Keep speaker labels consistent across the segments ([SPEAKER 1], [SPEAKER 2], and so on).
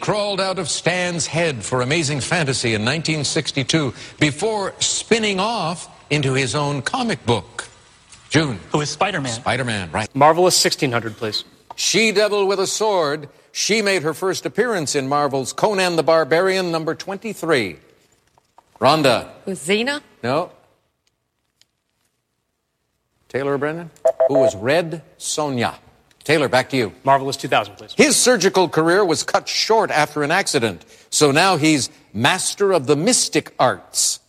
[SPEAKER 1] crawled out of Stan's head for Amazing Fantasy in 1962 before spinning off into his own comic book. June.
[SPEAKER 2] Who is Spider Man?
[SPEAKER 1] Spider Man, right.
[SPEAKER 3] Marvelous 1600, please.
[SPEAKER 1] She Devil with a Sword. She made her first appearance in Marvel's Conan the Barbarian, number 23. Rhonda.
[SPEAKER 4] With Xena?
[SPEAKER 1] No. Taylor Brennan? Who was Red Sonia? Taylor, back to you.
[SPEAKER 3] Marvelous 2000, please.
[SPEAKER 1] His surgical career was cut short after an accident, so now he's master of the mystic arts.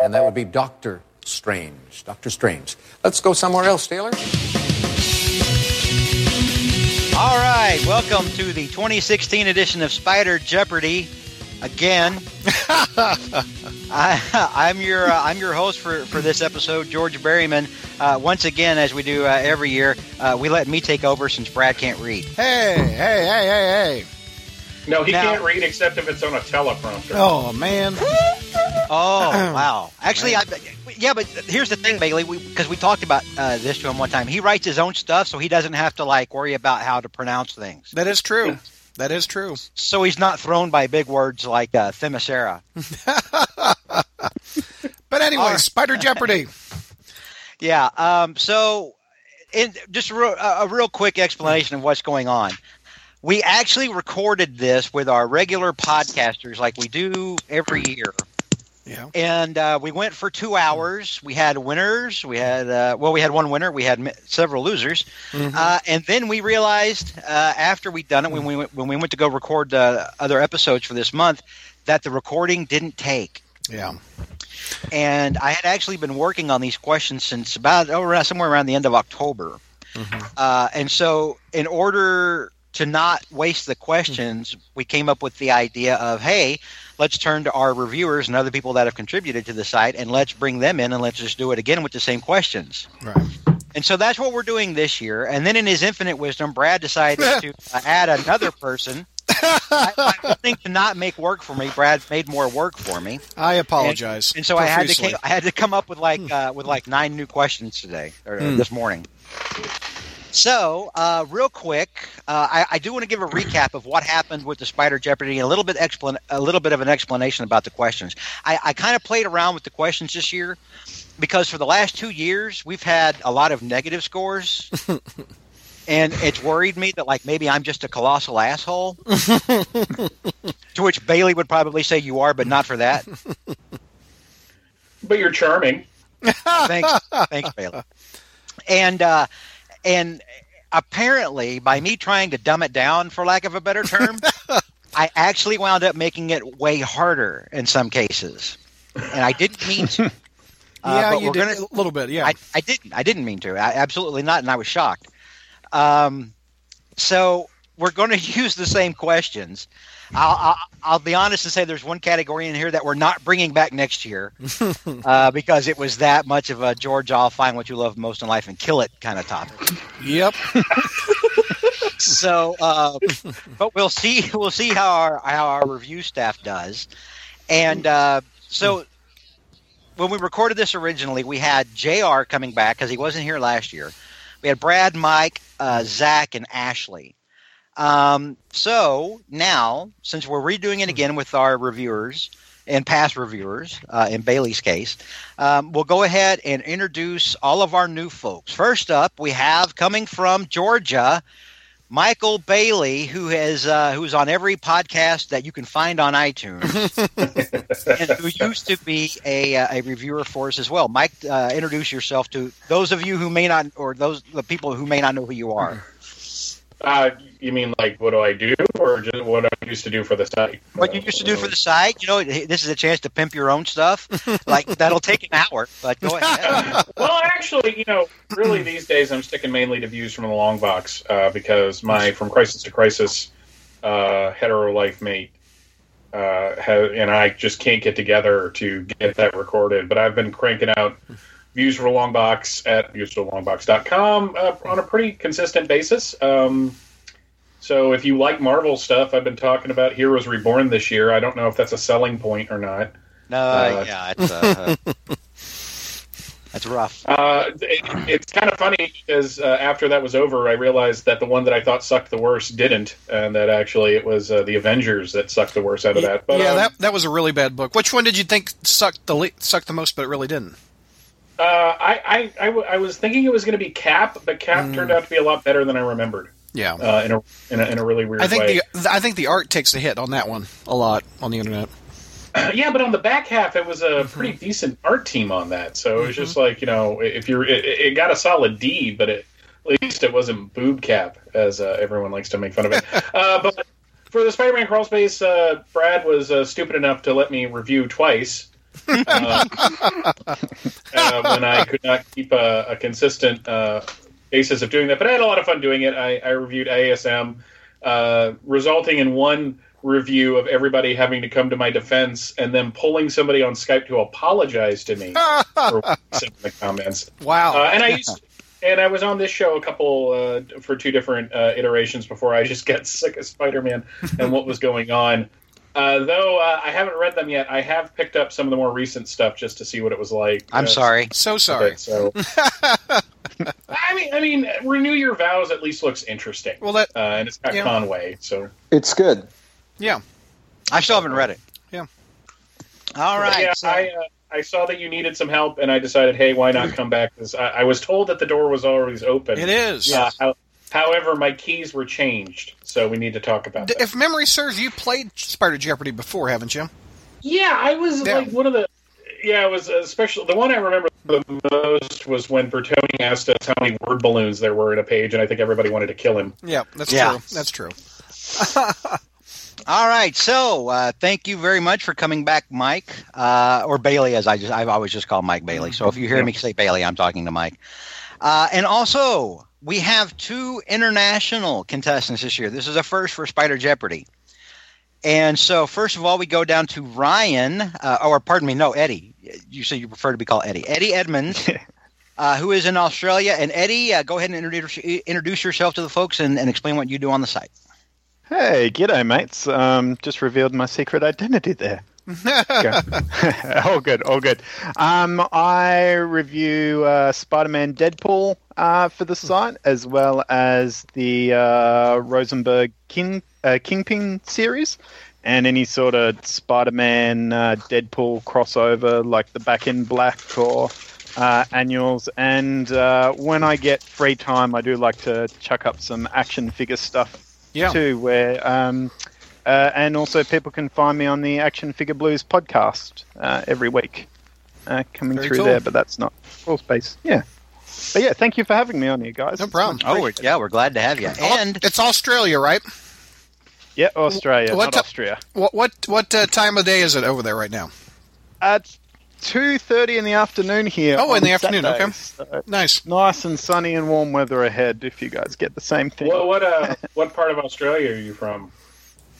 [SPEAKER 1] And that would be Doctor Strange. Doctor Strange. Let's go somewhere else, Taylor.
[SPEAKER 5] All right, welcome to the 2016 edition of Spider Jeopardy. Again, I, am your uh, I'm your host for, for this episode, George Berryman. Uh, once again, as we do uh, every year, uh, we let me take over since Brad can't read.
[SPEAKER 6] Hey, hey, hey, hey, hey.
[SPEAKER 7] No, he
[SPEAKER 5] Now-
[SPEAKER 7] can't read except if it's on a teleprompter.
[SPEAKER 6] Oh, man.
[SPEAKER 5] Oh wow! Actually, I, yeah, but here's the thing, Bailey, because we, talked about uh, this to him one time. He writes his own stuff, so he doesn't have to like worry about how to pronounce things.
[SPEAKER 6] That is true. That is true.
[SPEAKER 5] So he's not thrown by big words like uh, Themyscira.
[SPEAKER 6] But anyway,
[SPEAKER 5] All right.
[SPEAKER 6] Spider Jeopardy.
[SPEAKER 5] Yeah. Um, so, in, just a real, a a real quick explanation of what's going on. We actually recorded this with our regular podcasters, like we do every year,
[SPEAKER 6] Yeah.
[SPEAKER 5] and uh, we went for two hours. We had winners. We had uh, well, we had one winner. We had m- several losers,
[SPEAKER 6] Mm-hmm.
[SPEAKER 5] uh, and then we realized uh, after we'd done it when we went, when we went to go record uh, other episodes for this month that the recording didn't take
[SPEAKER 6] Yeah.
[SPEAKER 5] and I had actually been working on these questions since about oh, around- somewhere around the end of October.
[SPEAKER 6] Mm-hmm.
[SPEAKER 5] Uh, and so, in order to not waste the questions, we came up with the idea of hey, let's turn to our reviewers and other people that have contributed to the site and let's bring them in and let's just do it again with the same questions.
[SPEAKER 6] Right.
[SPEAKER 5] And so that's what we're doing this year. And then, in his infinite wisdom, Brad decided to uh, add another person. I, I wanting to not make work for me, Brad made more work for me.
[SPEAKER 6] I apologize.
[SPEAKER 5] And, and so I had to
[SPEAKER 6] profusely. Hmm.
[SPEAKER 5] came, I had to come up with like uh, with like nine new questions today or or this morning. So, uh, real quick, uh, I, I do want to give a recap of what happened with the Spider Jeopardy, and a little bit explan- a little bit of an explanation about the questions. I, I kind of played around with the questions this year because for the last two years we've had a lot of negative scores, and it's worried me that like maybe I'm just a colossal asshole. to which Bailey would probably say you are, but not for that.
[SPEAKER 7] But you're charming.
[SPEAKER 5] thanks, thanks, Bailey. And uh, and apparently, by me trying to dumb it down, for lack of a better term, I actually wound up making it way harder in some cases, and I didn't mean to. Uh,
[SPEAKER 6] yeah,
[SPEAKER 5] but
[SPEAKER 6] you
[SPEAKER 5] we're
[SPEAKER 6] did
[SPEAKER 5] gonna-
[SPEAKER 6] a little bit. Yeah.
[SPEAKER 5] I, I didn't. I didn't mean to. I, absolutely not. And I was shocked. Um, so we're going to use the same questions. I'll, I'll, I'll be honest and say there's one category in here that we're not bringing back next year uh, because it was that much of a George, I'll find what you love most in life and kill it kind of topic.
[SPEAKER 6] yep.
[SPEAKER 5] So, uh, but we'll see. We'll see how our how our review staff does. And uh, so, when we recorded this originally, we had Jr. coming back because he wasn't here last year. We had Brad, Mike, uh, Zach, and Ashley. Um, so now, since we're redoing it again with our reviewers and past reviewers, uh, in Bailey's case, um, we'll go ahead and introduce all of our new folks. First up, we have coming from Georgia, Michael Bailey, who has uh, who's on every podcast that you can find on iTunes, and who used to be a, uh, a reviewer for us as well. Mike, uh, introduce yourself to those of you who may not, or those the people who may not know who you are.
[SPEAKER 7] Uh, you mean like what do I do, or just what I used to do for the site?
[SPEAKER 5] What you used to do for the site, you know, this is a chance to pimp your own stuff. Like that'll take an hour, but go
[SPEAKER 6] Uh,
[SPEAKER 5] ahead.
[SPEAKER 7] Well, actually, you know, really these days I'm sticking mainly to views from the long box uh, because my from crisis to crisis uh, hetero life mate uh, ha and I just can't get together to get that recorded. But I've been cranking out views from the long box at viewsforlongbox.com uh, on a pretty consistent basis. Um, so if you like Marvel stuff, I've been talking about Heroes Reborn this year. I don't Uh,
[SPEAKER 5] uh,
[SPEAKER 7] know if that's a selling point or not.
[SPEAKER 5] No, yeah, it's, uh, That's rough.
[SPEAKER 7] Uh, it, it's kind of funny because uh, after that was over, I realized that the one that I thought sucked the worst didn't, and that actually it was uh, the Avengers that sucked the worst out of that. But
[SPEAKER 6] yeah,
[SPEAKER 7] um,
[SPEAKER 6] that that was a really bad book. Which one did you think sucked the le- sucked the most, but it really didn't?
[SPEAKER 7] uh, I, I- I w- I was thinking it was going to be Cap, but Cap
[SPEAKER 6] Mm.
[SPEAKER 7] turned out to be a lot better than I remembered
[SPEAKER 6] Yeah,
[SPEAKER 7] uh, in, a, in a in a really weird
[SPEAKER 6] I think
[SPEAKER 7] way.
[SPEAKER 6] the th- I think the art takes a hit on that one a lot on the internet.
[SPEAKER 7] yeah, but on the back half, it was a pretty decent art team on that. So it was just like you know, if you're, it, it got a solid D, but it, at least it wasn't boob cap as uh, everyone likes to make fun of it. uh, but for the Spider-Man crawl space, uh, Brad was uh, stupid enough to let me review twice. uh, uh, when I could not keep a, a consistent uh, basis of doing that, but I had a lot of fun doing it. I, I reviewed ASM, uh, resulting in one review of everybody having to come to my defense and then pulling somebody on Skype to apologize to me for what I said in the comments.
[SPEAKER 6] Wow.
[SPEAKER 7] Uh, and I used, and I was on this show a couple uh, for two different uh, iterations before I just got sick of Spider-Man and what was going on. Uh, though uh, I haven't read them yet, I have picked up some of the more recent stuff just to see what it was like.
[SPEAKER 5] I'm
[SPEAKER 7] Uh,
[SPEAKER 5] sorry.
[SPEAKER 6] so
[SPEAKER 7] a
[SPEAKER 6] sorry.
[SPEAKER 7] bit, So uh, I mean, I mean, renew your vows at least looks interesting.
[SPEAKER 6] Well, that-
[SPEAKER 7] uh, and it's got
[SPEAKER 6] yeah.
[SPEAKER 7] Conway, so
[SPEAKER 2] It's good.
[SPEAKER 6] Yeah.
[SPEAKER 5] I still haven't read it.
[SPEAKER 6] Yeah.
[SPEAKER 5] All right.
[SPEAKER 7] yeah,
[SPEAKER 5] so-
[SPEAKER 7] I, uh, I saw that you needed some help, and I decided, hey, why not come back? 'Cause I, I was told that the door was always open.
[SPEAKER 6] It is.
[SPEAKER 7] Yeah. how- however, my keys were changed, so we need to talk about
[SPEAKER 6] D-
[SPEAKER 7] that.
[SPEAKER 6] If memory serves, you played Spider Jeopardy before, haven't you?
[SPEAKER 7] yeah, I was
[SPEAKER 6] Yeah.
[SPEAKER 7] like one of the. Yeah, it was a special. The one I remember the most was when Bertoni asked us how many word balloons there were in a page, and I think everybody wanted to kill him.
[SPEAKER 6] Yeah, that's
[SPEAKER 5] Yeah.
[SPEAKER 6] true. That's true.
[SPEAKER 5] All right. So uh, thank you very much for coming back, Mike, uh, or Bailey, as I just I've always just called Mike Bailey. So if you hear me say Bailey, I'm talking to Mike. Uh, and also, we have two international contestants this year. This is a first for Spider Jeopardy. And so, first of all, we go down to Ryan, uh, or pardon me, no, Eddie. You say you prefer to be called Eddie. Eddie Edmonds, uh, who is in Australia. And Eddie, uh, go ahead and introduce, introduce yourself to the folks and, and explain what you do on the site.
[SPEAKER 4] Hey, g'day, mates. Um, just revealed my secret identity there. Go. all good, all good. Um, I review uh, Spider Man Deadpool uh, for the site, as well as the uh, Rosenberg King, uh, Kingpin series, and any sort of Spider Man uh, Deadpool crossover, like the Back in Black or uh, annuals. And uh, when I get free time, I do like to chuck up some action figure stuff
[SPEAKER 6] Yeah.
[SPEAKER 4] too, where um, uh, and also people can find me on the Action Figure Blues podcast uh, every week, uh, coming
[SPEAKER 6] Very
[SPEAKER 4] through
[SPEAKER 6] cool.
[SPEAKER 4] there. But that's not crawl space. Yeah, but yeah, thank you for having me on here, guys.
[SPEAKER 6] No problem.
[SPEAKER 5] Oh, we're, yeah, we're glad to have you. And
[SPEAKER 6] it's Australia, right?
[SPEAKER 4] Yeah, Australia,
[SPEAKER 6] What
[SPEAKER 4] not
[SPEAKER 6] ti-
[SPEAKER 4] Austria.
[SPEAKER 6] What what what uh, time of day is it over there right now?
[SPEAKER 4] Uh, it's two thirty in the afternoon here.
[SPEAKER 6] Oh, in
[SPEAKER 4] on
[SPEAKER 6] the afternoon,
[SPEAKER 4] Saturday,
[SPEAKER 6] okay.
[SPEAKER 4] so
[SPEAKER 6] Nice.
[SPEAKER 4] nice and sunny and warm weather ahead. If you guys get the same thing,
[SPEAKER 7] What what uh, what part of Australia are you from?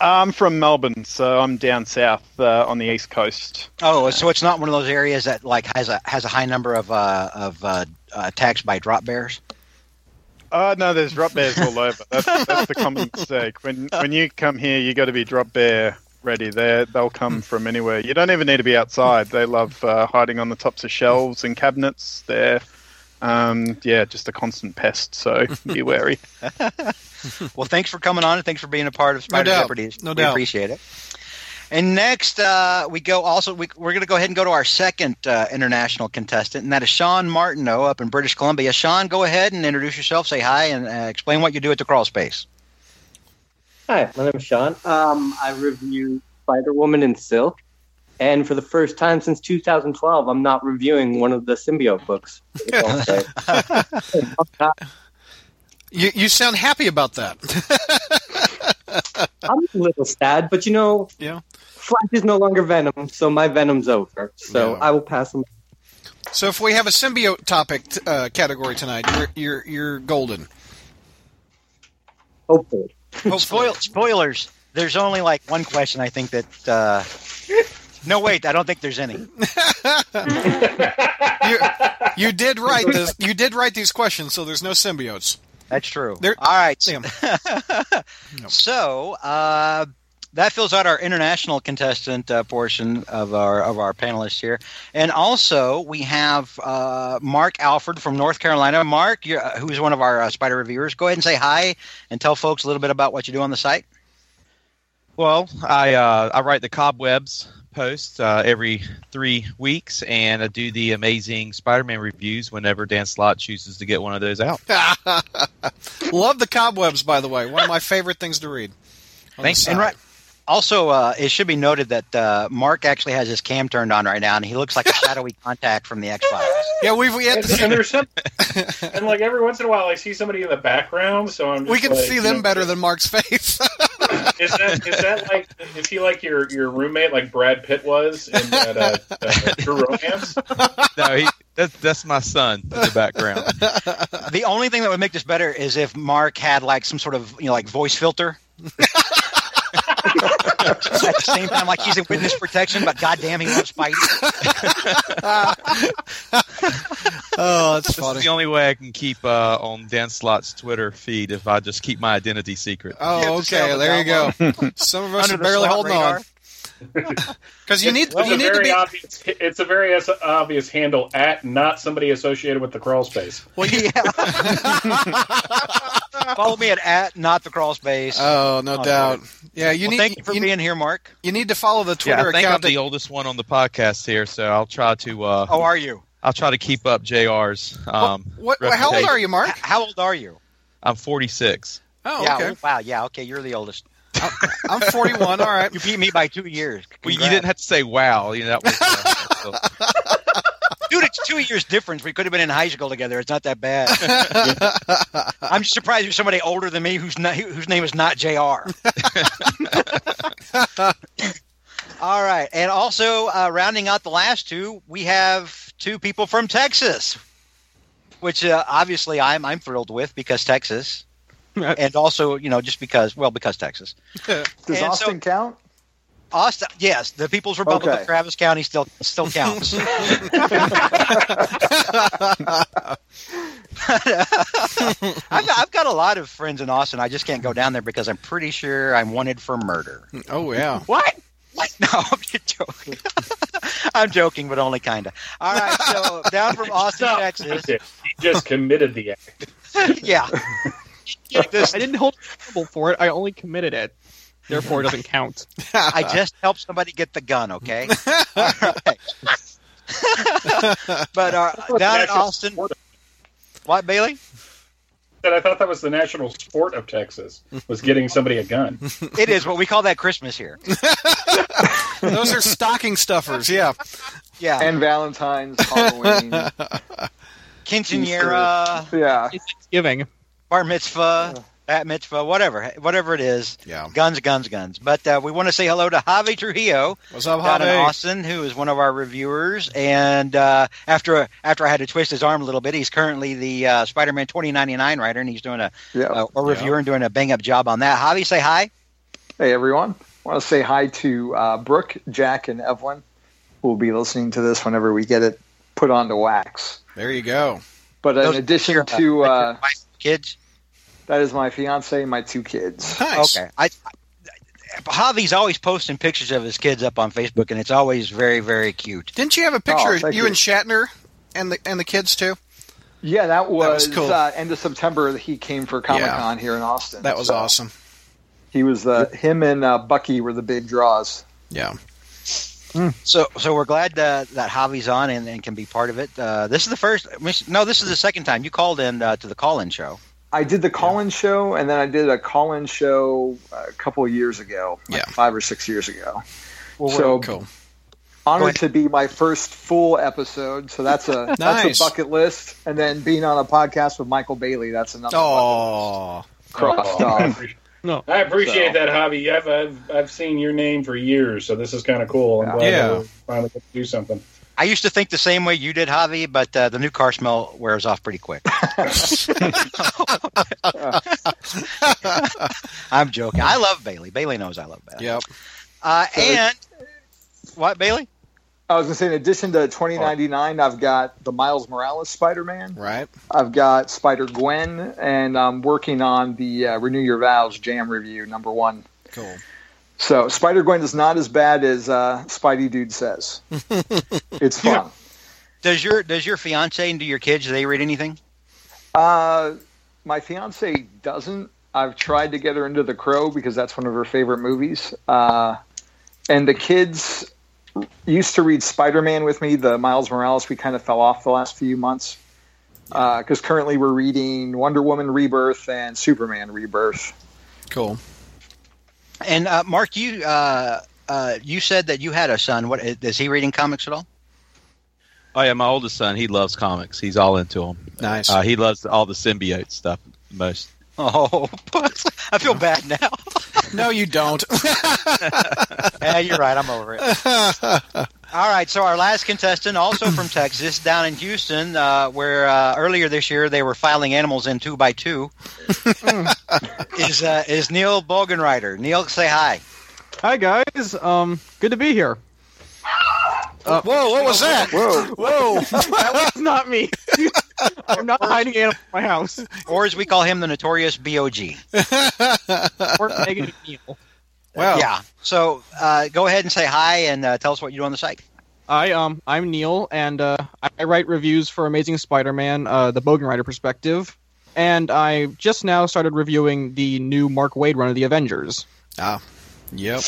[SPEAKER 4] I'm from Melbourne, so I'm down south uh, on the east coast.
[SPEAKER 5] oh, so it's not one of those areas that like has a has a high number of uh, of uh, uh, attacks by drop bears.
[SPEAKER 4] Oh no, there's drop bears all over. That's, that's the common mistake. When when you come here, you got to be drop bear ready. They they'll come from anywhere. You don't even need to be outside. They love uh, hiding on the tops of shelves and cabinets. They're um, yeah, just a constant pest. So be wary.
[SPEAKER 5] Well, thanks for coming on and thanks for being a part of Spider
[SPEAKER 6] doubt.
[SPEAKER 5] Jeopardy.
[SPEAKER 6] No
[SPEAKER 5] we
[SPEAKER 6] doubt.
[SPEAKER 5] appreciate it. And next, uh, we go also we, we're going to go ahead and go to our second uh, international contestant, and that is Sean Martineau up in British Columbia. Sean, go ahead and introduce yourself, say hi, and uh, explain what you do at the Crawl Space.
[SPEAKER 8] Hi, my name is Sean. Um, I review Spider Woman in Silk, and for the first time since 2012, I'm not reviewing one of the symbiote books.
[SPEAKER 6] You you sound happy about that.
[SPEAKER 8] I'm a little sad, but you know,
[SPEAKER 6] Yeah.
[SPEAKER 8] Flash is no longer Venom, so my Venom's over. So
[SPEAKER 6] Yeah.
[SPEAKER 8] I will pass him.
[SPEAKER 6] so if we have a symbiote topic t- uh, category tonight, you're you're, you're golden.
[SPEAKER 8] Hopefully,
[SPEAKER 5] Oh, Spoil, spoilers. There's only like one question I think that. Uh, no, wait, I don't think there's any.
[SPEAKER 6] You you did write this. You did write these questions, so there's no symbiotes.
[SPEAKER 5] That's true.
[SPEAKER 6] There-
[SPEAKER 5] All right.
[SPEAKER 6] Damn.
[SPEAKER 5] So, uh, that fills out our international contestant uh, portion of our of our panelists here, and also we have uh, Mark Alford from North Carolina. Mark, you're, uh, who's one of our uh, spider reviewers, go ahead and say hi and tell folks a little bit about what you do on the site.
[SPEAKER 2] Well, I uh, I write the cobwebs post uh, every three weeks, and I do the amazing Spider-Man reviews whenever Dan Slott chooses to get one of those out.
[SPEAKER 6] Love the cobwebs, by the way. One of my favorite things to read. on the
[SPEAKER 2] Thanks.
[SPEAKER 6] side.
[SPEAKER 5] And right. Also, uh, it should be noted that uh, Mark actually has his cam turned on right now, and he looks like a shadowy contact from the X Files.
[SPEAKER 6] Yeah, we've we had
[SPEAKER 7] And,
[SPEAKER 6] to,
[SPEAKER 7] and there's some, and like every once in a while, I see somebody in the background, so I'm. Just
[SPEAKER 6] we can
[SPEAKER 7] like,
[SPEAKER 6] see
[SPEAKER 7] you know,
[SPEAKER 6] them better than Mark's face.
[SPEAKER 7] Is that is that like is he like your your roommate like Brad Pitt was in that uh, uh, True Romance?
[SPEAKER 2] no, he, that's that's my son in the background.
[SPEAKER 5] The only thing that would make this better is if Mark had like some sort of you know like voice filter. At the same time, like he's in witness protection, but goddamn, he loves Spidey.
[SPEAKER 6] oh, that's
[SPEAKER 2] This is
[SPEAKER 6] funny.
[SPEAKER 2] the only way I can keep uh, on Dan Slott's Twitter feed if I just keep my identity secret.
[SPEAKER 5] You
[SPEAKER 6] Oh,
[SPEAKER 5] have to
[SPEAKER 6] okay.
[SPEAKER 5] sell the
[SPEAKER 6] There you go. Oh, Some of us
[SPEAKER 5] Under
[SPEAKER 6] are
[SPEAKER 5] the
[SPEAKER 6] barely
[SPEAKER 5] slot
[SPEAKER 6] holding
[SPEAKER 5] radar.
[SPEAKER 6] on because you need
[SPEAKER 7] Well,
[SPEAKER 6] you
[SPEAKER 7] it's a
[SPEAKER 6] need to
[SPEAKER 7] very
[SPEAKER 6] be
[SPEAKER 7] obvious. It's a very as- obvious handle at not somebody associated with the crawl space.
[SPEAKER 6] well, you-
[SPEAKER 5] Follow me at, at not the crawl space.
[SPEAKER 6] Oh, no
[SPEAKER 5] Oh,
[SPEAKER 6] doubt. Yeah, you
[SPEAKER 5] well,
[SPEAKER 6] need
[SPEAKER 5] thank you for
[SPEAKER 6] you,
[SPEAKER 5] being here, Mark.
[SPEAKER 6] you need to follow the
[SPEAKER 2] Yeah,
[SPEAKER 6] Twitter
[SPEAKER 2] I think I'm
[SPEAKER 6] account.
[SPEAKER 2] the oldest one on the podcast here, so I'll try to uh,
[SPEAKER 5] How are you?
[SPEAKER 2] I'll try to keep up Jr's. Um,
[SPEAKER 6] what, what- how old
[SPEAKER 2] reputation.
[SPEAKER 6] are you, Mark?
[SPEAKER 5] H- How old are you?
[SPEAKER 2] I'm 46.
[SPEAKER 6] Oh,
[SPEAKER 5] yeah.
[SPEAKER 6] okay.
[SPEAKER 5] oh, Wow. Yeah. Okay. You're the oldest.
[SPEAKER 6] I'm 41. All right.
[SPEAKER 5] You beat me by two years.
[SPEAKER 2] Well, you
[SPEAKER 5] Congrats.
[SPEAKER 2] didn't have to say wow. You know, that was, uh,
[SPEAKER 5] dude. It's two years difference. We could have been in high school together. It's not that bad. I'm just surprised there's somebody older than me who's not, whose name is not Jr. All right, and also uh, rounding out the last two, we have two people from Texas, which uh, obviously I'm I'm thrilled with because Texas, and also you know just because well because Texas.
[SPEAKER 9] Does
[SPEAKER 5] And so-
[SPEAKER 9] Austin count?
[SPEAKER 5] Austin, yes, the People's Republic
[SPEAKER 9] Okay.
[SPEAKER 5] of Travis County still still counts. I've, I've got a lot of friends in Austin. I just can't go down there because I'm pretty sure I'm wanted for murder.
[SPEAKER 6] Oh, yeah.
[SPEAKER 5] What? What? No, I'm just joking. I'm joking, but only kinda. All right, so down from Austin,
[SPEAKER 7] Stop.
[SPEAKER 5] Texas.
[SPEAKER 7] He just committed the act.
[SPEAKER 5] Yeah,
[SPEAKER 10] I didn't hold accountable for it. I only committed it. Therefore, it doesn't count.
[SPEAKER 5] I just helped somebody get the gun. Okay. All right. but uh, down in
[SPEAKER 7] National
[SPEAKER 5] Austin, what Bailey?
[SPEAKER 7] That I thought that was the national sport of Texas was getting somebody a gun.
[SPEAKER 5] It is what we call that Christmas here.
[SPEAKER 6] Those are stocking stuffers. Yeah.
[SPEAKER 5] Yeah,
[SPEAKER 9] And Valentine's, Halloween.
[SPEAKER 5] quinceanera,
[SPEAKER 9] yeah.
[SPEAKER 10] It's Thanksgiving.
[SPEAKER 5] bar mitzvah, bat mitzvah, whatever, whatever it is.
[SPEAKER 6] Yeah.
[SPEAKER 5] Guns, guns, guns. But uh, we want to say hello to Javi Trujillo
[SPEAKER 6] What's up,
[SPEAKER 5] down in
[SPEAKER 6] Javi?
[SPEAKER 5] Austin, who is one of our reviewers. And uh, after after I had to twist his arm a little bit, he's currently the uh, Spider-Man 2099 writer, and he's doing a,
[SPEAKER 9] Yeah.
[SPEAKER 5] a, a reviewer and doing a bang up job on that. Javi, say hi.
[SPEAKER 9] Hey, everyone. want to say hi to uh, Brooke, Jack, and Evelyn, who will be listening to this whenever we get it put onto wax.
[SPEAKER 6] There you go.
[SPEAKER 9] But in
[SPEAKER 5] Those-
[SPEAKER 9] addition
[SPEAKER 5] that's
[SPEAKER 9] to
[SPEAKER 5] your
[SPEAKER 9] uh,
[SPEAKER 5] wife, kids.
[SPEAKER 9] that, is my fiance and my two kids.
[SPEAKER 6] Nice.
[SPEAKER 5] Okay. I, I Javi's always posting pictures of his kids up on Facebook, and it's always very, very cute.
[SPEAKER 6] Didn't you have a picture
[SPEAKER 9] Oh,
[SPEAKER 6] of
[SPEAKER 9] thank
[SPEAKER 6] you,
[SPEAKER 9] you.
[SPEAKER 6] and Shatner and the and the kids too?
[SPEAKER 9] Yeah, that
[SPEAKER 6] was
[SPEAKER 9] was,
[SPEAKER 6] cool.
[SPEAKER 9] uh, end of September. He came for Comic Con here in Austin.
[SPEAKER 6] That was
[SPEAKER 9] So
[SPEAKER 6] awesome.
[SPEAKER 9] He was the him and uh, Bucky were the big draws.
[SPEAKER 6] Yeah.
[SPEAKER 5] So, so we're glad uh, that Javi's on and, and can be part of it. Uh, this is the first. No, this is the second time you called in uh, to the call-in show.
[SPEAKER 9] I did the call-in show, and then I did a call-in show uh, a couple years ago, like
[SPEAKER 6] Yeah.
[SPEAKER 9] five or six years ago.
[SPEAKER 5] Well,
[SPEAKER 9] so
[SPEAKER 6] Cool.
[SPEAKER 5] Go
[SPEAKER 9] honored
[SPEAKER 5] ahead.
[SPEAKER 9] to be my first full episode. So that's a
[SPEAKER 6] Nice.
[SPEAKER 9] that's a bucket list. And then being on a podcast with Michael Bailey, that's another
[SPEAKER 6] Oh.
[SPEAKER 9] bucket list crossed
[SPEAKER 7] I
[SPEAKER 9] off.
[SPEAKER 7] appreciate,
[SPEAKER 10] No.
[SPEAKER 7] I appreciate
[SPEAKER 9] So-
[SPEAKER 7] that, Javi. I've, I've I've seen your name for years, so this is kind of cool. I'm glad
[SPEAKER 6] Yeah.
[SPEAKER 7] that we finally get to do something.
[SPEAKER 5] I used to think the same way you did, Javi, but uh, the new car smell wears off pretty quick. I'm joking. I love Bailey. Bailey knows I love Bailey.
[SPEAKER 6] Yep.
[SPEAKER 5] Uh,
[SPEAKER 9] So-
[SPEAKER 5] and what, Bailey? Oh.
[SPEAKER 9] I was gonna say in addition to twenty ninety nine, I've got the Miles Morales Spider Man,
[SPEAKER 6] Right.
[SPEAKER 9] I've got Spider Gwen, and I'm working on the uh, Renew Your Vows Jam Review number one.
[SPEAKER 6] Cool.
[SPEAKER 9] So Spider Gwen is not as bad as uh, Spidey Dude says. it's fun.
[SPEAKER 5] Does your does your fiance and do your kids? Do they read anything?
[SPEAKER 9] Uh, my fiance doesn't. I've tried to get her into The Crow because that's one of her favorite movies. Uh, and the kids used to read Spider Man with me, the Miles Morales. We kind of fell off the last few months because currently we're reading Wonder Woman Rebirth and Superman Rebirth.
[SPEAKER 6] Cool.
[SPEAKER 5] And uh, Mark, you uh, uh, you said that you had a son. What is he reading comics at all?
[SPEAKER 2] Oh yeah, my oldest son. He loves comics. He's all into them.
[SPEAKER 6] Nice.
[SPEAKER 2] Uh, he loves all the symbiote stuff the most.
[SPEAKER 5] Oh, I feel bad now.
[SPEAKER 6] no, you don't.
[SPEAKER 5] yeah, you're right. I'm over it. All right. So our last contestant, also from Texas, down in Houston, uh, where uh, earlier this year they were filing animals in two by two, is uh, is Neil Bogenreiter. Neil, say hi.
[SPEAKER 10] Hi guys, um, good to be here. Uh,
[SPEAKER 6] whoa, what was that?
[SPEAKER 9] Whoa,
[SPEAKER 10] whoa, that was not me. I'm not hiding animals in my house.
[SPEAKER 5] Or as we call him, the notorious Bog.
[SPEAKER 10] Or negative Neil.
[SPEAKER 6] Wow.
[SPEAKER 5] Yeah. So uh, go ahead and say hi and uh, tell us what you do on the site.
[SPEAKER 10] I um I'm Neil, and uh, I write reviews for Amazing Spider-Man, uh, the Bogan Rider perspective, and I just now started reviewing the new Mark Wade run of the Avengers.
[SPEAKER 6] Ah, yep.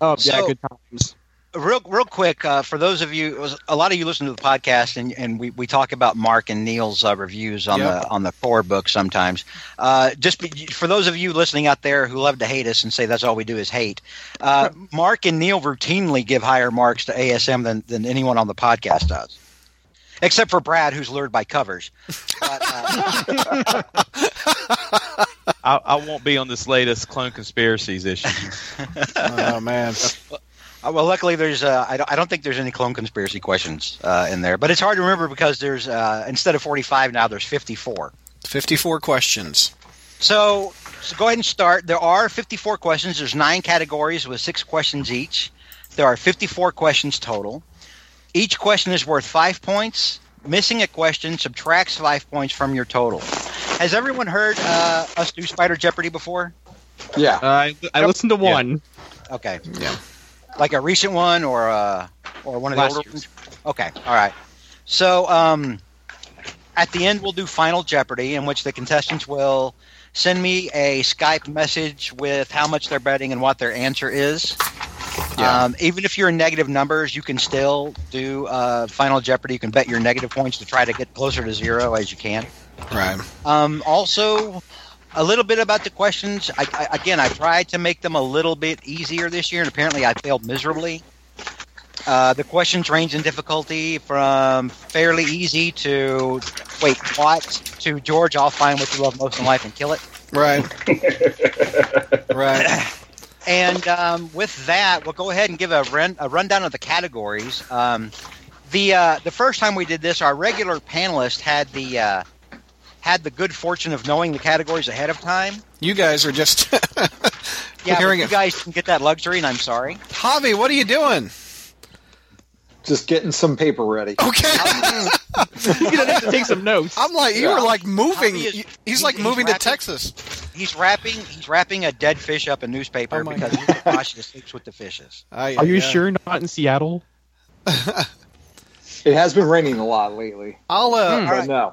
[SPEAKER 10] Oh yeah,
[SPEAKER 5] So-
[SPEAKER 10] good times.
[SPEAKER 5] real real quick uh, for those of you a lot of you listen to the podcast and, and we, we talk about mark and neil's uh, reviews on
[SPEAKER 6] Yeah.
[SPEAKER 5] the on the four book sometimes uh, just be, for those of you listening out there who love to hate us and say that's all we do is hate uh, mark and neil routinely give higher marks to asm than, than anyone on the podcast does except for brad who's lured by covers but, uh,
[SPEAKER 2] I, I won't be on this latest clone conspiracies issue.
[SPEAKER 6] Oh man.
[SPEAKER 5] Uh, Well, luckily, there's. Uh, I, don't, I don't think there's any clone conspiracy questions uh, in there, but it's hard to remember because there's uh, instead of 45 now there's 54.
[SPEAKER 6] Fifty-four questions.
[SPEAKER 5] So, so go ahead and start. There are 54 questions. There's nine categories with six questions each. There are 54 questions total. Each question is worth five points. Missing a question subtracts five points from your total. Has everyone heard uh, us do Spider Jeopardy before?
[SPEAKER 9] Yeah.
[SPEAKER 10] Uh, I I listened to one.
[SPEAKER 5] Okay.
[SPEAKER 6] Yeah.
[SPEAKER 5] Like a recent one or uh, or one of
[SPEAKER 10] Last
[SPEAKER 5] the older
[SPEAKER 10] year's.
[SPEAKER 5] ones? Okay. All right. So um, at the end, we'll do Final Jeopardy, in which the contestants will send me a Skype message with how much they're betting and what their answer is.
[SPEAKER 6] Yeah.
[SPEAKER 5] Um, even if you're in negative numbers, you can still do uh, Final Jeopardy. You can bet your negative points to try to get closer to zero as you can.
[SPEAKER 6] Right.
[SPEAKER 5] Um, also, a little bit about the questions. I, I, again, I tried to make them a little bit easier this year, and apparently I failed miserably. Uh, the questions range in difficulty from fairly easy to wait, what? To George, I'll find what you love most in life and kill it.
[SPEAKER 6] Right. right.
[SPEAKER 5] And um, with that, we'll go ahead and give a, run, a rundown of the categories. Um, the uh, the first time we did this, our regular panelist had the uh, had the good fortune of knowing the categories ahead of time.
[SPEAKER 6] You guys are just.
[SPEAKER 5] Yeah, but
[SPEAKER 6] hearing
[SPEAKER 5] you
[SPEAKER 6] it.
[SPEAKER 5] guys can get that luxury, and I'm sorry.
[SPEAKER 6] Javi, what are you doing?
[SPEAKER 9] Just getting some paper ready.
[SPEAKER 6] Okay.
[SPEAKER 10] You're gonna have to take some notes.
[SPEAKER 6] I'm like, you were like moving.
[SPEAKER 5] Javi is-
[SPEAKER 6] he's
[SPEAKER 5] he-
[SPEAKER 6] like
[SPEAKER 5] he's
[SPEAKER 6] moving to
[SPEAKER 5] rapping.
[SPEAKER 6] Texas.
[SPEAKER 5] He's wrapping. He's wrapping a dead fish up in newspaper
[SPEAKER 6] Oh my
[SPEAKER 5] because he's Josh that sleeps with the fishes.
[SPEAKER 6] Ay,
[SPEAKER 10] Are you
[SPEAKER 6] ay, ay.
[SPEAKER 10] sure not in Seattle?
[SPEAKER 9] It has been raining a lot lately.
[SPEAKER 6] I'll. Uh,
[SPEAKER 9] But no.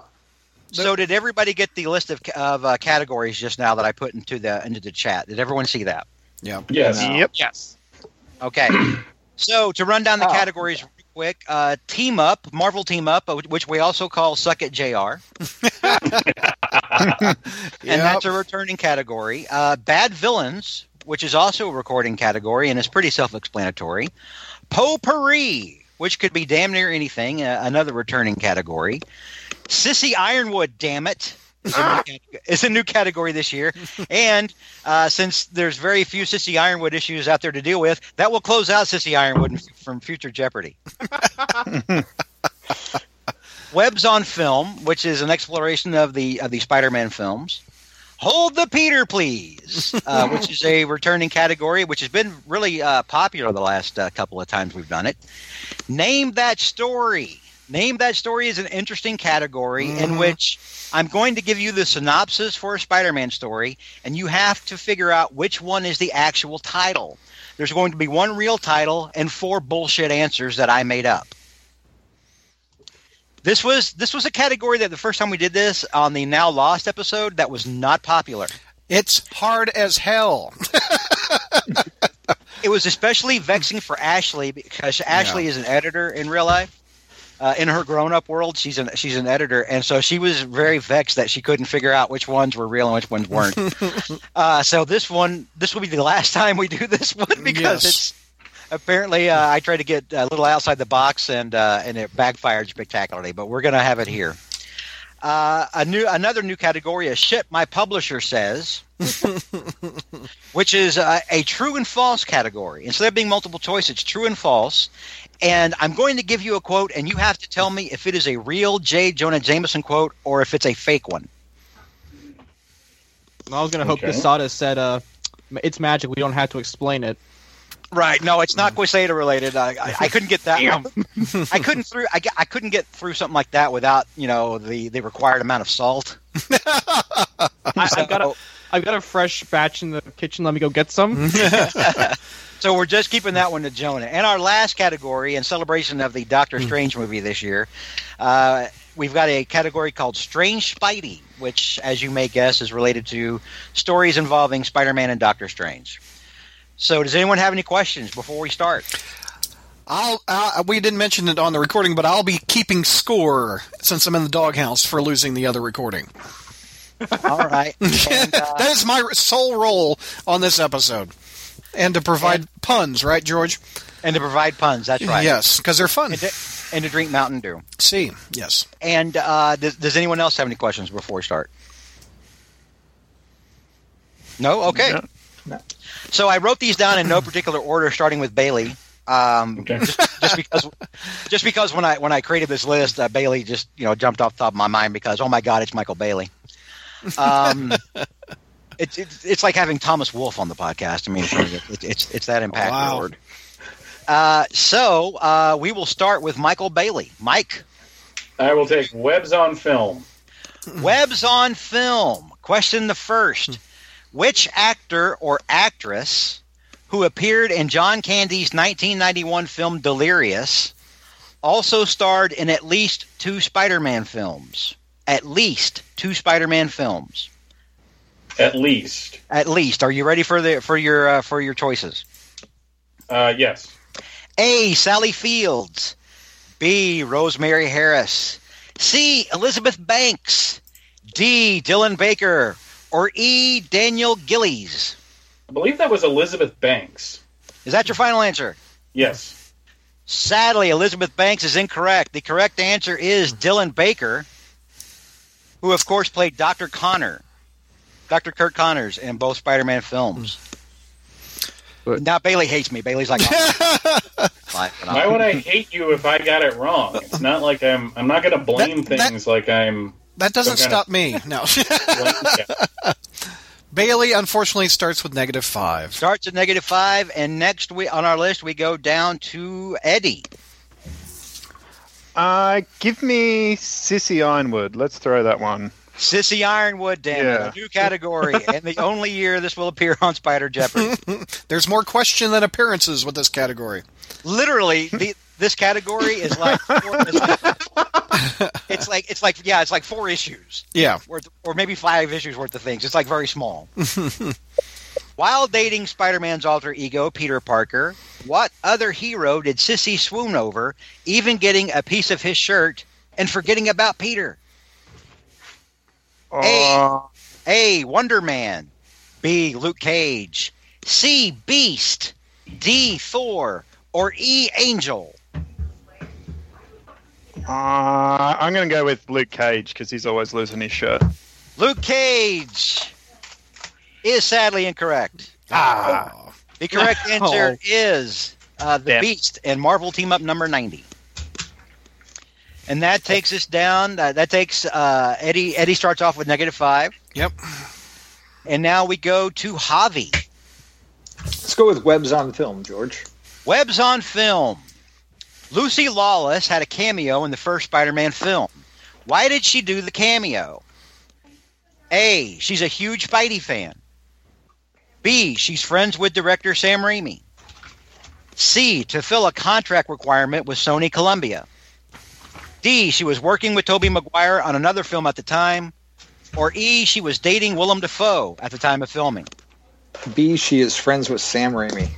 [SPEAKER 5] Hmm. So, did everybody get the list of, of uh, categories just now that I put into the into the chat? Did everyone see that?
[SPEAKER 6] Yeah.
[SPEAKER 7] Yes.
[SPEAKER 9] Yep.
[SPEAKER 10] Yes.
[SPEAKER 5] Okay. so to run down the
[SPEAKER 9] Oh.
[SPEAKER 5] categories real quick, uh, team up, Marvel team up, uh, which we also call Suck at JR, and
[SPEAKER 6] Yep.
[SPEAKER 5] that's a returning category. Uh, bad villains, which is also a recording category and is pretty self-explanatory. Potpourri, which could be damn near anything, uh, another returning category. Sissy Ironwood, damn it. Is a, new cate- is a new category this year. And uh, since there's very few Sissy Ironwood issues out there to deal with, that will close out Sissy Ironwood from future Jeopardy. Webs on Film, which is an exploration of the of the Spider-Man films. Hold the Peter, please, uh, which is a returning category, which has been really uh, popular the last uh, couple of times we've done it. Name that story. Name that story is an interesting category
[SPEAKER 6] Mm-hmm.
[SPEAKER 5] in which I'm going to give you the synopsis for a Spider-Man story, and you have to figure out which one is the actual title. There's going to be one real title and four bullshit answers that I made up. This was this was a category that the first time we did this on the Now Lost episode that was not popular.
[SPEAKER 6] It's hard as hell.
[SPEAKER 5] it was especially vexing for Ashley because Ashley is an editor in real life. Uh, in her grown-up world, she's an she's an editor, and so she was very vexed that she couldn't figure out which ones were real and which ones weren't. uh, so this one, this will be the last time we do this one because it's
[SPEAKER 6] Yes.
[SPEAKER 5] apparently uh, I tried to get a little outside the box and uh, and it backfired spectacularly. But we're gonna have it here. Uh, a new another new category is shit. My publisher says which is uh, a true and false category. Instead of being multiple choice, it's true and false. And I'm going to give you a quote, and you have to tell me if it is a real J. Jonah Jameson quote or if it's a fake one.
[SPEAKER 10] I was gonna hope
[SPEAKER 7] Okay.
[SPEAKER 10] Casada said, uh, "It's magic. We don't have to explain it."
[SPEAKER 5] Right? No, it's not Quesada related. I, I, I couldn't get that. one. I couldn't through. I, get- I couldn't get through something like that without you know the the required amount of salt.
[SPEAKER 10] I, I've got a, I've got a fresh batch in the kitchen. Let me go get some.
[SPEAKER 5] So we're just keeping that one to Jonah. And our last category in celebration of the Doctor
[SPEAKER 10] Hmm.
[SPEAKER 5] Strange movie this year, uh, we've got a category called Strange Spidey, which, as you may guess, is related to stories involving Spider Man and Doctor Strange. So does anyone have any questions before we start?
[SPEAKER 6] I'll, i Uh, we didn't mention it on the recording, but I'll be keeping score since I'm in the doghouse for losing the other recording.
[SPEAKER 5] All right. And, uh,
[SPEAKER 6] that is my sole role on this episode, and to provide puns, right, George?
[SPEAKER 5] and to provide puns, that's right.
[SPEAKER 6] Yes, because they're fun.
[SPEAKER 5] And to, and to drink Mountain Dew.
[SPEAKER 6] See, yes.
[SPEAKER 5] And uh, does, does anyone else have any questions before we start? No? Okay.
[SPEAKER 4] No.
[SPEAKER 5] So I wrote these down in no particular order, starting with Bailey. Um,
[SPEAKER 7] Okay.
[SPEAKER 5] just, just because, just because when I when I created this list, uh, Bailey just you know jumped off the top of my mind because oh my god, it's Michael Bailey. Um, it's, it's it's like having Thomas Wolfe on the podcast. I mean, it's it's, it's that impactful.
[SPEAKER 6] Wow.
[SPEAKER 5] Uh, so uh, we will start with Michael Bailey. Mike,
[SPEAKER 7] I will take webs on film.
[SPEAKER 5] Webs on film. Question the first. Which actor or actress who appeared in John Candy's 1991 film Delirious also starred in at least two Spider Man films? At least two Spider Man films.
[SPEAKER 7] At least.
[SPEAKER 5] At least. Are you ready for the for your uh, for your choices?
[SPEAKER 7] Uh, yes.
[SPEAKER 5] A. Sally Fields. B. Rosemary Harris. C. Elizabeth Banks. D. Dylan Baker. Or E. Daniel Gillies.
[SPEAKER 7] I believe that was Elizabeth Banks.
[SPEAKER 5] Is that your final answer?
[SPEAKER 7] Yes.
[SPEAKER 5] Sadly, Elizabeth Banks is incorrect. The correct answer is Dylan Baker, who, of course, played Dr. Connor, Dr. Kurt Connors in both Spider Man films.
[SPEAKER 10] But-
[SPEAKER 5] now, Bailey hates me. Bailey's like,
[SPEAKER 7] Why would I hate you if I got it wrong? It's not like I'm. I'm not going to blame
[SPEAKER 6] That- that-
[SPEAKER 7] things like I'm.
[SPEAKER 6] That doesn't
[SPEAKER 7] Okay.
[SPEAKER 6] stop me. No.
[SPEAKER 7] Like, yeah.
[SPEAKER 6] Bailey, unfortunately, starts with negative five.
[SPEAKER 5] starts at negative five, and next we on our list we go down to Eddie.
[SPEAKER 4] Uh, give me Sissy Ironwood. Let's throw that one.
[SPEAKER 5] Sissy Ironwood, damn
[SPEAKER 4] Yeah.
[SPEAKER 5] it, a new category, and the only year this will appear on Spider Jeopardy.
[SPEAKER 6] There's more question than appearances with this category.
[SPEAKER 5] Literally, the, this category is like, four, it's like it's like it's like yeah, it's like four issues
[SPEAKER 6] Yeah.
[SPEAKER 5] worth, or maybe five issues worth of things. It's like very small. While dating Spider-Man's alter ego, Peter Parker, what other hero did Sissy swoon over, even getting a piece of his shirt and forgetting about Peter?
[SPEAKER 4] Uh,
[SPEAKER 5] A. Wonder Man. B. Luke Cage. C. Beast. D. Thor. Or E. Angel.
[SPEAKER 4] uh, I'm going to go with Luke Cage because he's always losing his shirt.
[SPEAKER 5] Luke Cage is sadly incorrect.
[SPEAKER 4] Ah,
[SPEAKER 5] The correct answer is uh, The
[SPEAKER 4] Damn.
[SPEAKER 5] Beast and Marvel Team Up number 90. And that takes us down. Uh, that takes uh, Eddie. Eddie starts off with negative five.
[SPEAKER 6] Yep.
[SPEAKER 5] And now we go to Javi.
[SPEAKER 9] Let's go with webs on film, George.
[SPEAKER 5] Webs on film. Lucy Lawless had a cameo in the first Spider Man film. Why did she do the cameo? A. She's a huge Spidey fan. B. She's friends with director Sam Raimi. C. To fill a contract requirement with Sony Columbia. D. She was working with Tobey Maguire on another film at the time. Or E. She was dating Willem Dafoe at the time of filming.
[SPEAKER 9] B. She is friends with Sam Raimi.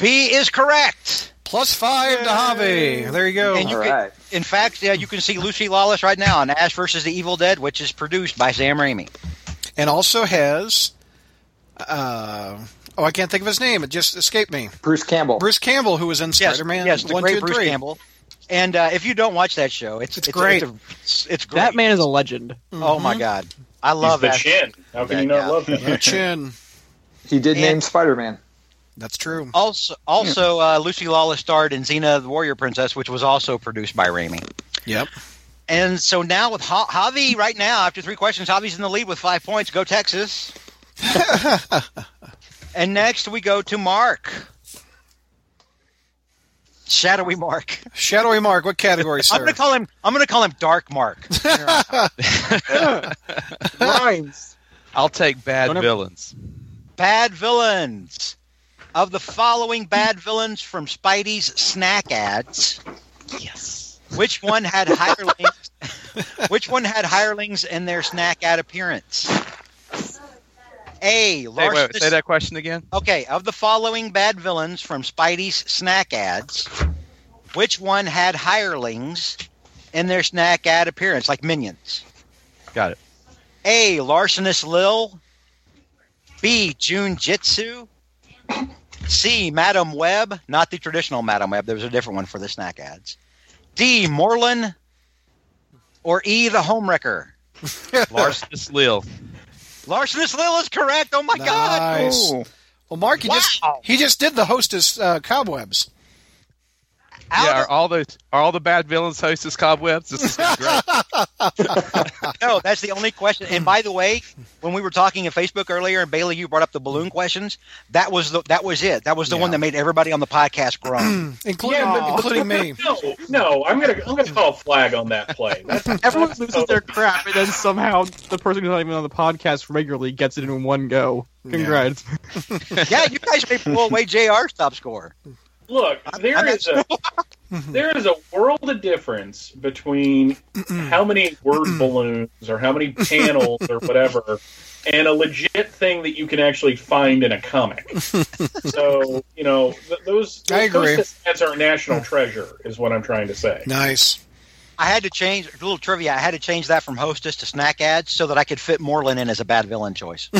[SPEAKER 5] B is correct.
[SPEAKER 6] Plus five to Javi. There you go.
[SPEAKER 5] And you
[SPEAKER 9] All
[SPEAKER 5] can-
[SPEAKER 9] right.
[SPEAKER 5] in fact, yeah, you can see Lucy Lawless right now on Ash versus the Evil Dead, which is produced by Sam Raimi.
[SPEAKER 6] And also has. Uh, oh, I can't think of his name. It just escaped me.
[SPEAKER 9] Bruce Campbell.
[SPEAKER 6] Bruce Campbell, who was in
[SPEAKER 5] Yes,
[SPEAKER 6] Spider Man
[SPEAKER 5] yes, the
[SPEAKER 6] 1, 2,
[SPEAKER 5] great
[SPEAKER 6] and
[SPEAKER 5] Bruce
[SPEAKER 6] 3.
[SPEAKER 5] Campbell. And uh, if you don't watch that show, it's
[SPEAKER 6] It's
[SPEAKER 5] it's
[SPEAKER 6] great. Mm-hmm.
[SPEAKER 5] It's, a- it's, it's great.
[SPEAKER 10] That man is a legend.
[SPEAKER 5] Oh my god, I
[SPEAKER 7] He's
[SPEAKER 5] love
[SPEAKER 7] the
[SPEAKER 5] Ash.
[SPEAKER 7] chin. How can
[SPEAKER 5] Yeah,
[SPEAKER 7] you not
[SPEAKER 5] yeah.
[SPEAKER 7] love him?
[SPEAKER 6] Chin.
[SPEAKER 9] He did
[SPEAKER 5] And-
[SPEAKER 9] name Spider Man.
[SPEAKER 6] That's true.
[SPEAKER 5] Also, also uh, Lucy Lawless starred in Xena the Warrior Princess, which was also produced by Raimi.
[SPEAKER 6] Yep.
[SPEAKER 5] And so now with ha- Javi, right now after three questions, Javi's in the lead with five points. Go Texas! and next we go to Mark. Shadowy Mark.
[SPEAKER 6] Shadowy Mark, what category,
[SPEAKER 5] I'm
[SPEAKER 6] sir?
[SPEAKER 5] gonna call him. I'm gonna call him Dark Mark.
[SPEAKER 10] Rhymes.
[SPEAKER 2] I'll take bad
[SPEAKER 10] Don't ever-
[SPEAKER 2] villains.
[SPEAKER 5] bad villains. Of the following bad villains from Spidey's snack ads,
[SPEAKER 10] Yes.
[SPEAKER 5] which one had hirelings? which one had hirelings in their snack ad appearance? A.
[SPEAKER 2] Hey, wait,
[SPEAKER 5] Larson.
[SPEAKER 2] say that question again.
[SPEAKER 5] Okay, of the following bad villains from Spidey's snack ads, which one had hirelings in their snack ad appearance, like minions?
[SPEAKER 2] Got it.
[SPEAKER 5] A. Larcenous Lil. B. June Jitsu. C. Madam Web. Not the traditional Madam Web. There was a different one for the snack ads. D. Morlin. Or E. The Homewrecker.
[SPEAKER 2] Larcenous Lil.
[SPEAKER 5] Larcenous Lil is correct. Oh my God.
[SPEAKER 6] Nice.
[SPEAKER 4] Ooh.
[SPEAKER 6] Well, Mark, he just
[SPEAKER 5] Wow.
[SPEAKER 6] he just did the hostess uh, cobwebs.
[SPEAKER 5] Out
[SPEAKER 2] yeah,
[SPEAKER 5] of-
[SPEAKER 2] are all those are all the bad villains hostess cobwebs? This is great.
[SPEAKER 5] No, that's the only question. And by the way, when we were talking at Facebook earlier, and Bailey, you brought up the balloon questions. That was the that was it. That was the one that made everybody on the podcast groan.
[SPEAKER 6] including
[SPEAKER 7] Yeah.
[SPEAKER 6] including me.
[SPEAKER 7] No, no, I'm gonna I'm gonna call a flag on that play. That's,
[SPEAKER 10] Everyone
[SPEAKER 7] that's
[SPEAKER 10] loses
[SPEAKER 7] so-
[SPEAKER 10] their crap, and then somehow the person who's not even on the podcast regularly gets it in one go. Congrats.
[SPEAKER 5] yeah, you guys may pull away JR's top score.
[SPEAKER 7] Look, there
[SPEAKER 5] I'm
[SPEAKER 7] is a there is a world of difference between how many word balloons or how many panels or whatever, and a legit thing that you can actually find in a comic. so you know th- those
[SPEAKER 6] I
[SPEAKER 7] those
[SPEAKER 6] agree.
[SPEAKER 7] stats are a national treasure, is what I'm trying to say.
[SPEAKER 6] Nice.
[SPEAKER 5] I had to change a little trivia. I had to change that from hostess to snack ads so that I could fit Moreland in as a bad villain choice.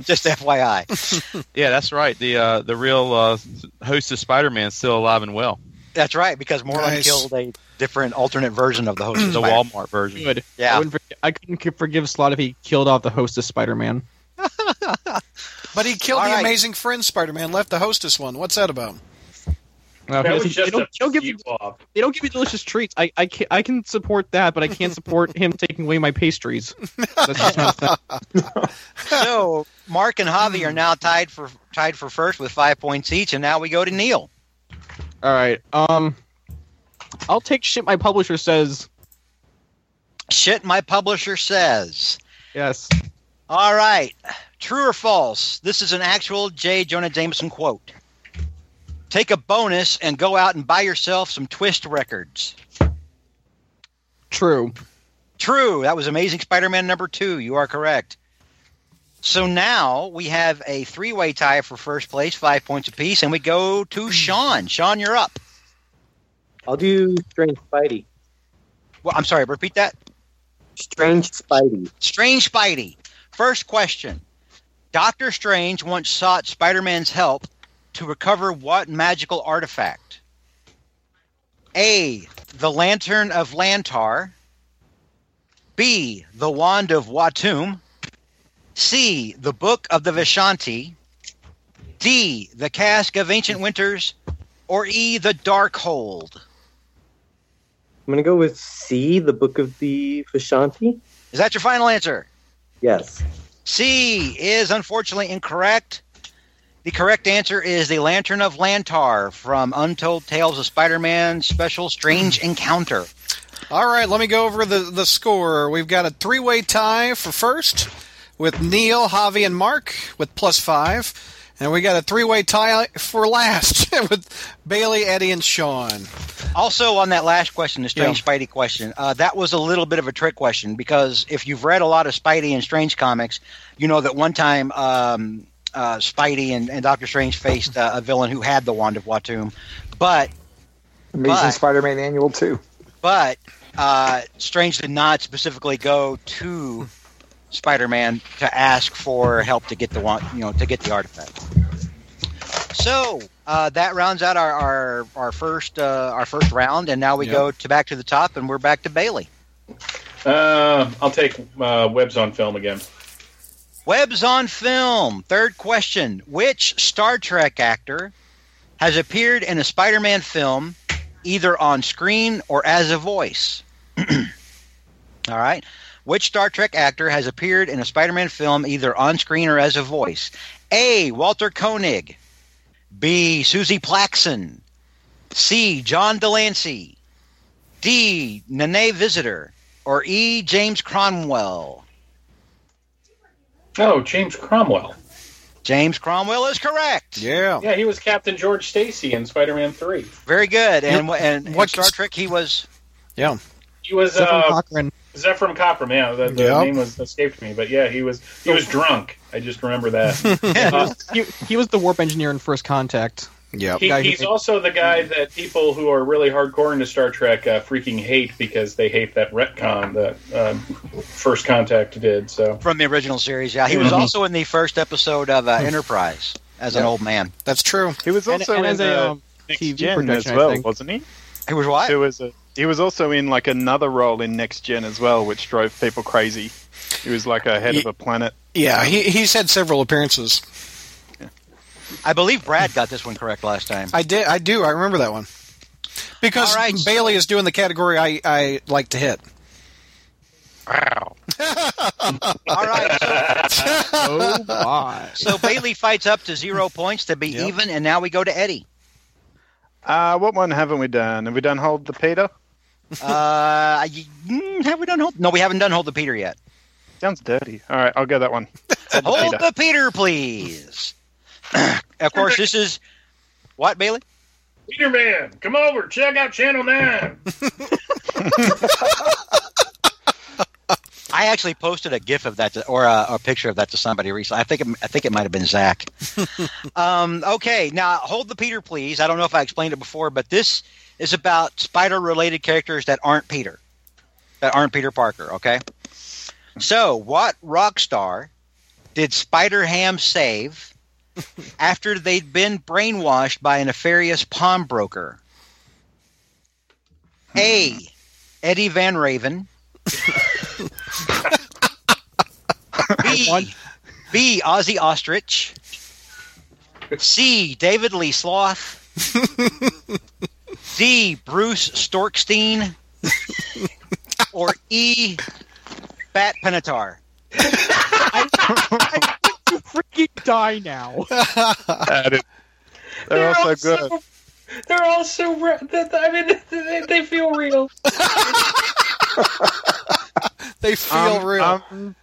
[SPEAKER 5] Just FYI,
[SPEAKER 2] yeah, that's right. The uh, the real uh, hostess Spider Man's still alive and well.
[SPEAKER 5] that's right because Moreland
[SPEAKER 6] Nice.
[SPEAKER 5] killed a different alternate version of the hostess.
[SPEAKER 2] The
[SPEAKER 5] Spider-Man.
[SPEAKER 2] Walmart version.
[SPEAKER 10] Good. I,
[SPEAKER 5] Yeah,
[SPEAKER 10] wouldn't forg- I couldn't ki- forgive Slot if he killed off the hostess Spider-Man.
[SPEAKER 6] But he killed
[SPEAKER 5] All
[SPEAKER 6] the
[SPEAKER 5] right.
[SPEAKER 6] amazing friend Spider-Man, left the hostess one. What's that about?
[SPEAKER 10] Uh,
[SPEAKER 7] That
[SPEAKER 10] he
[SPEAKER 7] was
[SPEAKER 10] doesn't- they,
[SPEAKER 7] just
[SPEAKER 10] don't,
[SPEAKER 7] a
[SPEAKER 10] they don't give
[SPEAKER 7] few
[SPEAKER 10] you,
[SPEAKER 7] off.
[SPEAKER 10] they don't give you delicious treats. I I can, I can support that, but I can't support him taking away my pastries. That's just not fair.
[SPEAKER 5] so Mark and Javi
[SPEAKER 10] Hmm.
[SPEAKER 5] are now tied for tied for first with five points each, and now we go to Neil.
[SPEAKER 10] All right. Um, I'll take shit. My publisher says
[SPEAKER 5] Shit, my publisher says.
[SPEAKER 10] yes.
[SPEAKER 5] All right, true or false? This is an actual J. Jonah Jameson quote. Take a bonus and go out and buy yourself some Twist records.
[SPEAKER 10] True.
[SPEAKER 5] True. That was Amazing Spider Man number two. You are correct. So now we have a three way tie for first place, five points apiece, and we go to Sean. Sean, you're up.
[SPEAKER 8] I'll do Strange Spidey.
[SPEAKER 5] Well, I'm sorry, repeat that.
[SPEAKER 8] Strange Spidey.
[SPEAKER 5] Strange Spidey. First question. Doctor Strange once sought Spider Man's help to recover what magical artifact? A. The Lantern of Lantar. B. The Wand of Watum. C. The Book of the Vishanti. D. The Cask of Ancient Winters. Or E. The Dark Hold.
[SPEAKER 8] I'm gonna go with C, the Book of the Vishanti.
[SPEAKER 5] Is that your final answer?
[SPEAKER 8] Yes.
[SPEAKER 5] C is unfortunately incorrect. The correct answer is the Lantern of Lantar from Untold Tales of Spider-Man Special Strange Encounter.
[SPEAKER 6] All right, let me go over the, the score. We've got a three way tie for first with Neil, Javi, and Mark with plus five. And we got a three way tie for last with Bailey, Eddie, and Sean.
[SPEAKER 5] Also, on that last question, the Strange Spidey question, uh, that was a little bit of a trick question because if you've read a lot of Spidey and Strange comics, you know that one time um, uh, Spidey and, and Doctor Strange faced uh, a villain who had the Wand of Watum, but
[SPEAKER 9] Amazing
[SPEAKER 5] But-
[SPEAKER 9] Spider-Man Annual Two.
[SPEAKER 5] but uh, Strange did not specifically go to Spider-Man to ask for help to get the wand, you know, to get the artifact. So uh, that rounds out our our, our first uh, our first round, and now we go to back to the top, and we're back to Bailey.
[SPEAKER 7] Uh, I'll take uh, Webs on Film again.
[SPEAKER 5] Webs on film. Third question: Which Star Trek actor has appeared in a Spider-Man film, either on screen or as a voice? All right. Which Star Trek actor has appeared in a Spider-Man film, either on screen or as a voice? A. Walter Koenig. B. Susie Plaxon. C. John Delancey. D. Nene Visitor. Or E. James Cromwell.
[SPEAKER 7] Oh, James Cromwell.
[SPEAKER 5] James Cromwell is correct.
[SPEAKER 6] Yeah.
[SPEAKER 7] Yeah, he was Captain George Stacy in Spider-Man Three.
[SPEAKER 5] Very good. And and, and
[SPEAKER 6] What-
[SPEAKER 5] Star Trek, he was
[SPEAKER 6] Yeah.
[SPEAKER 7] He was
[SPEAKER 10] Zephyr
[SPEAKER 7] uh,
[SPEAKER 10] Cochran.
[SPEAKER 7] Zephram Copram. Yeah, the, the
[SPEAKER 6] Yeah.
[SPEAKER 7] name was escaped me, but yeah, he was he was drunk. I just remember that. Uh,
[SPEAKER 10] He, he was the warp engineer in First Contact.
[SPEAKER 6] Yep.
[SPEAKER 7] he,
[SPEAKER 10] Guy who
[SPEAKER 7] he's
[SPEAKER 10] made-
[SPEAKER 7] also the guy that people who are really hardcore into Star Trek uh, freaking hate because they hate that retcon that um, First Contact did. So
[SPEAKER 5] from the original series. Yeah, he was
[SPEAKER 7] Mhm.
[SPEAKER 5] also in the first episode of uh, Enterprise as an old man.
[SPEAKER 6] That's true.
[SPEAKER 4] He was
[SPEAKER 10] And,
[SPEAKER 4] also
[SPEAKER 10] and
[SPEAKER 4] in
[SPEAKER 10] as
[SPEAKER 4] the
[SPEAKER 10] a um,
[SPEAKER 4] Next
[SPEAKER 10] TV
[SPEAKER 4] Gen as
[SPEAKER 10] production, I
[SPEAKER 4] well,
[SPEAKER 10] think.
[SPEAKER 4] wasn't he?
[SPEAKER 5] He was what?
[SPEAKER 4] There was a. He was also in like another role in Next Gen as well, which drove people crazy. He was like a head of a planet.
[SPEAKER 6] Yeah, he, he's had several appearances.
[SPEAKER 5] I believe Brad got this one correct last time.
[SPEAKER 6] I did. I do. I remember that one because
[SPEAKER 5] All right.
[SPEAKER 6] Bailey is doing the category I, I like to hit.
[SPEAKER 5] All right, so,
[SPEAKER 10] Oh my!
[SPEAKER 5] so Bailey fights up to zero points to be even, and now we go to Eddie.
[SPEAKER 4] Uh, what one haven't we done? Have we done Hold the Peter?
[SPEAKER 5] Uh, y- mm, have we done hold? No, we haven't done hold the Peter yet.
[SPEAKER 4] Sounds dirty. All right, I'll go that one. Hold the
[SPEAKER 5] Hold
[SPEAKER 4] Peter.
[SPEAKER 5] the Peter, please. of course, this is what Bailey.
[SPEAKER 7] Peter Man, come over, check out Channel Nine.
[SPEAKER 5] I actually posted a GIF of that to, or a, a picture of that to somebody recently. I think it, I think it might have been Zach. um, okay, now hold the Peter, please. I don't know if I explained it before, but this is about spider-related characters that aren't Peter, that aren't Peter Parker. Okay. So, what rock star did Spider Ham save after they'd been brainwashed by a nefarious pawnbroker? A. Eddie Van Raven. B. B. Ozzy Ostrich. C. David Lee Sloth. D. Bruce Storkstein. or E. Bat Penatar.
[SPEAKER 10] Freaking die now!
[SPEAKER 4] That is- They're also good.
[SPEAKER 7] They're all so. Re- I mean, they, they feel real.
[SPEAKER 6] They feel
[SPEAKER 4] Um,
[SPEAKER 6] real.
[SPEAKER 4] um,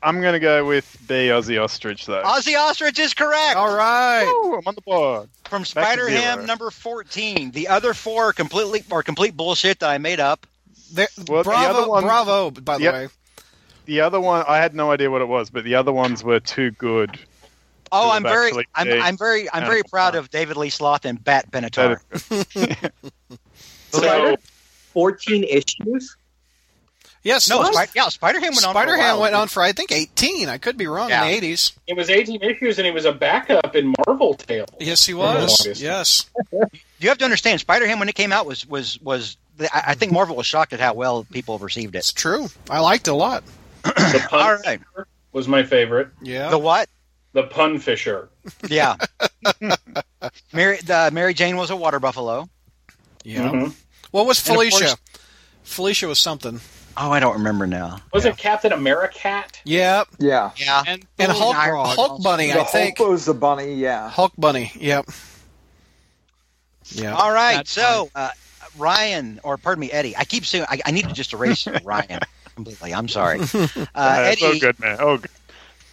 [SPEAKER 4] I'm going to go with B, Aussie Ostrich, though.
[SPEAKER 5] Ozzy Ostrich is correct.
[SPEAKER 6] All right.
[SPEAKER 4] Woo, I'm on the board.
[SPEAKER 5] From
[SPEAKER 4] back to
[SPEAKER 5] Spider Ham
[SPEAKER 4] zero.
[SPEAKER 5] number fourteen. The other four are completely are complete bullshit that I made up.
[SPEAKER 6] There-
[SPEAKER 4] Well, the
[SPEAKER 6] bravo,
[SPEAKER 4] other one-
[SPEAKER 6] bravo. By the
[SPEAKER 4] Yep.
[SPEAKER 6] way,
[SPEAKER 4] The other one, I had no idea what it was, but the other ones were too good.
[SPEAKER 5] Oh,
[SPEAKER 4] It
[SPEAKER 5] I'm
[SPEAKER 4] was
[SPEAKER 5] very,
[SPEAKER 4] actually
[SPEAKER 5] I'm,
[SPEAKER 4] big.
[SPEAKER 5] I'm very, I'm
[SPEAKER 4] Yeah.
[SPEAKER 5] very proud of David Lee Sloth and Bat Benatar.
[SPEAKER 7] So,
[SPEAKER 8] 14 issues?
[SPEAKER 6] yes.
[SPEAKER 5] No, Spider, yeah, Spider Ham went on. for a
[SPEAKER 6] Spider Ham
[SPEAKER 5] while.
[SPEAKER 6] went on for I think eighteen. I could be wrong
[SPEAKER 5] Yeah.
[SPEAKER 6] in the eighties.
[SPEAKER 7] it was 18 issues, and he was a backup in Marvel Tales.
[SPEAKER 6] Yes, he
[SPEAKER 7] was.
[SPEAKER 6] was.
[SPEAKER 7] Obviously.
[SPEAKER 6] Yes.
[SPEAKER 5] You have to understand, Spider Ham when it came out was was was. I I think Marvel was shocked at how well people received it.
[SPEAKER 6] It's true. I liked it a lot.
[SPEAKER 7] The
[SPEAKER 5] All
[SPEAKER 7] pun
[SPEAKER 5] right,
[SPEAKER 7] was my favorite.
[SPEAKER 6] Yeah.
[SPEAKER 5] the what?
[SPEAKER 7] The pun fisher.
[SPEAKER 5] Yeah, Mary the Mary Jane was a water buffalo.
[SPEAKER 6] yeah.
[SPEAKER 5] Mm-hmm.
[SPEAKER 7] Mhm.
[SPEAKER 6] What was
[SPEAKER 5] And of
[SPEAKER 6] Felicia?
[SPEAKER 5] course-
[SPEAKER 6] Felicia was something.
[SPEAKER 5] Oh, I don't remember now.
[SPEAKER 7] Was it Captain Americat?
[SPEAKER 6] Yep.
[SPEAKER 9] Yeah,
[SPEAKER 5] Yeah,
[SPEAKER 10] And,
[SPEAKER 6] And Hulk,
[SPEAKER 5] Iron-
[SPEAKER 6] Hulk Bunny,
[SPEAKER 9] the
[SPEAKER 6] I think.
[SPEAKER 9] Hulk was the bunny. Yeah,
[SPEAKER 6] Hulk Bunny. Yep. Yeah.
[SPEAKER 5] All right,
[SPEAKER 10] That's
[SPEAKER 5] so uh, Ryan, or pardon me, Eddie. I keep saying I, I need to just erase Ryan completely. I'm sorry, uh,
[SPEAKER 4] Yeah, it's all
[SPEAKER 5] Eddie.
[SPEAKER 4] good, man. Oh, good.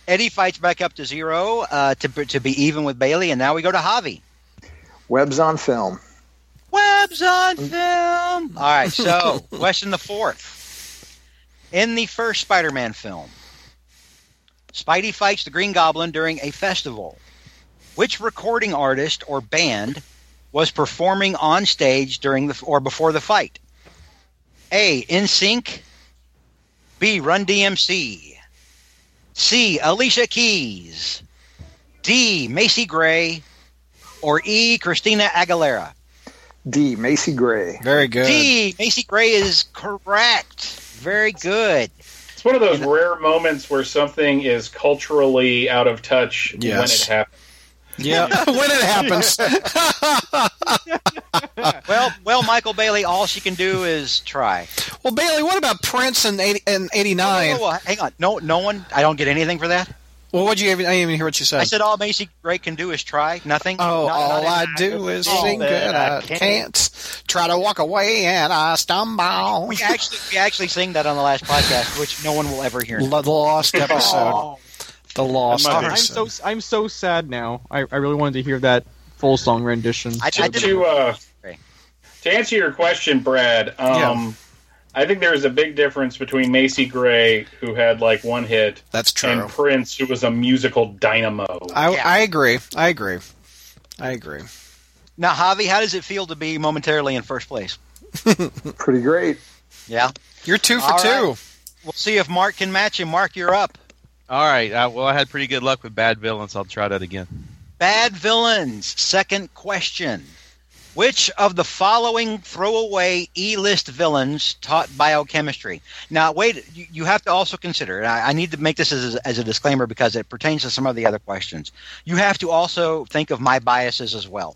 [SPEAKER 5] Eddie fights back up to zero uh, to to be even with Bailey, and now we go to Javi.
[SPEAKER 9] Webs on film.
[SPEAKER 5] Webs on film. All right, so question the fourth. In the first Spider-Man film, Spidey fights the Green Goblin during a festival. Which recording artist or band was performing on stage during the or before the fight? A. In Sync. B. Run DMC. C. Alicia Keys. D. Macy Gray. Or E. Christina Aguilera.
[SPEAKER 9] D. Macy Gray.
[SPEAKER 6] Very good.
[SPEAKER 5] D. Macy Gray is correct. Very good.
[SPEAKER 7] It's one of those rare moments where something is culturally out of touch when
[SPEAKER 6] Yes.
[SPEAKER 7] it happens.
[SPEAKER 6] Yeah, when it happens.
[SPEAKER 5] Well, well, Michael Bailey, all she can do is try.
[SPEAKER 6] Well, Bailey, what about Prince in 80, and '89?
[SPEAKER 5] Oh, uh, hang on. No, no one. I don't get anything for that.
[SPEAKER 6] Well, what would you even? I didn't even hear what you said.
[SPEAKER 5] I said all Macy Gray can do is try. Nothing.
[SPEAKER 6] Oh,
[SPEAKER 5] Not-
[SPEAKER 6] all
[SPEAKER 5] not
[SPEAKER 6] I
[SPEAKER 5] in-
[SPEAKER 6] do is
[SPEAKER 5] all
[SPEAKER 6] sing
[SPEAKER 5] that
[SPEAKER 6] and
[SPEAKER 5] I
[SPEAKER 6] I
[SPEAKER 5] can."
[SPEAKER 6] can't. Try to walk away and I stumble.
[SPEAKER 5] We actually, we actually sing that on the last podcast, which no one will ever hear.
[SPEAKER 6] Lo- The lost episode.
[SPEAKER 10] Oh,
[SPEAKER 6] The lost
[SPEAKER 7] That might be-
[SPEAKER 10] I'm so
[SPEAKER 6] episode.
[SPEAKER 10] I'm so sad now. I, I really wanted to hear that full song rendition.
[SPEAKER 5] I, I
[SPEAKER 7] to,
[SPEAKER 5] did
[SPEAKER 7] to, uh,
[SPEAKER 5] Great.
[SPEAKER 7] to answer your question, Brad, um, I think there was a big difference between Macy Gray, who had like one hit,
[SPEAKER 6] That's true.
[SPEAKER 7] and Prince, who was a musical dynamo.
[SPEAKER 6] I,
[SPEAKER 5] Yeah.
[SPEAKER 6] I agree. I agree. I agree.
[SPEAKER 5] Now, Javi, how does it feel to be momentarily in first place?
[SPEAKER 9] Pretty great.
[SPEAKER 5] Yeah.
[SPEAKER 6] You're two for
[SPEAKER 5] All
[SPEAKER 6] two.
[SPEAKER 5] right. We'll see if Mark can match him. Mark, you're up.
[SPEAKER 2] All right. Uh, well, I had pretty good luck with bad villains. I'll try that again.
[SPEAKER 5] Bad villains. Second question. Which of the following throwaway E list villains taught biochemistry? Now, wait, you, you have to also consider, and I, I need to make this as, as a disclaimer because it pertains to some of the other questions. You have to also think of my biases as well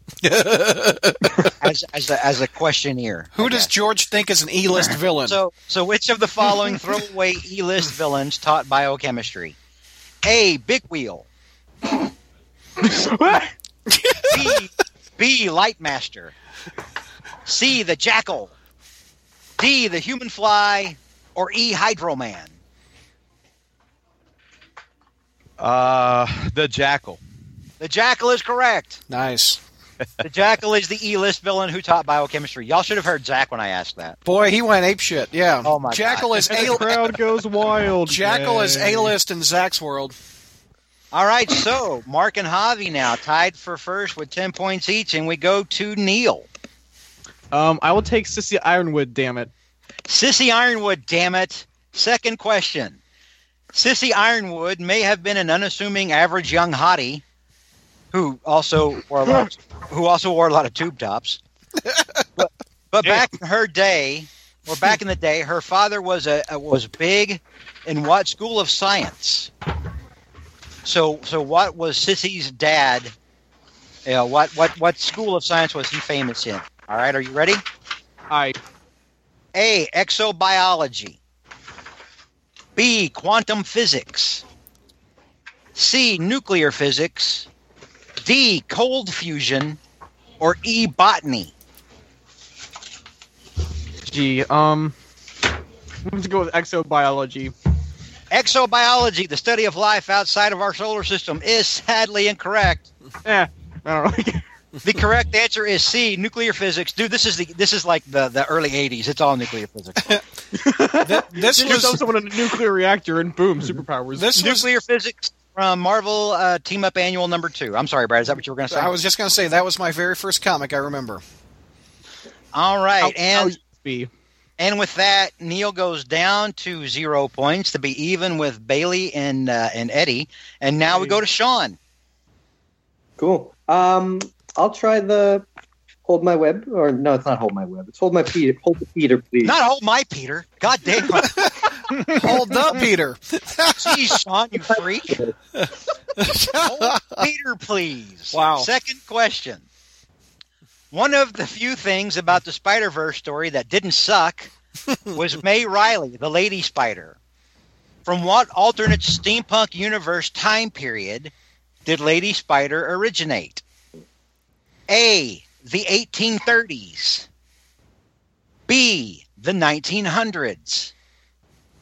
[SPEAKER 5] as, as, a, as a questionnaire.
[SPEAKER 6] Who
[SPEAKER 5] I
[SPEAKER 6] does
[SPEAKER 5] guess.
[SPEAKER 6] George think is an E-list villain?
[SPEAKER 5] So, so which of the following throwaway E list villains taught biochemistry? A. Big Wheel. B. B. Lightmaster. C. The Jackal. D. The Human Fly. Or E. Hydroman.
[SPEAKER 2] Uh, the Jackal.
[SPEAKER 5] The Jackal is correct.
[SPEAKER 6] nice.
[SPEAKER 5] The Jackal is the E list villain who taught biochemistry. Y'all should have heard Zach when I asked that.
[SPEAKER 6] Boy, he went apeshit. Yeah.
[SPEAKER 5] Oh, my
[SPEAKER 6] Jackal is
[SPEAKER 10] the
[SPEAKER 6] A.
[SPEAKER 10] crowd goes wild.
[SPEAKER 6] Jackal is
[SPEAKER 10] Yay.
[SPEAKER 6] A-list in Zach's world.
[SPEAKER 5] All right, so Mark and Javi now tied for first with 10 points each, and we go to Neil.
[SPEAKER 10] Um, I will take Sissy Ironwood. Damn it.
[SPEAKER 5] Sissy Ironwood, damn it. Second question. Sissy Ironwood may have been an unassuming average young hottie who also wore a lot who also wore a lot of tube tops. But, but back in her day, or back in the day, her father was a, a was big in what school of science? So so what was Sissy's dad? You know, what what what school of science was he famous in? All right, are you ready?
[SPEAKER 10] I
[SPEAKER 5] A. Exobiology. B. Quantum physics. C. Nuclear physics. D. Cold fusion. Or E. Botany.
[SPEAKER 10] G. Um, I'm going to go with exobiology.
[SPEAKER 5] Exobiology, the study of life outside of our solar system, is sadly incorrect.
[SPEAKER 10] Eh, I don't really care.
[SPEAKER 5] The correct answer is C. Nuclear physics. Dude, this is the this is like the, the early '80s. It's all nuclear physics.
[SPEAKER 6] This
[SPEAKER 10] Just throw
[SPEAKER 6] was
[SPEAKER 10] someone in a nuclear reactor and boom, superpowers.
[SPEAKER 6] this was
[SPEAKER 5] nuclear physics from Marvel uh, Team Up Annual Number Two. I'm sorry, Brad. Is that what you were going to say?
[SPEAKER 6] I was just going to say that was my very first comic I remember.
[SPEAKER 5] all right, and
[SPEAKER 10] B.
[SPEAKER 5] And with that, Neil goes down to zero points to be even with Bailey and uh, and Eddie. And now we go to Sean.
[SPEAKER 8] Cool. Um, I'll try the hold my web, or no, it's not hold my web. It's hold my Peter. Hold the Peter, please.
[SPEAKER 5] Not hold my Peter. God damn.
[SPEAKER 6] Hold up, Peter.
[SPEAKER 5] Jeez, Sean, you freak. Hold Peter, please.
[SPEAKER 6] Wow.
[SPEAKER 5] Second question. One of the few things about the Spider Verse story that didn't suck was May Riley, the Lady Spider. From what alternate steampunk universe time period did Lady Spider originate? A. The 1830s. B. The 1900s.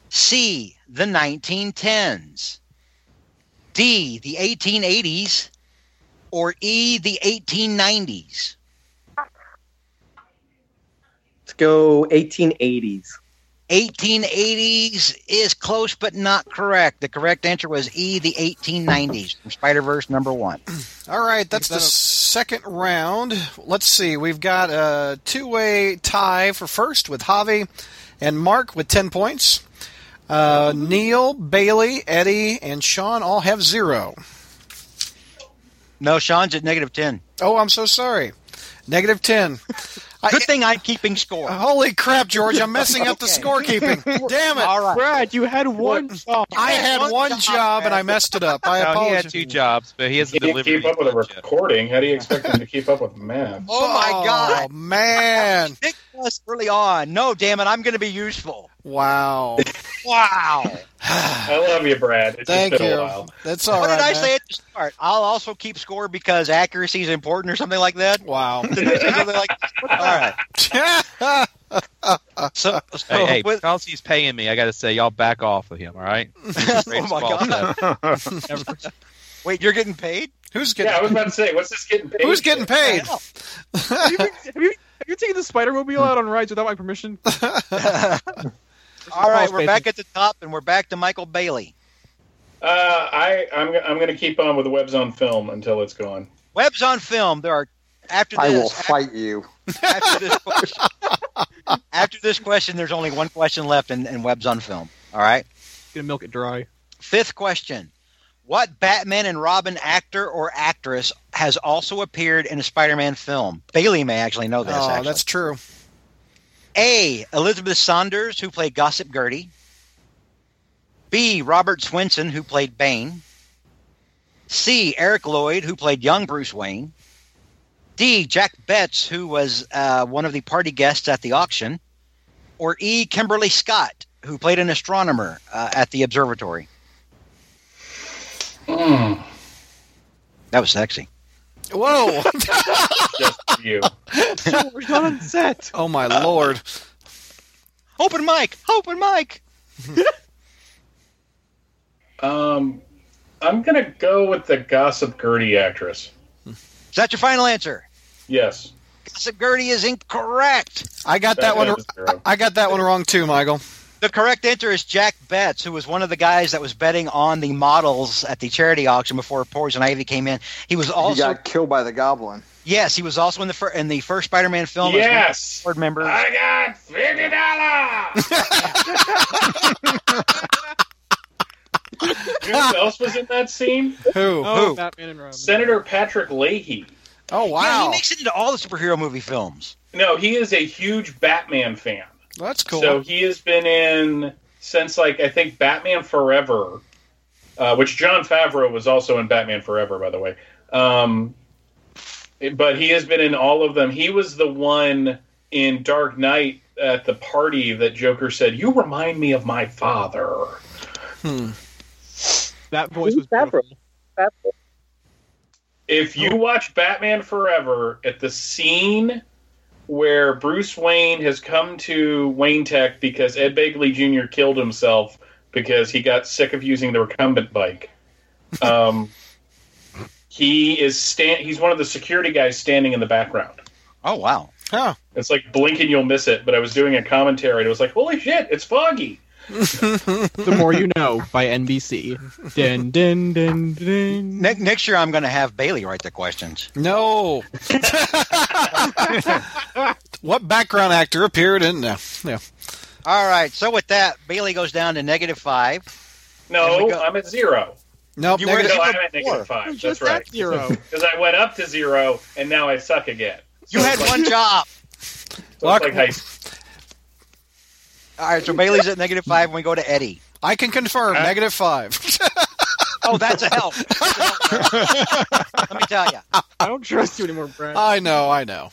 [SPEAKER 5] C. The 1910s. D, the 1880s, or E, the 1890s?
[SPEAKER 8] Let's go 1880s.
[SPEAKER 5] 1880s is close but not correct. The correct answer was E, the 1890s from Spider Verse number one.
[SPEAKER 6] All right, that's the second round. Let's see. We've got a two way tie for first with Javi and Mark with 10 points. Uh, Neil, Bailey, Eddie, and Sean all have zero.
[SPEAKER 5] No, Sean's at negative 10.
[SPEAKER 6] Oh, I'm so sorry. Negative 10.
[SPEAKER 5] Good thing I'm keeping score.
[SPEAKER 6] Holy crap, George, I'm messing up the
[SPEAKER 5] Okay.
[SPEAKER 6] scorekeeping. Damn it.
[SPEAKER 5] All right. Oh,
[SPEAKER 10] Brad, you had one job.
[SPEAKER 6] I had one job and I messed it up. I
[SPEAKER 2] No, he
[SPEAKER 6] apologize.
[SPEAKER 2] had two jobs, but he
[SPEAKER 7] He
[SPEAKER 2] hasn't
[SPEAKER 7] can't
[SPEAKER 2] delivered.
[SPEAKER 7] keep up with a
[SPEAKER 2] one yet.
[SPEAKER 7] recording. How do you expect him to keep up with math?
[SPEAKER 5] Oh my God.
[SPEAKER 6] Oh, man.
[SPEAKER 5] Nick was early on. No, damn it, I'm going to be useful.
[SPEAKER 6] Wow.
[SPEAKER 5] Wow.
[SPEAKER 7] I love you, Brad. It's
[SPEAKER 6] Thank
[SPEAKER 7] just been a
[SPEAKER 6] you.
[SPEAKER 7] while.
[SPEAKER 6] That's all
[SPEAKER 5] what
[SPEAKER 6] right.
[SPEAKER 5] did I
[SPEAKER 6] man.
[SPEAKER 5] say at the start? I'll also keep score because accuracy is important or something like that.
[SPEAKER 6] Wow.
[SPEAKER 5] Something like- All right. So, so
[SPEAKER 2] Hey, hey,
[SPEAKER 5] with,
[SPEAKER 2] Charles, he's paying me. I got to say, y'all back off of him, all right?
[SPEAKER 5] oh
[SPEAKER 2] Rates
[SPEAKER 5] my
[SPEAKER 2] fall.
[SPEAKER 5] God. Wait, you're getting paid?
[SPEAKER 6] Who's getting
[SPEAKER 7] Yeah, I was about to say, what's this getting paid?
[SPEAKER 6] Who's getting
[SPEAKER 7] for?
[SPEAKER 6] paid?
[SPEAKER 5] I know.
[SPEAKER 10] have, you, have, you, have you taken the Spider Mobile out on rides without my permission?
[SPEAKER 5] All right,
[SPEAKER 10] Paul's
[SPEAKER 5] we're back at the top, and we're back to Michael Bailey.
[SPEAKER 7] Uh, I, I'm, I'm going to keep on with the web's on film until it's gone.
[SPEAKER 5] Webs on film. There are after this.
[SPEAKER 9] I will fight you.
[SPEAKER 5] After this question, after this question, there's only one question left, and, and webs on film. All right.
[SPEAKER 10] Gonna milk it dry.
[SPEAKER 5] Fifth question: What Batman and Robin actor or actress has also appeared in a Spider-Man film? Bailey may actually know this.
[SPEAKER 6] oh,
[SPEAKER 5] actually.
[SPEAKER 6] that's true.
[SPEAKER 5] A. Elizabeth Saunders, who played Gossip Gertie. B. Robert Swinson, who played Bane. C. Eric Lloyd, who played young Bruce Wayne. D. Jack Betts, who was uh, one of the party guests at the auction. Or E. Kimberly Scott, who played an astronomer uh, at the observatory. That was sexy.
[SPEAKER 6] Whoa.
[SPEAKER 7] Just for you.
[SPEAKER 10] We're not on set.
[SPEAKER 6] oh, my Lord.
[SPEAKER 5] Open mic! Open mic!
[SPEAKER 7] Um, I'm going to go with the Gossip Gertie actress.
[SPEAKER 5] Is that your final answer?
[SPEAKER 7] Yes.
[SPEAKER 5] Gossip Gertie is incorrect.
[SPEAKER 6] I got that one.
[SPEAKER 7] was zero.
[SPEAKER 6] I got that one wrong too, Michael.
[SPEAKER 5] The correct answer is Jack Betts, who was one of the guys that was betting on the models at the charity auction before Poison Ivy came in. He was
[SPEAKER 9] he
[SPEAKER 5] also
[SPEAKER 9] got killed by the goblin.
[SPEAKER 5] yes, he was also in the fir- in the first Spider-Man film. as one of the
[SPEAKER 7] Yes.
[SPEAKER 5] board member.
[SPEAKER 7] I got fifty dollars. you know who else was in that scene?
[SPEAKER 6] Who?
[SPEAKER 10] Oh,
[SPEAKER 5] Who?
[SPEAKER 10] Batman and Robin.
[SPEAKER 7] Senator Patrick Leahy.
[SPEAKER 6] Oh
[SPEAKER 5] Yeah, he
[SPEAKER 6] wow,
[SPEAKER 5] makes it into all the superhero movie films.
[SPEAKER 7] No, he is a huge Batman fan.
[SPEAKER 6] that's cool.
[SPEAKER 7] So he has been in since like I think Batman Forever, uh, which John Favreau was also in Batman Forever, by the way. Um, but he has been in all of them. He was the one in Dark Knight at the party that Joker said, "You remind me of my father."
[SPEAKER 10] That voice was
[SPEAKER 8] Who's that
[SPEAKER 10] beautiful.
[SPEAKER 7] If you watch Batman Forever at the scene where Bruce Wayne has come to Wayne Tech because Ed Begley Jr. killed himself because he got sick of using the recumbent bike, um, he is stand. He's one of the security guys standing in the background.
[SPEAKER 5] Oh wow!
[SPEAKER 6] Huh.
[SPEAKER 7] It's like blink and you'll miss it. But I was doing a commentary and it was like, holy shit, it's foggy.
[SPEAKER 10] The More You Know by NBC. Din, din, din, din.
[SPEAKER 5] Ne- next year I'm going to have Bailey write the questions.
[SPEAKER 6] No. what background actor appeared in? No, no.
[SPEAKER 5] All right. So with that, Bailey goes down to negative five. There we
[SPEAKER 7] No,
[SPEAKER 5] go.
[SPEAKER 7] I'm at zero.
[SPEAKER 6] Nope,
[SPEAKER 5] You were
[SPEAKER 6] negative-
[SPEAKER 7] No,
[SPEAKER 5] Negative
[SPEAKER 7] I'm at
[SPEAKER 5] four.
[SPEAKER 7] negative five. That's
[SPEAKER 10] Just
[SPEAKER 7] right.
[SPEAKER 10] at zero.
[SPEAKER 7] Because I went up to zero and now I suck again.
[SPEAKER 5] You had one job.
[SPEAKER 7] So it's like high school.
[SPEAKER 5] All right. So Bailey's at negative five, and we go to Eddie.
[SPEAKER 6] I can confirm.
[SPEAKER 7] Uh,
[SPEAKER 6] Negative five.
[SPEAKER 5] Oh, that's a help. Let me tell you.
[SPEAKER 10] I don't trust you anymore, Brad.
[SPEAKER 6] I know. I know.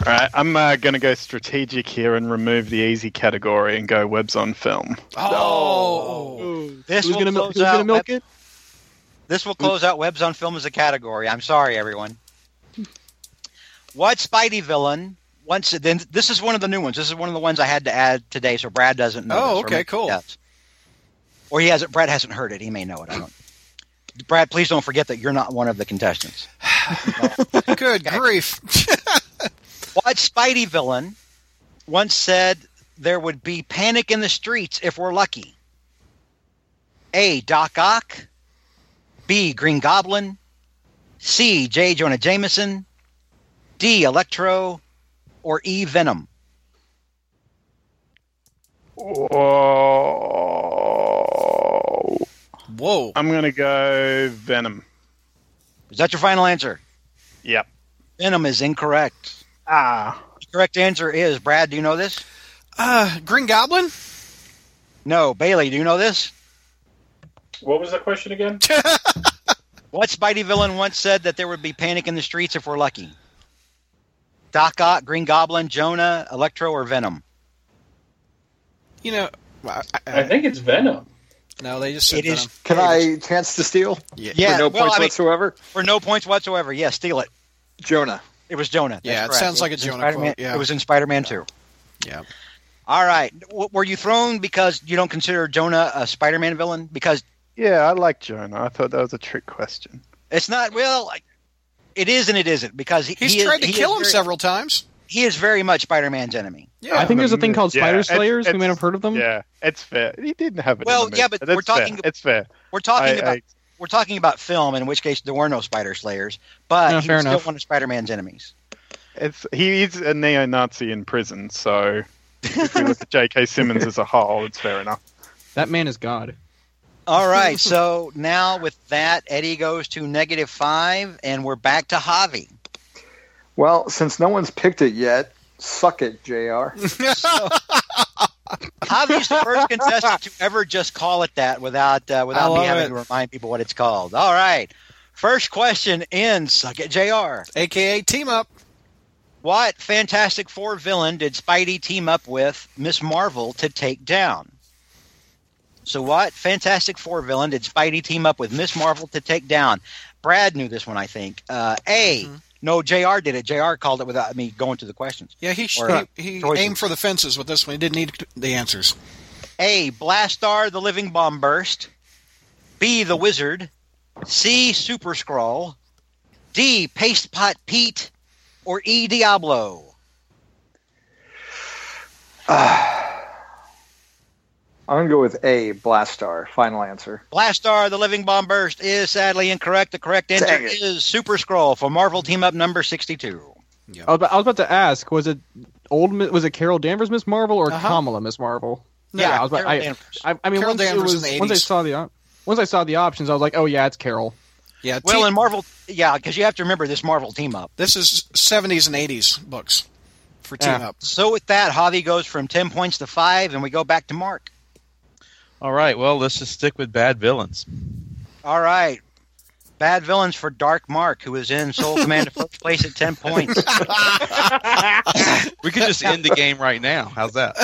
[SPEAKER 4] All right, I'm uh, going to go strategic here and remove the easy category and go webs on film.
[SPEAKER 6] Oh.
[SPEAKER 10] Ooh.
[SPEAKER 5] This
[SPEAKER 10] who's
[SPEAKER 5] will
[SPEAKER 10] gonna,
[SPEAKER 5] close
[SPEAKER 10] milk, who's gonna
[SPEAKER 5] out
[SPEAKER 10] milk it?
[SPEAKER 5] This will close out webs on film as a category. I'm sorry, everyone. What Spidey villain? Once then, this is one of the new ones. This is one of the ones I had to add today, so Brad doesn't know.
[SPEAKER 6] Oh,
[SPEAKER 5] this, or
[SPEAKER 6] okay,
[SPEAKER 5] maybe he
[SPEAKER 6] cool.
[SPEAKER 5] does. Or he hasn't. Brad hasn't heard it. He may know it. I don't. Brad, please don't forget that you're not one of the contestants.
[SPEAKER 6] Good grief.
[SPEAKER 5] What Spidey villain once said there would be panic in the streets if we're lucky? A. Doc Ock. B. Green Goblin. C. J. Jonah Jameson. D. Electro. Or E. Venom.
[SPEAKER 4] Whoa.
[SPEAKER 6] Whoa.
[SPEAKER 4] I'm going to go Venom.
[SPEAKER 5] Is that your final answer?
[SPEAKER 4] Yep.
[SPEAKER 5] Venom is incorrect.
[SPEAKER 4] Ah.
[SPEAKER 5] The correct answer is Brad. Do you know this?
[SPEAKER 6] Uh, Green Goblin?
[SPEAKER 5] No. Bailey, do you know this?
[SPEAKER 7] What was the question again?
[SPEAKER 5] What Spidey villain once said that there would be panic in the streets if we're lucky? Doc Ock, Green Goblin, Jonah, Electro, or Venom?
[SPEAKER 6] You know, I, I,
[SPEAKER 7] I think it's Venom.
[SPEAKER 6] no, they just said
[SPEAKER 5] It is-
[SPEAKER 9] Can
[SPEAKER 6] Venom.
[SPEAKER 9] I chance to steal?
[SPEAKER 6] Yeah.
[SPEAKER 5] Yeah,
[SPEAKER 9] For no
[SPEAKER 5] well,
[SPEAKER 9] points
[SPEAKER 5] I mean,
[SPEAKER 9] whatsoever?
[SPEAKER 5] for no points whatsoever. Yeah, steal it.
[SPEAKER 9] Jonah.
[SPEAKER 5] It was Jonah.
[SPEAKER 6] Yeah,
[SPEAKER 5] That's
[SPEAKER 6] it
[SPEAKER 5] correct.
[SPEAKER 6] sounds like a
[SPEAKER 5] was in
[SPEAKER 6] Jonah
[SPEAKER 5] Spider-Man-
[SPEAKER 6] quote, yeah.
[SPEAKER 5] It was in Spider-Man Two.
[SPEAKER 6] Yeah.
[SPEAKER 5] All right. W- were you thrown because you don't consider Jonah a Spider-Man villain? Because
[SPEAKER 4] Yeah, I like Jonah. I thought that was a trick question.
[SPEAKER 5] it's not. Well, like, it is and it isn't. Because he,
[SPEAKER 6] He's
[SPEAKER 5] he is-
[SPEAKER 6] tried to
[SPEAKER 5] he
[SPEAKER 6] kill him
[SPEAKER 5] is very-
[SPEAKER 6] several times.
[SPEAKER 5] He is very much Spider-Man's enemy.
[SPEAKER 6] Yeah.
[SPEAKER 10] I think there's a thing called
[SPEAKER 4] Yeah,
[SPEAKER 10] Spider
[SPEAKER 4] it's-
[SPEAKER 10] Slayers. You
[SPEAKER 4] it's-
[SPEAKER 10] may have heard of them.
[SPEAKER 4] Yeah, it's fair. He didn't have it. in
[SPEAKER 5] Well,
[SPEAKER 4] the
[SPEAKER 5] yeah,
[SPEAKER 4] movie,
[SPEAKER 5] but we're
[SPEAKER 4] it's fair.
[SPEAKER 5] talking-
[SPEAKER 4] It's fair.
[SPEAKER 5] We're talking
[SPEAKER 4] I-
[SPEAKER 5] about
[SPEAKER 4] I-
[SPEAKER 5] we're talking about film, in which case there were no Spider Slayers, but
[SPEAKER 10] No,
[SPEAKER 5] he
[SPEAKER 10] fair
[SPEAKER 5] was still
[SPEAKER 10] enough.
[SPEAKER 5] one of Spider-Man's enemies.
[SPEAKER 4] It's he's a neo-Nazi in prison, so if we look at J.K. Simmons as a whole, it's fair enough.
[SPEAKER 10] That man is God.
[SPEAKER 5] All right, so now with that, Eddie goes to negative five, and we're back to Javi.
[SPEAKER 9] Well, since no one's picked it yet, suck it, JR.
[SPEAKER 5] Javi's the first contestant to ever just call it that without uh,
[SPEAKER 6] I
[SPEAKER 5] without me
[SPEAKER 6] love
[SPEAKER 5] having
[SPEAKER 6] it.
[SPEAKER 5] to remind people what it's called. All right, first question in Suck It Jr.
[SPEAKER 6] AKA Team Up.
[SPEAKER 5] What Fantastic Four villain did Spidey team up with Miss Marvel to take down? So, what Fantastic Four villain did Spidey team up with Miss Marvel to take down? Brad knew this one, I think. Uh, A. No, JR did it. JR called it without me going to the questions.
[SPEAKER 6] Yeah, he, sh-
[SPEAKER 5] Or-
[SPEAKER 6] he, he
[SPEAKER 5] choices.
[SPEAKER 6] aimed for the fences with this one. He didn't need the answers.
[SPEAKER 5] A. Blastar the Living Bomb Burst. B. The Wizard. C. Super Scroll. D. Paste Pot Pete. Or E. Diablo.
[SPEAKER 9] I'm going to go with A, Blastar. Final answer.
[SPEAKER 5] Blastar, the Living Bomb Burst, is sadly incorrect. The correct answer
[SPEAKER 9] Dang it.
[SPEAKER 5] is Super Scroll for Marvel Team Up number 62.
[SPEAKER 10] I was, about, I was about to ask: was it old? Mi- Was it Carol Danvers, Miss Marvel, or
[SPEAKER 6] Uh-huh.
[SPEAKER 10] Kamala, Miss Marvel? I was about.
[SPEAKER 5] Carol
[SPEAKER 10] I,
[SPEAKER 5] Danvers.
[SPEAKER 10] I, I mean,
[SPEAKER 6] Carol
[SPEAKER 10] once, it
[SPEAKER 6] Danvers in
[SPEAKER 10] was,
[SPEAKER 6] the
[SPEAKER 10] once I
[SPEAKER 6] 80s.
[SPEAKER 10] saw the op- once I saw the options, I was like, oh yeah, it's Carol.
[SPEAKER 6] Yeah.
[SPEAKER 5] well,
[SPEAKER 6] team-
[SPEAKER 5] in Marvel, yeah, because you have to remember this Marvel Team Up.
[SPEAKER 6] this is 70s and 80s books for Team
[SPEAKER 10] Yeah.
[SPEAKER 6] Up.
[SPEAKER 5] So with that, Javi goes from 10 points to 5, and we go back to Mark.
[SPEAKER 2] All right. Well, let's just stick with bad villains.
[SPEAKER 5] All right. Bad villains for Dark Mark, who is in Soul Commander first place at 10 points.
[SPEAKER 2] We could just end the game right now. How's that?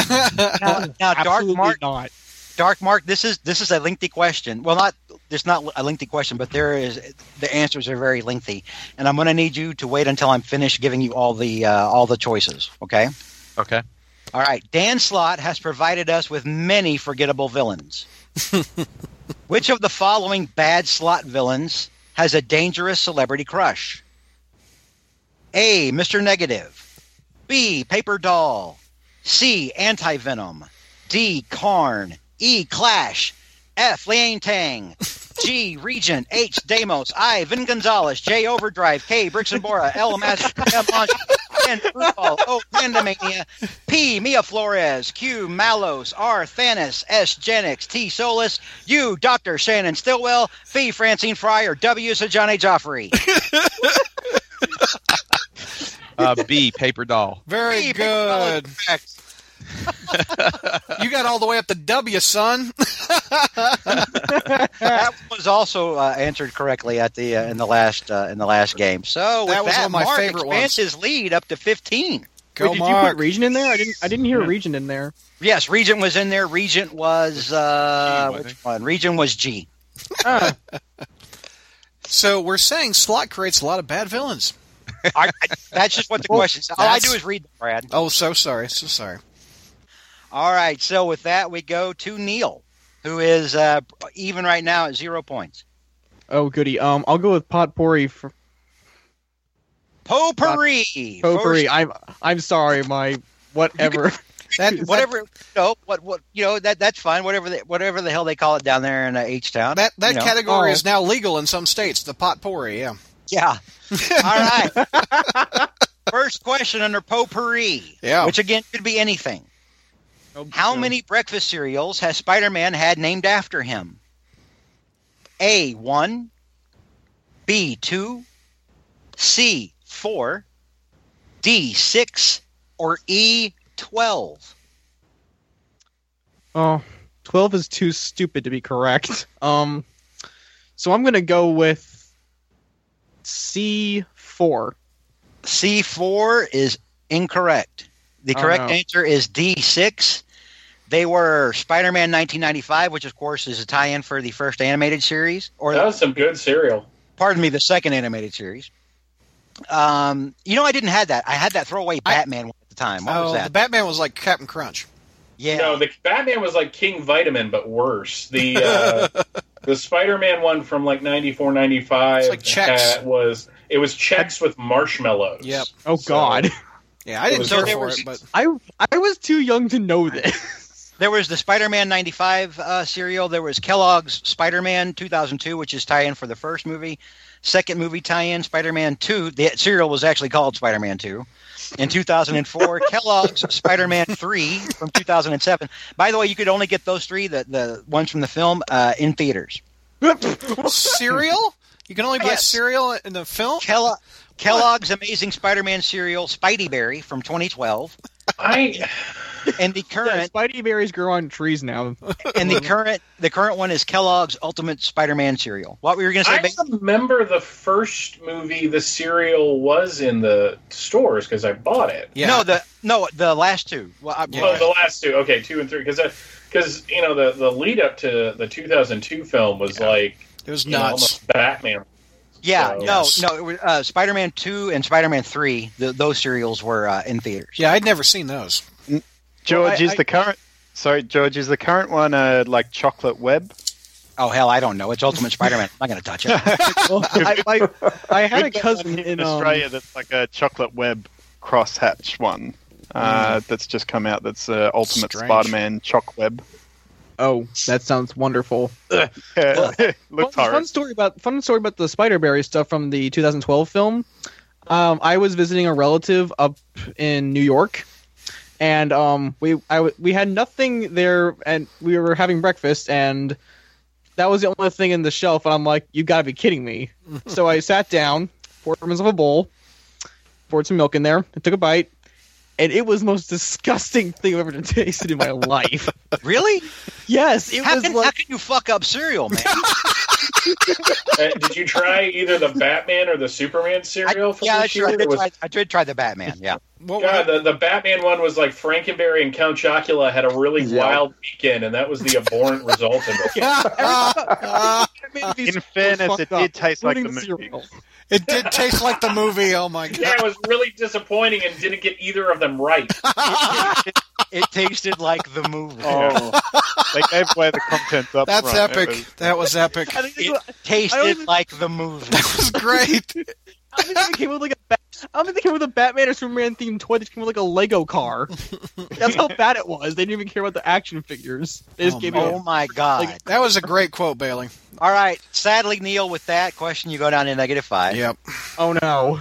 [SPEAKER 5] Now, now Dark
[SPEAKER 10] Absolutely
[SPEAKER 5] Mark
[SPEAKER 10] not.
[SPEAKER 5] Dark Mark, this is this is a lengthy question. Well, not there's not a lengthy question, but there is the answers are very lengthy, and I'm going to need you to wait until I'm finished giving you all the uh, all the choices. Okay.
[SPEAKER 2] Okay.
[SPEAKER 5] All right. Dan Slott has provided us with many forgettable villains. Which of the following bad slot villains has a dangerous celebrity crush? A. Mr. Negative. B. Paper Doll. C. Anti Venom. D. Karn. E. Clash. F. Liang Tang. G. Regent. H. Damos. I. Vin Gonzalez. J. Overdrive. K. Bricks and Bora. L. Master. M. Ange. N. Football. O. Pandemania. P. Mia Flores. Q. Malos. R. Thanos. S. Genix. T. Solis. U. Dr. Shannon Stillwell. V. Francine Fryer. W. Sajane Joffrey.
[SPEAKER 2] Uh, B. Paper doll.
[SPEAKER 6] Very
[SPEAKER 5] Hey, big fella.
[SPEAKER 6] good. you got all the way up to W, son.
[SPEAKER 5] that was also uh, answered correctly at the uh, in the last uh, in the last game. So with
[SPEAKER 6] That
[SPEAKER 5] that,
[SPEAKER 6] was one of my
[SPEAKER 5] Mark
[SPEAKER 6] favorite
[SPEAKER 5] expands
[SPEAKER 6] ones.
[SPEAKER 5] his lead up to fifteen.
[SPEAKER 6] Go,
[SPEAKER 10] Wait, did you
[SPEAKER 6] Mark.
[SPEAKER 10] put Regent in there? I didn't. I didn't hear Regent in there.
[SPEAKER 5] Yes, Regent was in there. Regent was uh,
[SPEAKER 2] G, wasn't
[SPEAKER 5] which one? Regent was G.
[SPEAKER 6] so we're saying Slot creates a lot of bad villains.
[SPEAKER 5] I, I, that's just what the question is. All I do
[SPEAKER 6] that's-
[SPEAKER 5] is read them, Brad.
[SPEAKER 6] Oh, so sorry. So sorry.
[SPEAKER 5] All right. So with that, we go to Neil. who is uh, even right now at zero points.
[SPEAKER 10] Oh goody. Um, I'll go with potpourri. For,
[SPEAKER 5] Potpourri.
[SPEAKER 10] potpourri. I'm I'm sorry. My whatever.
[SPEAKER 6] That,
[SPEAKER 5] First- whatever. You know, what what you know that that's fine. Whatever the, whatever the hell they call it down there in uh, H town.
[SPEAKER 6] that, that
[SPEAKER 5] you know.
[SPEAKER 6] category
[SPEAKER 10] Oh.
[SPEAKER 6] is now legal in some states. The potpourri, yeah.
[SPEAKER 5] Yeah. All right. First question under potpourri,
[SPEAKER 6] Yeah.
[SPEAKER 5] which again could be anything.
[SPEAKER 10] Nope.
[SPEAKER 5] How
[SPEAKER 10] Yeah.
[SPEAKER 5] many breakfast cereals has Spider Man had named after him? A, one, B, two, C, four, D, six, or E, 12?
[SPEAKER 10] Oh, 12 is too stupid to be correct. Um, so I'm gonna go with C four.
[SPEAKER 5] C4 is incorrect. The
[SPEAKER 10] Oh,
[SPEAKER 5] correct
[SPEAKER 10] no.
[SPEAKER 5] answer is D6. They were Spider Man 1995, which, of course, is a tie in for the first animated series, or
[SPEAKER 7] That was some good cereal.
[SPEAKER 5] pardon me, the second animated series. Um, you know, I didn't have that. I had that throwaway Batman one at the time. What
[SPEAKER 6] oh,
[SPEAKER 5] was
[SPEAKER 6] the
[SPEAKER 5] that?
[SPEAKER 6] Batman was like Captain Crunch.
[SPEAKER 5] yeah.
[SPEAKER 7] No, the Batman was like King Vitamin, but worse. The uh, the Spider Man one from like 94, 95
[SPEAKER 6] It's like Chex.
[SPEAKER 7] had- was it was checks with marshmallows.
[SPEAKER 6] Yep.
[SPEAKER 10] Oh
[SPEAKER 7] So-
[SPEAKER 10] God,
[SPEAKER 6] Yeah, I didn't
[SPEAKER 7] was-
[SPEAKER 5] So
[SPEAKER 6] care
[SPEAKER 5] there
[SPEAKER 6] for
[SPEAKER 5] was-
[SPEAKER 6] it, but
[SPEAKER 10] I I was too young to know this.
[SPEAKER 5] There was the Spider Man 95 uh, serial. There was Kellogg's Spider Man 2002, which is tie in for the first movie. Second movie tie in, Spider Man 2. The serial was actually called Spider Man 2. In 2004, Kellogg's Spider Man 3 from 2007. By the way, you could only get those three, the, the ones from the film, uh, in theaters.
[SPEAKER 6] cereal? You can only buy
[SPEAKER 5] Yes.
[SPEAKER 6] cereal in the film?
[SPEAKER 5] Kellogg, Kellogg's Amazing Spider-Man cereal, Spidey Berry from 2012,
[SPEAKER 7] I
[SPEAKER 5] and the
[SPEAKER 10] Yeah,
[SPEAKER 5] current
[SPEAKER 10] Spidey berries grow on trees now.
[SPEAKER 5] and the current the current one is Kellogg's Ultimate Spider-Man cereal. What were you going to say?
[SPEAKER 7] I
[SPEAKER 5] babe?
[SPEAKER 7] remember the first movie the cereal was in the stores because I bought it.
[SPEAKER 6] Yeah.
[SPEAKER 5] No, the no the last two. Well, I,
[SPEAKER 7] Oh, the last two. Okay, two and three. Because because you know the the lead up to the 2002 film was like
[SPEAKER 6] it was
[SPEAKER 7] you know,
[SPEAKER 6] nuts.
[SPEAKER 7] almost Batman.
[SPEAKER 5] yeah,
[SPEAKER 7] So-
[SPEAKER 5] no,
[SPEAKER 6] Yes.
[SPEAKER 5] no. It was, uh, Spider-Man two and Spider-Man three. The, those cereals were uh, in theaters.
[SPEAKER 6] Yeah, I'd never seen those.
[SPEAKER 10] Mm.
[SPEAKER 4] George
[SPEAKER 10] Well, I-
[SPEAKER 4] is
[SPEAKER 10] I-
[SPEAKER 4] the current. Sorry, George is the current one. Uh, like chocolate web.
[SPEAKER 5] Oh hell, I don't know. It's Ultimate Spider-Man. I'm not going to touch it.
[SPEAKER 10] Well, I, my- I had a
[SPEAKER 4] We've got
[SPEAKER 10] cousin
[SPEAKER 4] one
[SPEAKER 10] in,
[SPEAKER 4] in
[SPEAKER 10] um,
[SPEAKER 4] Australia that's like a chocolate web crosshatch one. Uh,
[SPEAKER 10] Mm.
[SPEAKER 4] That's just come out. That's uh, Ultimate
[SPEAKER 6] Strange.
[SPEAKER 4] Spider-Man choc web.
[SPEAKER 10] Oh, that sounds wonderful.
[SPEAKER 4] Yeah,
[SPEAKER 10] Fun,
[SPEAKER 4] looks
[SPEAKER 10] fun
[SPEAKER 4] horrid.
[SPEAKER 10] story about fun story about the Spiderberry stuff from the 2012 film. Um, I was visiting a relative up in New York, and um, we I w we had nothing there, and we were having breakfast, and that was the only thing in the shelf. And I'm like, you gotta be kidding me! so I sat down, poured myself a bowl, poured some milk in there, and took a bite, and it was the most disgusting thing I've ever tasted in my life.
[SPEAKER 5] really?
[SPEAKER 10] Yes, it
[SPEAKER 5] How
[SPEAKER 10] was
[SPEAKER 5] can,
[SPEAKER 10] like
[SPEAKER 5] how can you fuck up cereal, man?
[SPEAKER 7] Uh, Did you try either the Batman or the Superman cereal?
[SPEAKER 5] I,
[SPEAKER 7] from
[SPEAKER 5] yeah, I
[SPEAKER 7] this year?
[SPEAKER 5] tried, I,
[SPEAKER 7] It was-
[SPEAKER 5] tried, I did try the Batman. Yeah.
[SPEAKER 6] What were
[SPEAKER 7] God,
[SPEAKER 6] the-
[SPEAKER 7] the, the Batman one was like Frankenberry and Count Chocula had a really
[SPEAKER 9] Yeah.
[SPEAKER 7] wild weekend, and that was the abhorrent result of it.
[SPEAKER 4] In fairness, it did taste like the movie.
[SPEAKER 6] Uh, it did taste like the movie. Oh my
[SPEAKER 7] Yeah,
[SPEAKER 6] god!
[SPEAKER 7] it was really disappointing and didn't get either of them right.
[SPEAKER 5] It tasted like the movie.
[SPEAKER 4] Oh, they gave away the contents up.
[SPEAKER 6] That's
[SPEAKER 4] front. It
[SPEAKER 6] epic.
[SPEAKER 4] was-
[SPEAKER 6] That was epic. That
[SPEAKER 5] It tasted
[SPEAKER 10] don't even-
[SPEAKER 5] like the movie.
[SPEAKER 6] was great.
[SPEAKER 10] I think they came with like a bat- I don't think they came with a Batman or Superman themed toy. They just came with like a Lego car. That's how bad it was. They didn't even care about the action figures. They just
[SPEAKER 6] Oh,
[SPEAKER 10] gave me
[SPEAKER 5] Oh my god!
[SPEAKER 6] That was a great quote, Bailey.
[SPEAKER 5] All right. Sadly, Neil, with that question, you go down to negative five.
[SPEAKER 6] Yep.
[SPEAKER 10] oh no.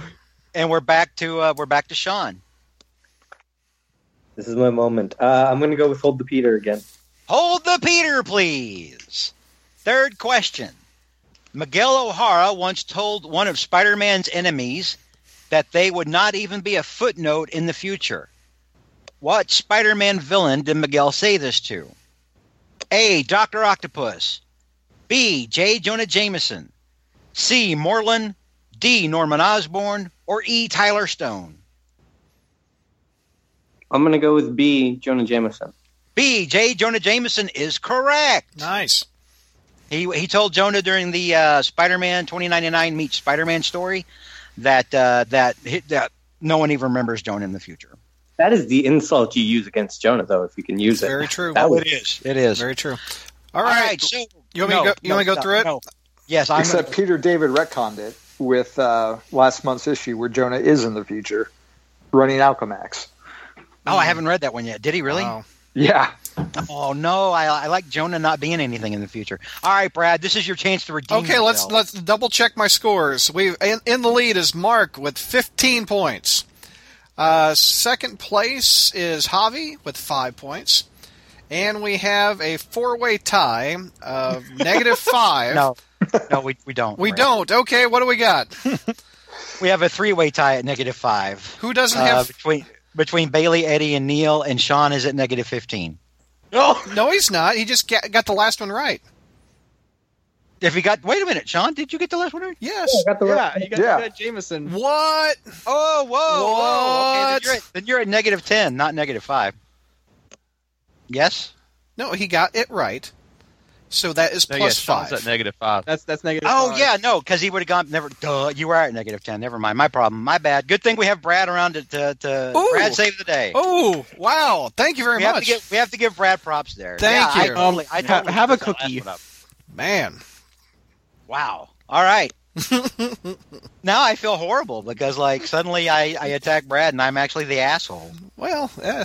[SPEAKER 5] And we're back to uh, we're back to Sean.
[SPEAKER 8] This is my moment. Uh, I'm going to go with Hold the Peter again.
[SPEAKER 5] Hold the Peter, please. Third question. Miguel O'Hara once told one of Spider Man's enemies that they would not even be a footnote in the future. What Spider Man villain did Miguel say this to? A. Dr. Octopus. B. J. Jonah Jameson. C. Moreland. D. Norman Osborn. Or E. Tyler Stone.
[SPEAKER 8] I'm going to go with B, Jonah Jameson.
[SPEAKER 5] B. J. Jonah Jameson is correct.
[SPEAKER 6] Nice.
[SPEAKER 5] He he told Jonah during the uh, Spider-Man 2099 meets Spider-Man story that uh, that hit, that no one even remembers Jonah in the future.
[SPEAKER 8] That is the insult you use against Jonah, though, if you can use it.
[SPEAKER 6] Very true.
[SPEAKER 8] That was-
[SPEAKER 5] is. Oh. It is.
[SPEAKER 6] Very true. All
[SPEAKER 5] All
[SPEAKER 6] right.
[SPEAKER 5] right, so
[SPEAKER 6] You want me to
[SPEAKER 5] no,
[SPEAKER 6] go- you want
[SPEAKER 5] no,
[SPEAKER 6] me to go
[SPEAKER 5] no,
[SPEAKER 6] through it?
[SPEAKER 5] No. Yes, I'm
[SPEAKER 9] Except Peter David retconned it with uh, last month's issue where Jonah is in the future running Alchemax.
[SPEAKER 5] Oh, I haven't read that one yet. Did he really?
[SPEAKER 6] Wow.
[SPEAKER 9] Yeah.
[SPEAKER 5] Oh no, I, I like Jonah not being anything in the future. All right, Brad, this is your chance to redeem.
[SPEAKER 6] Okay, let's
[SPEAKER 5] yourself.
[SPEAKER 6] let's double check my scores. We in, in the lead is Mark with 15 points. Uh, second place is Javi with five points, and we have a four-way tie of uh, negative five.
[SPEAKER 5] No, no, we, we don't.
[SPEAKER 6] We
[SPEAKER 5] Brad.
[SPEAKER 6] don't. Okay, what do we got?
[SPEAKER 5] We have a three-way tie at negative five
[SPEAKER 6] Who doesn't
[SPEAKER 5] uh,
[SPEAKER 6] have?
[SPEAKER 5] between between Bailey, Eddie, and Neil, and Sean is at negative fifteen.
[SPEAKER 6] No, he's not. He just ga- got the last one right.
[SPEAKER 5] If we got, wait a minette, Sean, did you get the last one? right?
[SPEAKER 6] Yes.
[SPEAKER 8] Got the
[SPEAKER 10] Yeah, you got
[SPEAKER 9] Yeah.
[SPEAKER 10] that Jameson.
[SPEAKER 6] What?
[SPEAKER 5] Oh, whoa, whoa. Okay,
[SPEAKER 6] What?
[SPEAKER 5] then, you're at, then you're at negative ten, not negative five. Yes.
[SPEAKER 6] No, he got it right. So that is
[SPEAKER 2] No,
[SPEAKER 6] plus
[SPEAKER 2] yeah, Sean's
[SPEAKER 6] five.
[SPEAKER 2] at negative five.
[SPEAKER 10] That's that's negative.
[SPEAKER 5] Oh
[SPEAKER 10] five.
[SPEAKER 5] yeah, no, because he would have gone. Never. Duh, you were at negative ten. Never mind. My problem. My bad. Good thing we have Brad around to. to, to
[SPEAKER 6] Ooh.
[SPEAKER 5] Brad saved the day.
[SPEAKER 6] oh wow! Thank you very
[SPEAKER 5] we have
[SPEAKER 6] much,
[SPEAKER 5] to give we have to give Brad props there.
[SPEAKER 6] Thank
[SPEAKER 5] Yeah,
[SPEAKER 6] you.
[SPEAKER 5] I totally, I
[SPEAKER 10] Um,
[SPEAKER 5] totally
[SPEAKER 10] ha- have a
[SPEAKER 5] messed that
[SPEAKER 10] cookie.
[SPEAKER 5] last one up.
[SPEAKER 6] man.
[SPEAKER 5] Wow. All right. now I feel horrible because like suddenly I I attack Brad and I'm actually the asshole.
[SPEAKER 6] Well, eh,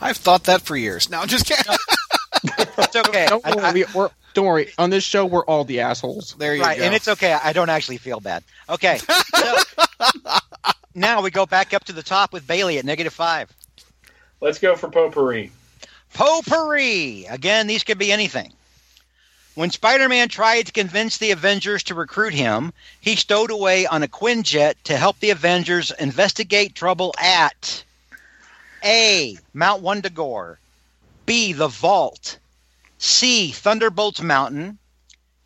[SPEAKER 6] I've thought that for years. No, I'm just kidding.
[SPEAKER 5] It's okay.
[SPEAKER 10] Don't
[SPEAKER 5] I- I-
[SPEAKER 10] worry, we, are don't worry. On this show, we're all the assholes.
[SPEAKER 6] There you
[SPEAKER 5] right,
[SPEAKER 6] go.
[SPEAKER 5] and it's okay. I don't actually feel bad. Okay. So, now we go back up to the top with Bailey at negative five.
[SPEAKER 7] Let's go for potpourri.
[SPEAKER 5] Potpourri! Again, these could be anything. When Spider Man tried to convince the Avengers to recruit him, he stowed away on a Quinjet to help the Avengers investigate trouble at A. Mount Wondagore, B. The Vault, C. Thunderbolt's Mountain,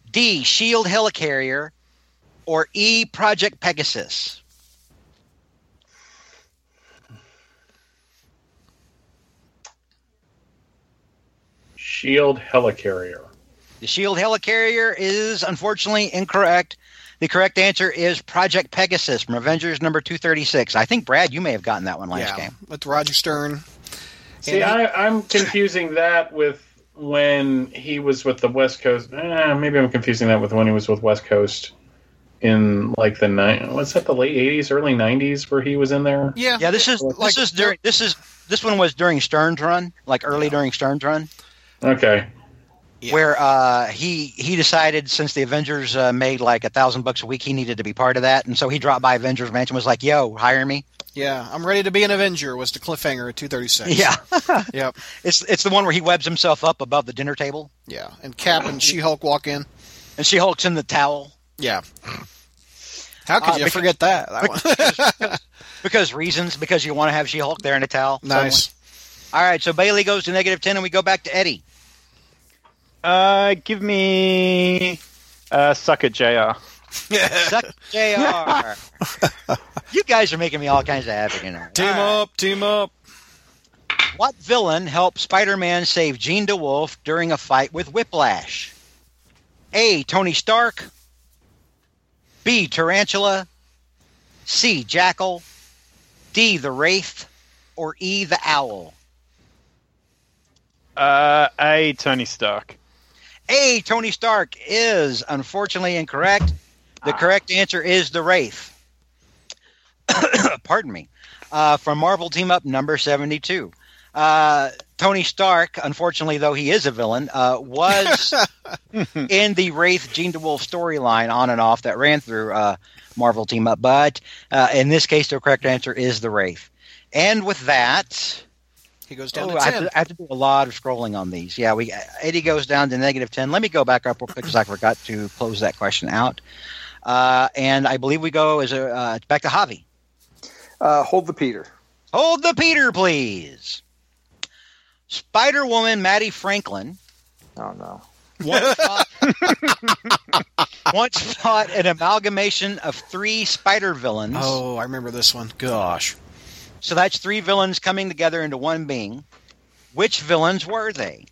[SPEAKER 5] E D. Shield Helicarrier, or E. Project Pegasus.
[SPEAKER 7] Shield helicarrier.
[SPEAKER 5] The Shield Helicarrier is unfortunately incorrect. The correct answer is Project Pegasus from Avengers number 236. I think, Brad, you may have gotten that one last
[SPEAKER 6] yeah,
[SPEAKER 5] game.
[SPEAKER 6] with Roger Stern.
[SPEAKER 7] See, I, I'm confusing that with when he was with the West Coast. Eh, maybe I'm confusing that with when he was with West Coast in like the nine. Was that the late '80s, early '90s, where he was in there?
[SPEAKER 6] Yeah,
[SPEAKER 5] Yeah, this is
[SPEAKER 6] Like-
[SPEAKER 5] this is during this is this one was during Stern's run, like early during Stern's run,
[SPEAKER 7] Okay.
[SPEAKER 6] Yeah.
[SPEAKER 5] where uh, he he decided since the Avengers uh, made like a thousand bucks a week, he needed to be part of that, and so he dropped by Avengers Mansion, and was like, "Yo, hire me."
[SPEAKER 6] yeah. I'm ready to be an Avenger. Was the cliffhanger at 236.
[SPEAKER 5] Yeah,
[SPEAKER 6] yep,
[SPEAKER 5] it's it's the one where he webs himself up above the dinner table,
[SPEAKER 6] yeah. And Cap and She Hulk walk in.
[SPEAKER 5] and she hulks in the towel
[SPEAKER 6] Yeah. How could
[SPEAKER 5] Uh,
[SPEAKER 6] you
[SPEAKER 5] because-
[SPEAKER 6] forget that? That one.
[SPEAKER 5] because reasons, because you want to have she Hulk there in a towel. somewhere.
[SPEAKER 6] nice.
[SPEAKER 5] All right, so Bailey goes to negative 10, and we go back to Eddie.
[SPEAKER 4] Uh, give me uh, suck at JR.
[SPEAKER 5] Suck JR. you guys are making me all kinds of happy tonight.
[SPEAKER 6] Team
[SPEAKER 5] All right.
[SPEAKER 6] up, team up.
[SPEAKER 5] What villain helped Spider Man save Gene DeWolf during a fight with Whiplash? A. Tony Stark. B. Tarantula. C. Jackal. D. The Wraith. Or E. The Owl.
[SPEAKER 4] Uh, a Tony Stark.
[SPEAKER 5] A. Tony Stark is unfortunately incorrect. The correct answer is the Wraith. Pardon me. Uh, from Marvel Team Up number 72. Uh, Tony Stark, unfortunately, though he is a villain, uh, was in the Wraith Gene DeWolf storyline on and off that ran through uh, Marvel Team Up. But uh, in this case, the correct answer is the Wraith. And with that,
[SPEAKER 6] He goes down
[SPEAKER 5] Oh,
[SPEAKER 6] to
[SPEAKER 5] I,
[SPEAKER 6] 10.
[SPEAKER 5] have to, I have to do a lot of scrolling on these. Yeah, we uh, Eddie goes down to negative ten. Let me go back up real quick because I forgot to close that question out. Uh, and I believe we go is uh, back to Javi.
[SPEAKER 9] Uh, hold the Peter.
[SPEAKER 5] Hold the Peter, please. Spider Woman Maddie Franklin
[SPEAKER 9] Oh, no.
[SPEAKER 5] once fought, once fought an amalgamation of three Spider villains.
[SPEAKER 6] Oh, I remember this one. Gosh.
[SPEAKER 5] So that's three villains coming together into one being. Which villains were they?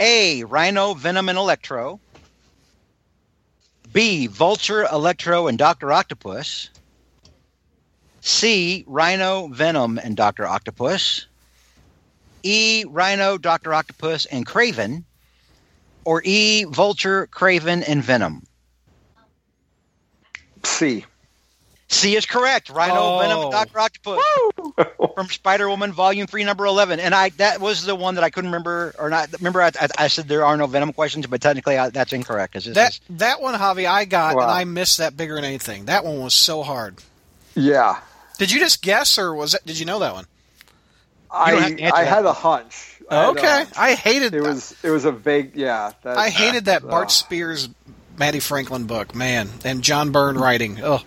[SPEAKER 5] A. Rhino, Venom, and Electro. B. Vulture, Electro, and Dr. Octopus. C. Rhino, Venom, and Dr. Octopus. E. Rhino, Doctor Octopus, and Craven, or E. Vulture, Craven, and Venom?
[SPEAKER 9] C.
[SPEAKER 5] C is correct. Rhino,
[SPEAKER 3] Oh.
[SPEAKER 5] Venom, and Doctor Octopus from Spider Woman Volume Three, Number Eleven. And I that was the one that I couldn't remember or not. Remember, I, I, I said there are no Venom questions, but technically I, that's incorrect. 'cause this
[SPEAKER 6] That
[SPEAKER 5] is-
[SPEAKER 6] that one, Javi, I got,
[SPEAKER 9] Wow.
[SPEAKER 6] and I missed that bigger than anything. That one was so hard.
[SPEAKER 9] Yeah.
[SPEAKER 6] Did you just guess, or was it? Did you know that one?
[SPEAKER 5] don't have to
[SPEAKER 9] I
[SPEAKER 5] answer
[SPEAKER 9] I
[SPEAKER 5] that.
[SPEAKER 9] had a hunch. I had a
[SPEAKER 6] okay,
[SPEAKER 9] hunch.
[SPEAKER 6] I hated
[SPEAKER 9] uh, It was it was a vague yeah. That,
[SPEAKER 6] I hated that Bart
[SPEAKER 9] uh,
[SPEAKER 6] Spears, Maddie Franklin book, man, and John Byrne writing. Oh,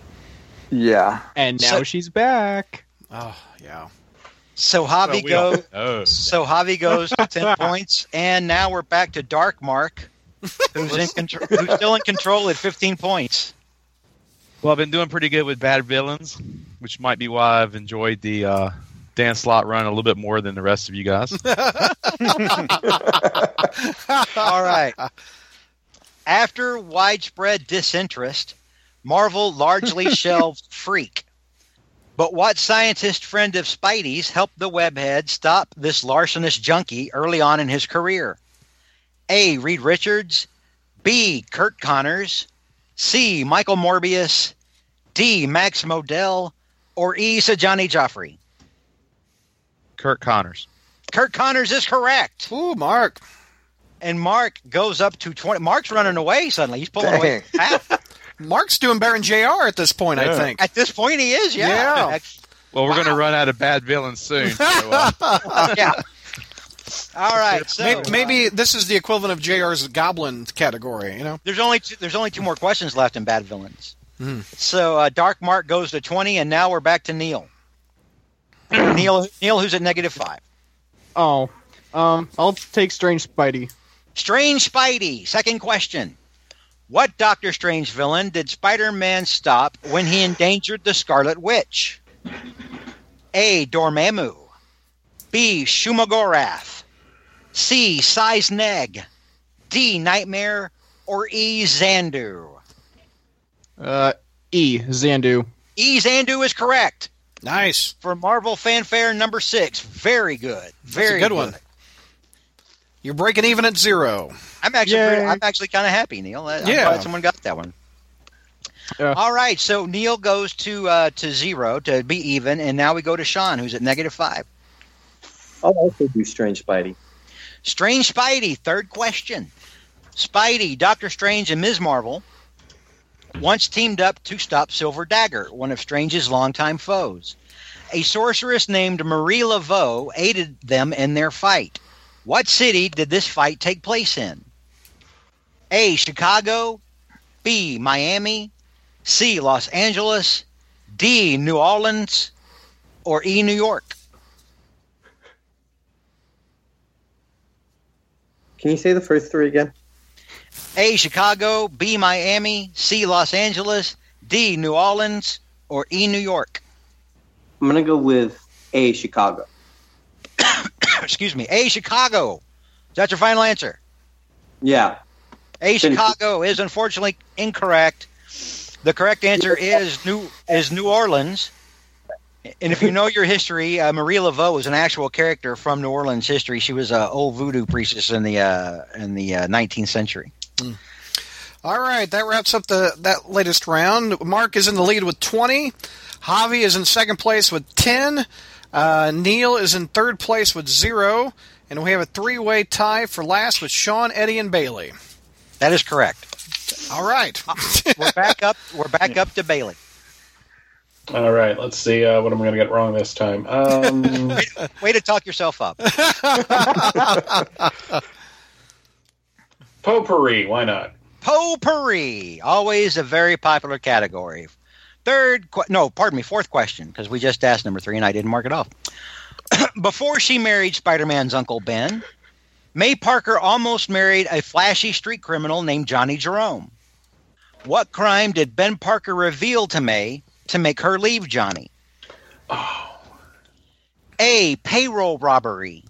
[SPEAKER 9] yeah.
[SPEAKER 10] And now
[SPEAKER 6] So-
[SPEAKER 10] she's back.
[SPEAKER 6] oh yeah.
[SPEAKER 5] so
[SPEAKER 2] we
[SPEAKER 5] Javi goes.
[SPEAKER 2] don't know.
[SPEAKER 5] So Javi goes to ten points, and now we're back to Dark Mark, who's in control, who's still in control at fifteen points.
[SPEAKER 2] Well, I've been doing pretty good with bad villains, which might be why I've enjoyed the uh, Dan slot run a little bit more than the rest of you guys.
[SPEAKER 5] All right. After widespread disinterest, Marvel largely shelved Freak. But what scientist friend of Spidey's helped the webhead stop this larcenous junkie early on in his career? A. Reed Richards, B. Kurt Connors, C. Michael Morbius, D. Max Modell, or E. Sajani Joffrey?
[SPEAKER 2] Kirk Connors.
[SPEAKER 5] Kurt Connors is correct.
[SPEAKER 6] Ooh, Mark.
[SPEAKER 5] And Mark goes up to 20. Mark's running away suddenly. He's pulling away. Half.
[SPEAKER 6] Mark's doing Baron Jr. at this point, I
[SPEAKER 2] Yeah.
[SPEAKER 6] think.
[SPEAKER 5] At this point, he is. Yeah.
[SPEAKER 2] Well, we're going to run out of bad villains soon. So, uh,
[SPEAKER 5] Yeah. All right. So
[SPEAKER 6] Maybe, maybe this is the equivalent of Jr.'s Goblin category. You know,
[SPEAKER 5] there's only two, there's only two more questions left in Bad Villains.
[SPEAKER 6] Hmm.
[SPEAKER 5] So uh, Dark Mark goes to 20, and now we're back to Neil. Neil, Neil, who's at negative five.
[SPEAKER 10] Oh, um, I'll take Strange Spidey.
[SPEAKER 5] Strange Spidey. Second question. What Doctor Strange villain did Spider Man stop when he endangered the Scarlet Witch? A. Dormammu. B. Shumagorath. C. Neg. D. Nightmare. Or E. Zandu.
[SPEAKER 10] Uh, E. Zandu.
[SPEAKER 5] E. Zandu is correct
[SPEAKER 6] nice.
[SPEAKER 5] for Marvel Fanfare number six. Very good.
[SPEAKER 6] That's
[SPEAKER 5] Very
[SPEAKER 6] a good, one. You're breaking even at zero.
[SPEAKER 5] I'm actually
[SPEAKER 10] Yay.
[SPEAKER 5] pretty, I'm actually kind of happy, Neil. I- I'm
[SPEAKER 6] Yeah.
[SPEAKER 5] glad someone got that one.
[SPEAKER 10] Yeah.
[SPEAKER 5] All right, so Neil goes to uh, to zero to be even, and now we go to Sean, who's at negative five.
[SPEAKER 8] I'll Oh, also do Strange Spidey.
[SPEAKER 5] Strange Spidey, third question. Spidey, Doctor Strange, and Ms. Marvel once teamed up to stop Silver Dagger, one of Strange's longtime foes. A sorceress named Marie Laveau aided them in their fight. What city did this fight take place in? A. Chicago, B. Miami, C. Los Angeles, D. New Orleans, or E. New York?
[SPEAKER 8] Can you say the first three again?
[SPEAKER 5] A. Chicago, B. Miami, C. Los Angeles, D. New Orleans, or E. New York.
[SPEAKER 8] I'm gonna go with A Chicago.
[SPEAKER 5] Excuse me. A. Chicago. Is that your final answer?
[SPEAKER 8] Yeah.
[SPEAKER 5] A.
[SPEAKER 8] Thank you.
[SPEAKER 5] Chicago is unfortunately incorrect. The correct answer is New is New Orleans. And if you know your history, uh, Marie Laveau was an actual character from New Orleans history. She was an old voodoo priestess in the uh, in the uh, 19th century.
[SPEAKER 6] All right, that wraps up the that latest round. Mark is in the lead with 20. Javi is in second place with 10. Uh, Neil is in third place with 0. And we have a three way tie for last with Sean, Eddie, and Bailey.
[SPEAKER 5] That is correct.
[SPEAKER 6] All right.
[SPEAKER 5] Uh, We're back up. We're back up to Bailey.
[SPEAKER 7] All right, let's see uh, what I'm going to get wrong this time. Um,
[SPEAKER 5] Way to talk yourself up.
[SPEAKER 7] potpourri, why not?
[SPEAKER 5] potpourri always a very popular category third que- no pardon me fourth question because we just asked number three and i didn't mark it off before she married spider-man's uncle ben may parker almost married a flashy street criminal named johnny jerome what crime did ben parker reveal to may to make her leave johnny a payroll robbery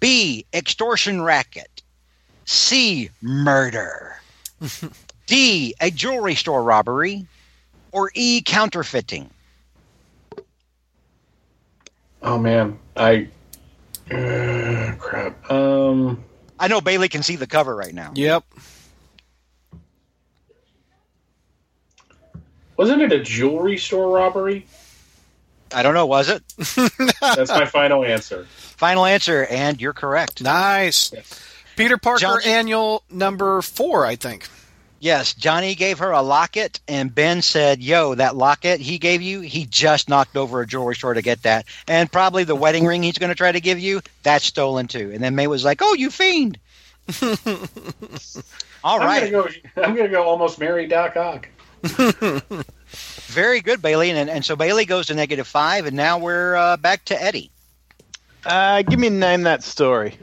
[SPEAKER 5] b extortion racket C. Murder. D. A jewelry store robbery. Or E. Counterfeiting.
[SPEAKER 7] Oh man, I Uh, crap. Um,
[SPEAKER 5] I know Bailey can see the cover right now.
[SPEAKER 6] Yep.
[SPEAKER 7] wasn't it a jewelry store robbery?
[SPEAKER 5] I don't know, was it?
[SPEAKER 7] That's my final answer.
[SPEAKER 5] Final answer, and you're correct.
[SPEAKER 6] Nice. Peter Parker
[SPEAKER 5] John-
[SPEAKER 6] annual number four, I think.
[SPEAKER 5] Yes, Johnny gave her a locket, and Ben said, Yo, that locket he gave you, he just knocked over a jewelry store to get that. And probably the wedding ring he's going to try to give you, that's stolen too. And then May was like, Oh, you fiend. All
[SPEAKER 7] I'm
[SPEAKER 5] right.
[SPEAKER 7] gonna go. I'm gonna go. Almost marry Doc Ock.
[SPEAKER 5] Very good, Bailey. And, and so Bailey goes to negative five, and now we're uh, back to Eddie.
[SPEAKER 4] Uh, give me name that story.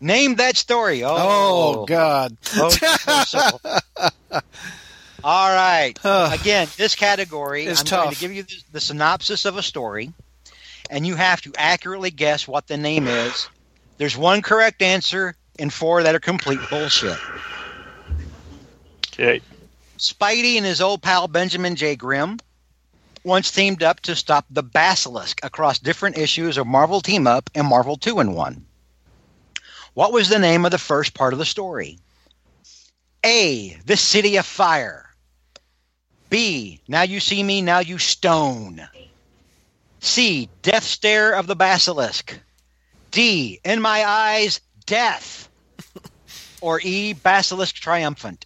[SPEAKER 5] Name that story. Oh,
[SPEAKER 6] Oh, God.
[SPEAKER 5] Oh, so- All right.
[SPEAKER 6] Ugh.
[SPEAKER 5] Again, this category,
[SPEAKER 6] It's
[SPEAKER 5] I'm going
[SPEAKER 6] tough.
[SPEAKER 5] to give you the, the synopsis of a story, and you have to accurately guess what the name is. There's one correct answer and four that are complete bullshit.
[SPEAKER 4] Okay.
[SPEAKER 5] Spidey and his old pal Benjamin J. Grimm once teamed up to stop the Basilisk across different issues of Marvel Team Up and Marvel 2 in 1. What was the name of the first part of the story? A. The City of Fire. B. Now You See Me, Now You Stone. C. Death Stare of the Basilisk. D. In My Eyes, Death. Or E. Basilisk Triumphant.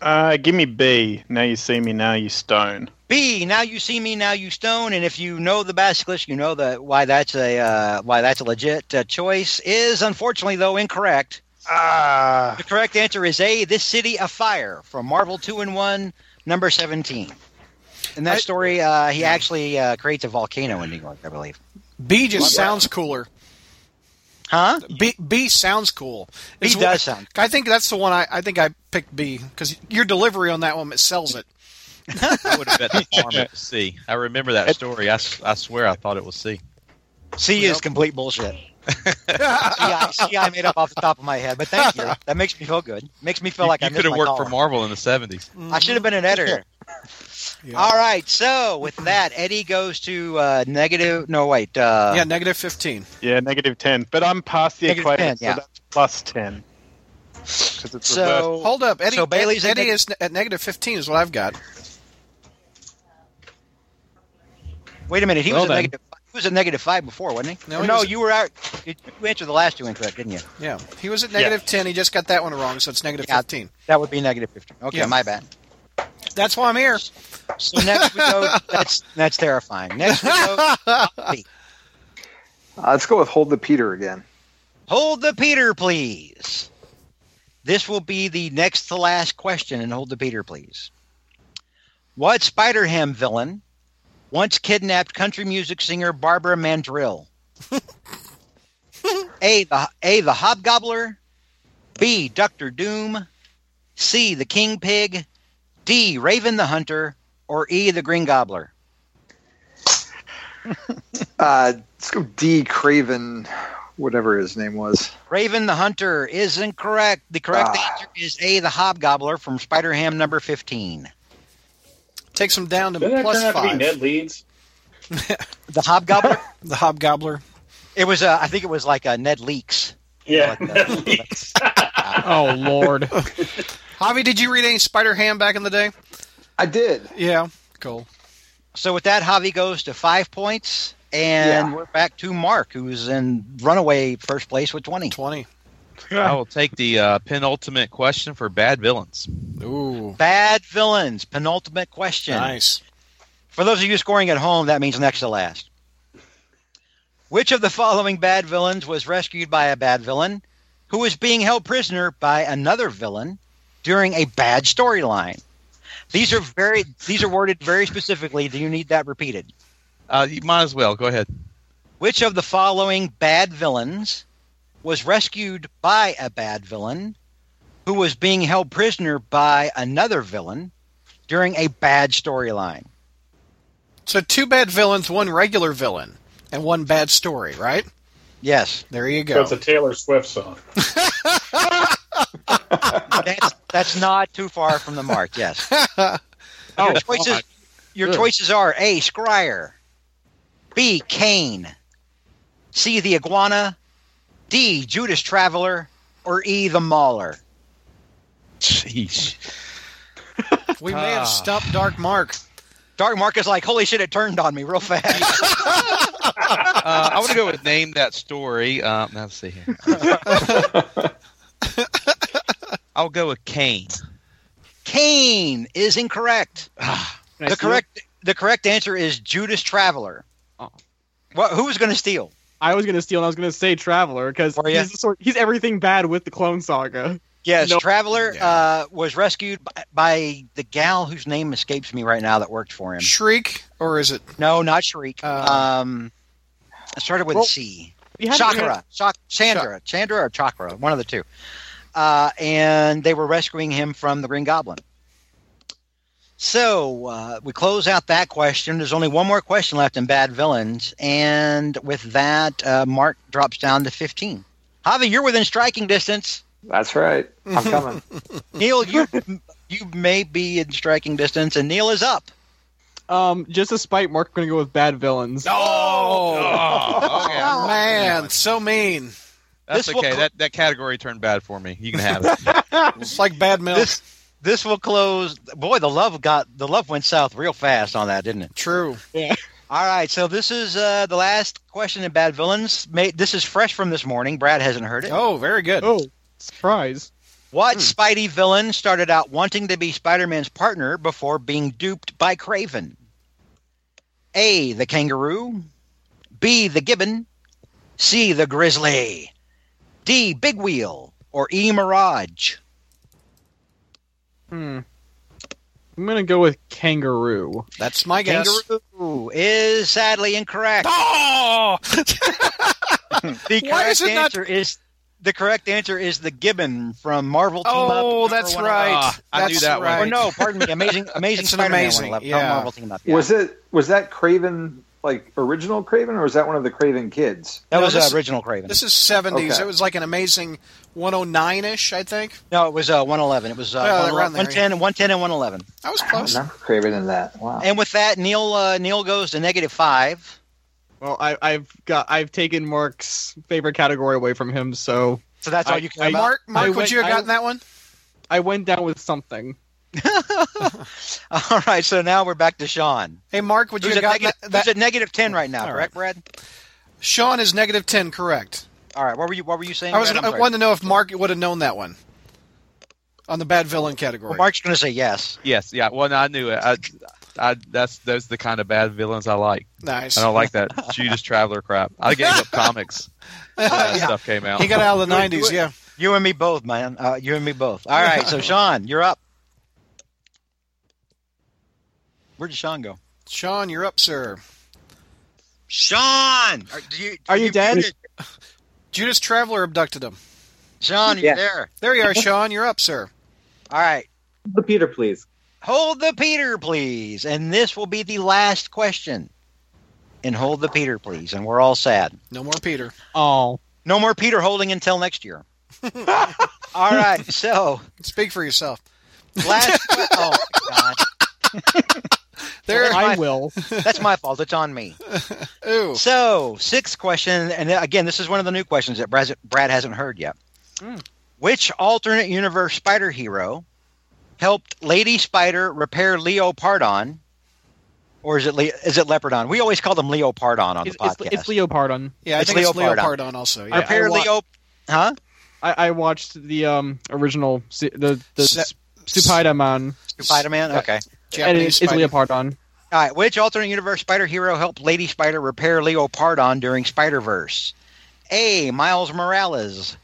[SPEAKER 4] Uh, give me B. Now you see me. Now you stone.
[SPEAKER 5] B. Now you see me. Now you stone. And if you know the basilisk, you know that why that's a uh, why that's a legit uh, choice is unfortunately though incorrect.
[SPEAKER 4] Ah.
[SPEAKER 5] The correct answer is A. This city of fire from Marvel Two and One, number seventeen. In that
[SPEAKER 6] I-
[SPEAKER 5] story, uh, he actually uh, creates a volcano in New York, I believe.
[SPEAKER 6] B just sounds cooler.
[SPEAKER 5] Huh?
[SPEAKER 6] B B sounds cool.
[SPEAKER 5] B
[SPEAKER 6] It's
[SPEAKER 5] does
[SPEAKER 6] one-
[SPEAKER 5] sound-
[SPEAKER 6] I think that's the one I, I think I picked B because your delivery on that one it sells it.
[SPEAKER 2] I would have bet the farm it was C. I remember that story. I, s- I swear I thought it was C.
[SPEAKER 5] C is complete bullshit. yeah, see, I made up off the top of my head, but thank you. That makes me feel good. Makes me feel
[SPEAKER 2] you
[SPEAKER 5] like
[SPEAKER 2] you
[SPEAKER 5] I
[SPEAKER 2] could have worked for
[SPEAKER 5] Marvel.
[SPEAKER 2] Marvel in the 70s.
[SPEAKER 5] I should have been an editor.
[SPEAKER 6] Yeah.
[SPEAKER 5] All right, so with that, Eddie goes to uh, negative. No, wait. Uh,
[SPEAKER 6] yeah, negative fifteen.
[SPEAKER 4] Yeah, negative ten. But I'm past the
[SPEAKER 5] Negative
[SPEAKER 4] equator,
[SPEAKER 5] 10, yeah.
[SPEAKER 4] so that's plus ten. 'Cause it's reversed.
[SPEAKER 5] So
[SPEAKER 6] Hold up, Eddie.
[SPEAKER 5] So Bailey's at
[SPEAKER 6] Eddie
[SPEAKER 5] neg-
[SPEAKER 6] is ne- at negative fifteen is what I've got.
[SPEAKER 5] wait a minute. He
[SPEAKER 10] Well
[SPEAKER 5] was a
[SPEAKER 10] then.
[SPEAKER 5] negative. He was a negative five before, wasn't he?
[SPEAKER 6] No, he
[SPEAKER 5] no,
[SPEAKER 6] was-
[SPEAKER 5] you were out. You you answered the last two incorrect, didn't you?
[SPEAKER 6] Yeah, he was at negative ten. He just got that one wrong, so it's negative
[SPEAKER 5] Yeah.
[SPEAKER 6] fifteen.
[SPEAKER 5] That would be negative fifteen. Okay,
[SPEAKER 6] Yeah.
[SPEAKER 5] my bad.
[SPEAKER 6] That's why I'm here.
[SPEAKER 5] So next we go. That's that's terrifying. Next we go.
[SPEAKER 9] Uh, let's go with hold the Peter again.
[SPEAKER 5] Hold the Peter, please. This will be the next to last question, and hold the Peter, please. What Spider Ham villain once kidnapped country music singer Barbara Mandrill? A the A the Hobgobbler, B Doctor Doom, C the King Pig, D Raven the Hunter, or E the Green Gobbler.
[SPEAKER 9] Uh, let's go D Craven, whatever his name was.
[SPEAKER 5] Raven the Hunter is incorrect. The correct
[SPEAKER 9] Ah.
[SPEAKER 5] answer is A the Hobgobbler from Spider Ham number fifteen.
[SPEAKER 6] Takes him down to
[SPEAKER 7] Didn't that
[SPEAKER 6] plus
[SPEAKER 7] turn out to be
[SPEAKER 6] five.
[SPEAKER 7] Ned Leeds?
[SPEAKER 5] The Hobgobbler.
[SPEAKER 6] the Hobgobbler.
[SPEAKER 5] it was. Uh, I think it was like uh, Ned Leaks.
[SPEAKER 7] Yeah,
[SPEAKER 5] like that.
[SPEAKER 7] Ned Leeds.
[SPEAKER 10] Oh lord.
[SPEAKER 6] Javi, did you read any Spider Ham back in the day?
[SPEAKER 9] I did.
[SPEAKER 6] Yeah, cool.
[SPEAKER 5] So with that, Javi goes to five points, and
[SPEAKER 9] Yeah.
[SPEAKER 5] we're back to Mark, who's in runaway first place with twenty.
[SPEAKER 6] Twenty.
[SPEAKER 2] I will take the uh, penultimate question for bad villains.
[SPEAKER 6] Ooh,
[SPEAKER 5] Bad villains. Penultimate question.
[SPEAKER 6] nice.
[SPEAKER 5] For those of you scoring at home, that means next to last. Which of the following bad villains was rescued by a bad villain who was being held prisoner by another villain during a bad storyline? These are very these are worded very specifically. Do you need that repeated?
[SPEAKER 2] Uh, you might as well. Go ahead.
[SPEAKER 5] Which of the following bad villains was rescued by a bad villain who was being held prisoner by another villain during a bad storyline?
[SPEAKER 6] So two bad villains, one regular villain, and one bad story. Right
[SPEAKER 5] Yes,
[SPEAKER 6] there, you
[SPEAKER 7] So
[SPEAKER 6] go.
[SPEAKER 7] it's a Taylor Swift song.
[SPEAKER 5] that's, that's not too far from the mark. Yes. your choices, your
[SPEAKER 10] Good.
[SPEAKER 5] choices are A. Scryer, B. Kane, C. The Iguana. D. Judas Traveler. Or E. The Mauler.
[SPEAKER 2] Jeez.
[SPEAKER 6] We may
[SPEAKER 10] Ah.
[SPEAKER 6] have stumped Dark Mark.
[SPEAKER 5] Dark Mark is like, holy shit, it turned on me real fast.
[SPEAKER 2] Uh, I want to go with name that story. Um, let's see here. I'll go with Kane.
[SPEAKER 5] Kane is incorrect.
[SPEAKER 10] Can I
[SPEAKER 5] the
[SPEAKER 10] steal?
[SPEAKER 5] correct the correct answer is Judas Traveler.
[SPEAKER 10] Oh.
[SPEAKER 5] What, who was going to steal?
[SPEAKER 10] I was gonna steal, and I was gonna say Traveler because
[SPEAKER 5] Were ya?
[SPEAKER 10] he's, the sort- he's everything bad with the Clone Saga.
[SPEAKER 5] Yes,
[SPEAKER 10] No.
[SPEAKER 5] Traveler
[SPEAKER 11] Yeah.
[SPEAKER 5] uh, was rescued by, by the gal whose name escapes me right now that worked for him.
[SPEAKER 6] Shriek, or is it?
[SPEAKER 5] No, not Shriek.
[SPEAKER 6] Uh.
[SPEAKER 5] um, it started with
[SPEAKER 10] Well,
[SPEAKER 5] C.
[SPEAKER 10] We had- we had-
[SPEAKER 5] Chakra, Chak- Chandra, Chandra or Chakra, one of the two. Uh, and they were rescuing him from the Green Goblin. So uh, we close out that question. There's only one more question left in Bad Villains, and with that, uh, Mark drops down to 15. Javi, you're within striking distance.
[SPEAKER 9] That's right. I'm coming.
[SPEAKER 5] Neil, you you may be in striking distance, and Neil is up.
[SPEAKER 10] um, just a spite, Mark gonna go with bad villains.
[SPEAKER 2] Oh, okay.
[SPEAKER 6] Oh, man, so mean.
[SPEAKER 2] That's
[SPEAKER 5] This will
[SPEAKER 2] okay.
[SPEAKER 5] cl-
[SPEAKER 2] that that category turned bad for me. You can have it.
[SPEAKER 6] It's like bad milk.
[SPEAKER 5] This this will close. Boy, the love got the love went south real fast on that, didn't it?
[SPEAKER 6] True.
[SPEAKER 5] All right, so this is uh, the last question in Bad Villains. May, this is fresh from this morning. Brad hasn't heard it.
[SPEAKER 6] Oh, very good. Hmm.
[SPEAKER 10] Oh, surprise!
[SPEAKER 5] What Spidey villain started out wanting to be Spider Man's partner before being duped by Craven? A. The kangaroo. B. The gibbon. C. The grizzly. D. Big Wheel. Or E. Mirage.
[SPEAKER 10] Hmm. I'm gonna go with kangaroo.
[SPEAKER 6] That's my guess.
[SPEAKER 5] Kangaroo is sadly incorrect.
[SPEAKER 6] Oh!
[SPEAKER 5] The
[SPEAKER 6] Why
[SPEAKER 5] correct
[SPEAKER 6] is it not-
[SPEAKER 5] answer is the correct answer is the gibbon from Marvel Team Up.
[SPEAKER 6] Oh,
[SPEAKER 5] number
[SPEAKER 6] that's
[SPEAKER 5] 109.
[SPEAKER 6] right.
[SPEAKER 2] Ah, I
[SPEAKER 6] that's
[SPEAKER 2] knew that one.
[SPEAKER 6] right.
[SPEAKER 5] Or no, pardon me, Amazing Amazing
[SPEAKER 6] It's an
[SPEAKER 5] Spider-Man
[SPEAKER 6] amazing,
[SPEAKER 5] one left
[SPEAKER 6] yeah.
[SPEAKER 5] on Marvel Team Up. yeah.
[SPEAKER 9] Was it was that Craven like original Craven or was that one of the Craven kids?
[SPEAKER 5] that
[SPEAKER 6] No,
[SPEAKER 5] was
[SPEAKER 6] this-
[SPEAKER 5] uh, original Craven.
[SPEAKER 6] This is 70s.
[SPEAKER 9] Okay.
[SPEAKER 6] It was like an amazing 109 ish, I think.
[SPEAKER 5] no, it was uh, 111. It was uh,
[SPEAKER 6] Yeah,
[SPEAKER 5] 111,
[SPEAKER 6] around there,
[SPEAKER 5] 110 and 110 and 111.
[SPEAKER 6] I was
[SPEAKER 9] I don't
[SPEAKER 6] close.
[SPEAKER 9] remember Craven in that. Wow.
[SPEAKER 5] And with that, Neil uh, Neil goes to negative five.
[SPEAKER 10] Well, I, I've got I've taken Mark's favorite category away from him, so
[SPEAKER 5] So that's all
[SPEAKER 10] I-
[SPEAKER 5] you
[SPEAKER 10] I-
[SPEAKER 5] care about.
[SPEAKER 6] Mark, Mark
[SPEAKER 10] I
[SPEAKER 6] would
[SPEAKER 10] went-
[SPEAKER 6] you have
[SPEAKER 10] I-
[SPEAKER 6] gotten that one?
[SPEAKER 10] I went down with something.
[SPEAKER 5] All right, so now we're back to Sean.
[SPEAKER 6] Hey, Mark, would you
[SPEAKER 5] Who's
[SPEAKER 6] have
[SPEAKER 5] at,
[SPEAKER 6] gotten
[SPEAKER 5] negative,
[SPEAKER 6] that?
[SPEAKER 5] who's
[SPEAKER 6] that-
[SPEAKER 5] at negative 10 right now,
[SPEAKER 6] All
[SPEAKER 5] correct, Brad?
[SPEAKER 6] Sean is negative 10, correct.
[SPEAKER 5] All right, what were you what were you saying?
[SPEAKER 6] I was
[SPEAKER 5] Brad? I'm
[SPEAKER 6] I
[SPEAKER 5] sorry.
[SPEAKER 6] wanted to know if Mark would have known that one on the bad villain category.
[SPEAKER 5] Well, Mark's going to say yes.
[SPEAKER 2] yes. Yeah. Well, no, I knew it. I, I, that's those are the kind of bad villains I like.
[SPEAKER 6] nice.
[SPEAKER 2] I don't like that Judas Traveler crap. I gave up comics. when That stuff came out.
[SPEAKER 6] He got out of the 90s,
[SPEAKER 5] it.
[SPEAKER 6] yeah.
[SPEAKER 5] You and me both, man. Uh, you and me both. All right, so Sean, you're up. Where did Sean go?
[SPEAKER 6] Sean, you're up, sir.
[SPEAKER 5] Sean, are do you,
[SPEAKER 10] Are you dead?
[SPEAKER 6] Judas Traveler abducted him.
[SPEAKER 5] Sean, you're
[SPEAKER 8] Yes.
[SPEAKER 5] there.
[SPEAKER 6] There you are, Sean. You're up, sir.
[SPEAKER 5] All right,
[SPEAKER 8] The Peter, please.
[SPEAKER 5] hold the Peter, please, and this will be the last question. And hold the Peter, please, and we're all sad.
[SPEAKER 6] No more Peter.
[SPEAKER 10] Oh,
[SPEAKER 5] No more Peter holding until next year. all right, so
[SPEAKER 6] Speak for yourself.
[SPEAKER 5] last. Oh my God,
[SPEAKER 6] There.
[SPEAKER 10] I will.
[SPEAKER 5] that's my fault. It's on me.
[SPEAKER 6] Ooh.
[SPEAKER 5] So, sixth question, and again, this is one of the new questions that Brad, Brad hasn't heard yet. Hmm.
[SPEAKER 10] Mm.
[SPEAKER 5] Which alternate universe spider hero helped Lady Spider repair Leopardon? Or is it Le- is it Leopardon? We always call them Leopardon on
[SPEAKER 10] It's,
[SPEAKER 5] the
[SPEAKER 10] it's,
[SPEAKER 5] podcast.
[SPEAKER 10] it's Leopardon.
[SPEAKER 6] Yeah, I
[SPEAKER 5] It's
[SPEAKER 6] think it's
[SPEAKER 5] Leopardon.
[SPEAKER 6] Leopardon also. Yeah.
[SPEAKER 10] I-
[SPEAKER 5] repair
[SPEAKER 10] wa-
[SPEAKER 5] Leo, huh?
[SPEAKER 10] I, I watched the um original se- the the
[SPEAKER 6] Se-
[SPEAKER 10] S- Supaidaman,
[SPEAKER 5] Spider Man. Okay.
[SPEAKER 10] and it's, it's
[SPEAKER 6] Spider-
[SPEAKER 10] Leopardon.
[SPEAKER 5] All right, which alternate universe spider hero helped Lady Spider repair Leopardon during Spider Verse? A. Miles Morales.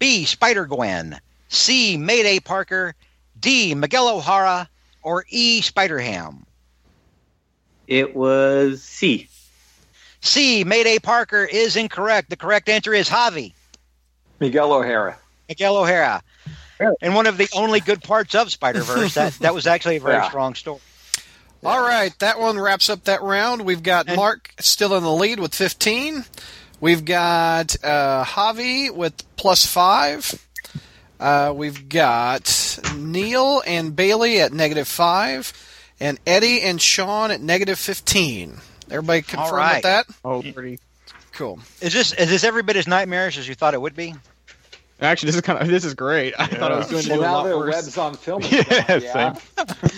[SPEAKER 5] B. Spider Gwen. C. Mayday Parker. D. Miguel O'Hara. Or E. Spider Ham.
[SPEAKER 8] It was C.
[SPEAKER 5] C. Mayday Parker is incorrect. The correct answer is Javi.
[SPEAKER 9] Miguel O'Hara.
[SPEAKER 5] Miguel O'Hara.
[SPEAKER 8] Really?
[SPEAKER 5] And one of the only good parts of Spider Verse, that, that was actually a very
[SPEAKER 9] Yeah.
[SPEAKER 5] strong story.
[SPEAKER 6] All right, that one wraps up that round. We've got
[SPEAKER 5] And-
[SPEAKER 6] Mark still in the lead with 15. We've got uh, Javi with plus five. Uh, we've got Neil and Bailey at negative five, and Eddie and Sean at negative 15. Everybody confirm
[SPEAKER 5] right.
[SPEAKER 6] with that?
[SPEAKER 10] Oh, pretty.
[SPEAKER 6] cool.
[SPEAKER 5] Is this is this every bit as nightmarish as you thought it would be?
[SPEAKER 10] Actually, this is kind of this is great. I thought I was going to
[SPEAKER 9] Well,
[SPEAKER 10] do a
[SPEAKER 9] now
[SPEAKER 10] lot
[SPEAKER 9] their
[SPEAKER 10] worse.
[SPEAKER 9] web's on film.
[SPEAKER 4] Yeah,
[SPEAKER 9] yeah.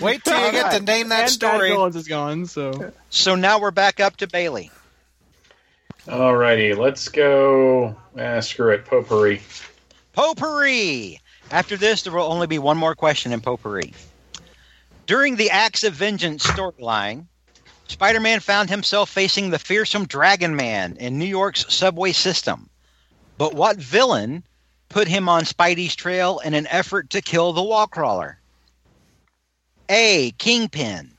[SPEAKER 6] Wait till you get to name that
[SPEAKER 10] and Bad
[SPEAKER 6] story.
[SPEAKER 10] Villains is gone, so
[SPEAKER 5] So now we're back up to Bailey.
[SPEAKER 7] Alrighty, let's go. Ah, screw it, potpourri.
[SPEAKER 5] Potpourri. After this, there will only be one more question in Potpourri. During the Acts of Vengeance storyline, Spider Man found himself facing the fearsome Dragon Man in New York's subway system. But what villain put him on Spidey's trail in an effort to kill the wall crawler? A. Kingpin.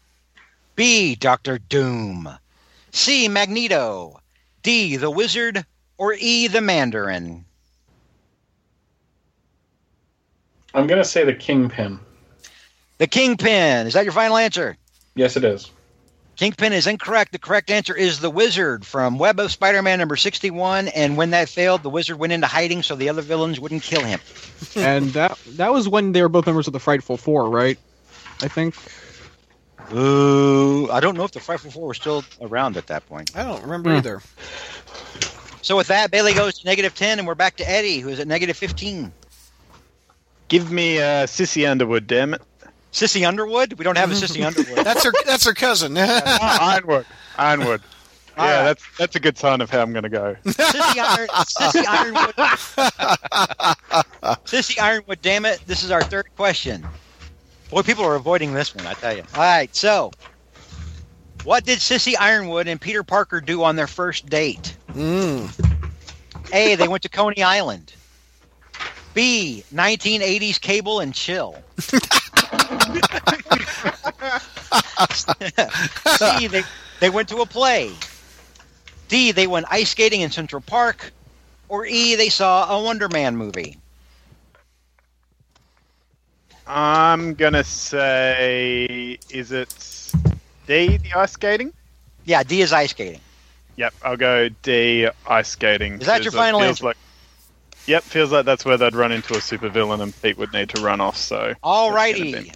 [SPEAKER 5] B. Doctor Doom. C. Magneto. D. The Wizard. Or E. The Mandarin.
[SPEAKER 7] I'm gonna say the kingpin.
[SPEAKER 5] The Kingpin. Is that your final answer?
[SPEAKER 7] Yes, it is.
[SPEAKER 5] Kingpin is incorrect. The correct answer is the Wizard from Web of Spider Man number 61. And when that failed, the Wizard went into hiding so the other villains wouldn't kill him.
[SPEAKER 10] and that that was when they were both members of the Frightful Four, right? I think.
[SPEAKER 5] Ooh. I don't know if the Frightful Four were still around at that point.
[SPEAKER 6] I don't remember
[SPEAKER 10] Hmm.
[SPEAKER 6] either.
[SPEAKER 5] So with that, Bailey goes to negative 10, and we're back to Eddie, who is at negative 15.
[SPEAKER 4] Give me uh, Sissy Underwood, damn it.
[SPEAKER 5] Sissy Underwood? We don't have a Sissy Underwood.
[SPEAKER 6] That's her. That's her cousin.
[SPEAKER 4] Ironwood. Ironwood.
[SPEAKER 5] All
[SPEAKER 4] Yeah,
[SPEAKER 5] right.
[SPEAKER 4] that's that's a good sign of how I'm going to go.
[SPEAKER 5] Sissy, Iron, Sissy Ironwood. Sissy Ironwood, damn it. This is our third question. Boy, people are avoiding this one, I tell you. All right, so what did Sissy Ironwood and Peter Parker do on their first date?
[SPEAKER 6] Mm.
[SPEAKER 5] A, they went to Coney Island. B, 1980s cable and chill. C, they, they went to a play. D, they went ice skating in Central Park. Or E, they saw a Wonder Man movie.
[SPEAKER 4] I'm going to say, is it D, the ice skating?
[SPEAKER 5] Yeah, D is ice skating.
[SPEAKER 4] Yep, I'll go D, ice skating.
[SPEAKER 5] Is that your
[SPEAKER 4] Feels
[SPEAKER 5] final
[SPEAKER 4] feels
[SPEAKER 5] answer?
[SPEAKER 4] Like, yep, feels like that's where they'd run into a supervillain and Pete would need to run off, so. That's gonna
[SPEAKER 5] Alrighty.
[SPEAKER 4] be-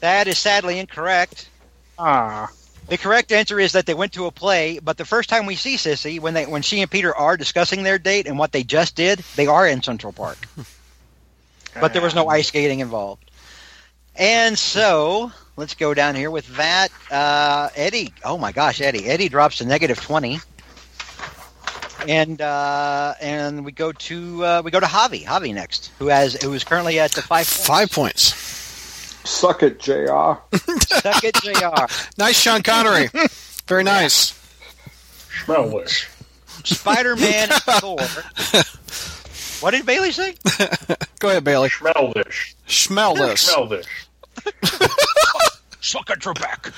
[SPEAKER 5] That is sadly incorrect.
[SPEAKER 4] Ah.
[SPEAKER 5] The correct answer is that they went to a play, but the first time we see Sissy, when they when she and Peter are discussing their date and what they just did, they are in Central Park. but there was no ice skating involved. And so let's go down here with that. Uh, Eddie, oh my gosh, Eddie. Eddie drops to negative twenty, and uh, and we go to uh, we go to Javi. Javi next, who has who is currently at the five. points.
[SPEAKER 6] Five points.
[SPEAKER 9] Suck it, JR.
[SPEAKER 5] Suck it, Jr.
[SPEAKER 6] Nice, Sean Connery. Very nice.
[SPEAKER 7] Smell wish.
[SPEAKER 5] Spider-Man and Thor. What did Bailey say?
[SPEAKER 6] Go ahead, Bailey.
[SPEAKER 7] Smell this.
[SPEAKER 6] Smell this.
[SPEAKER 7] Smell this.
[SPEAKER 5] Suck at your back.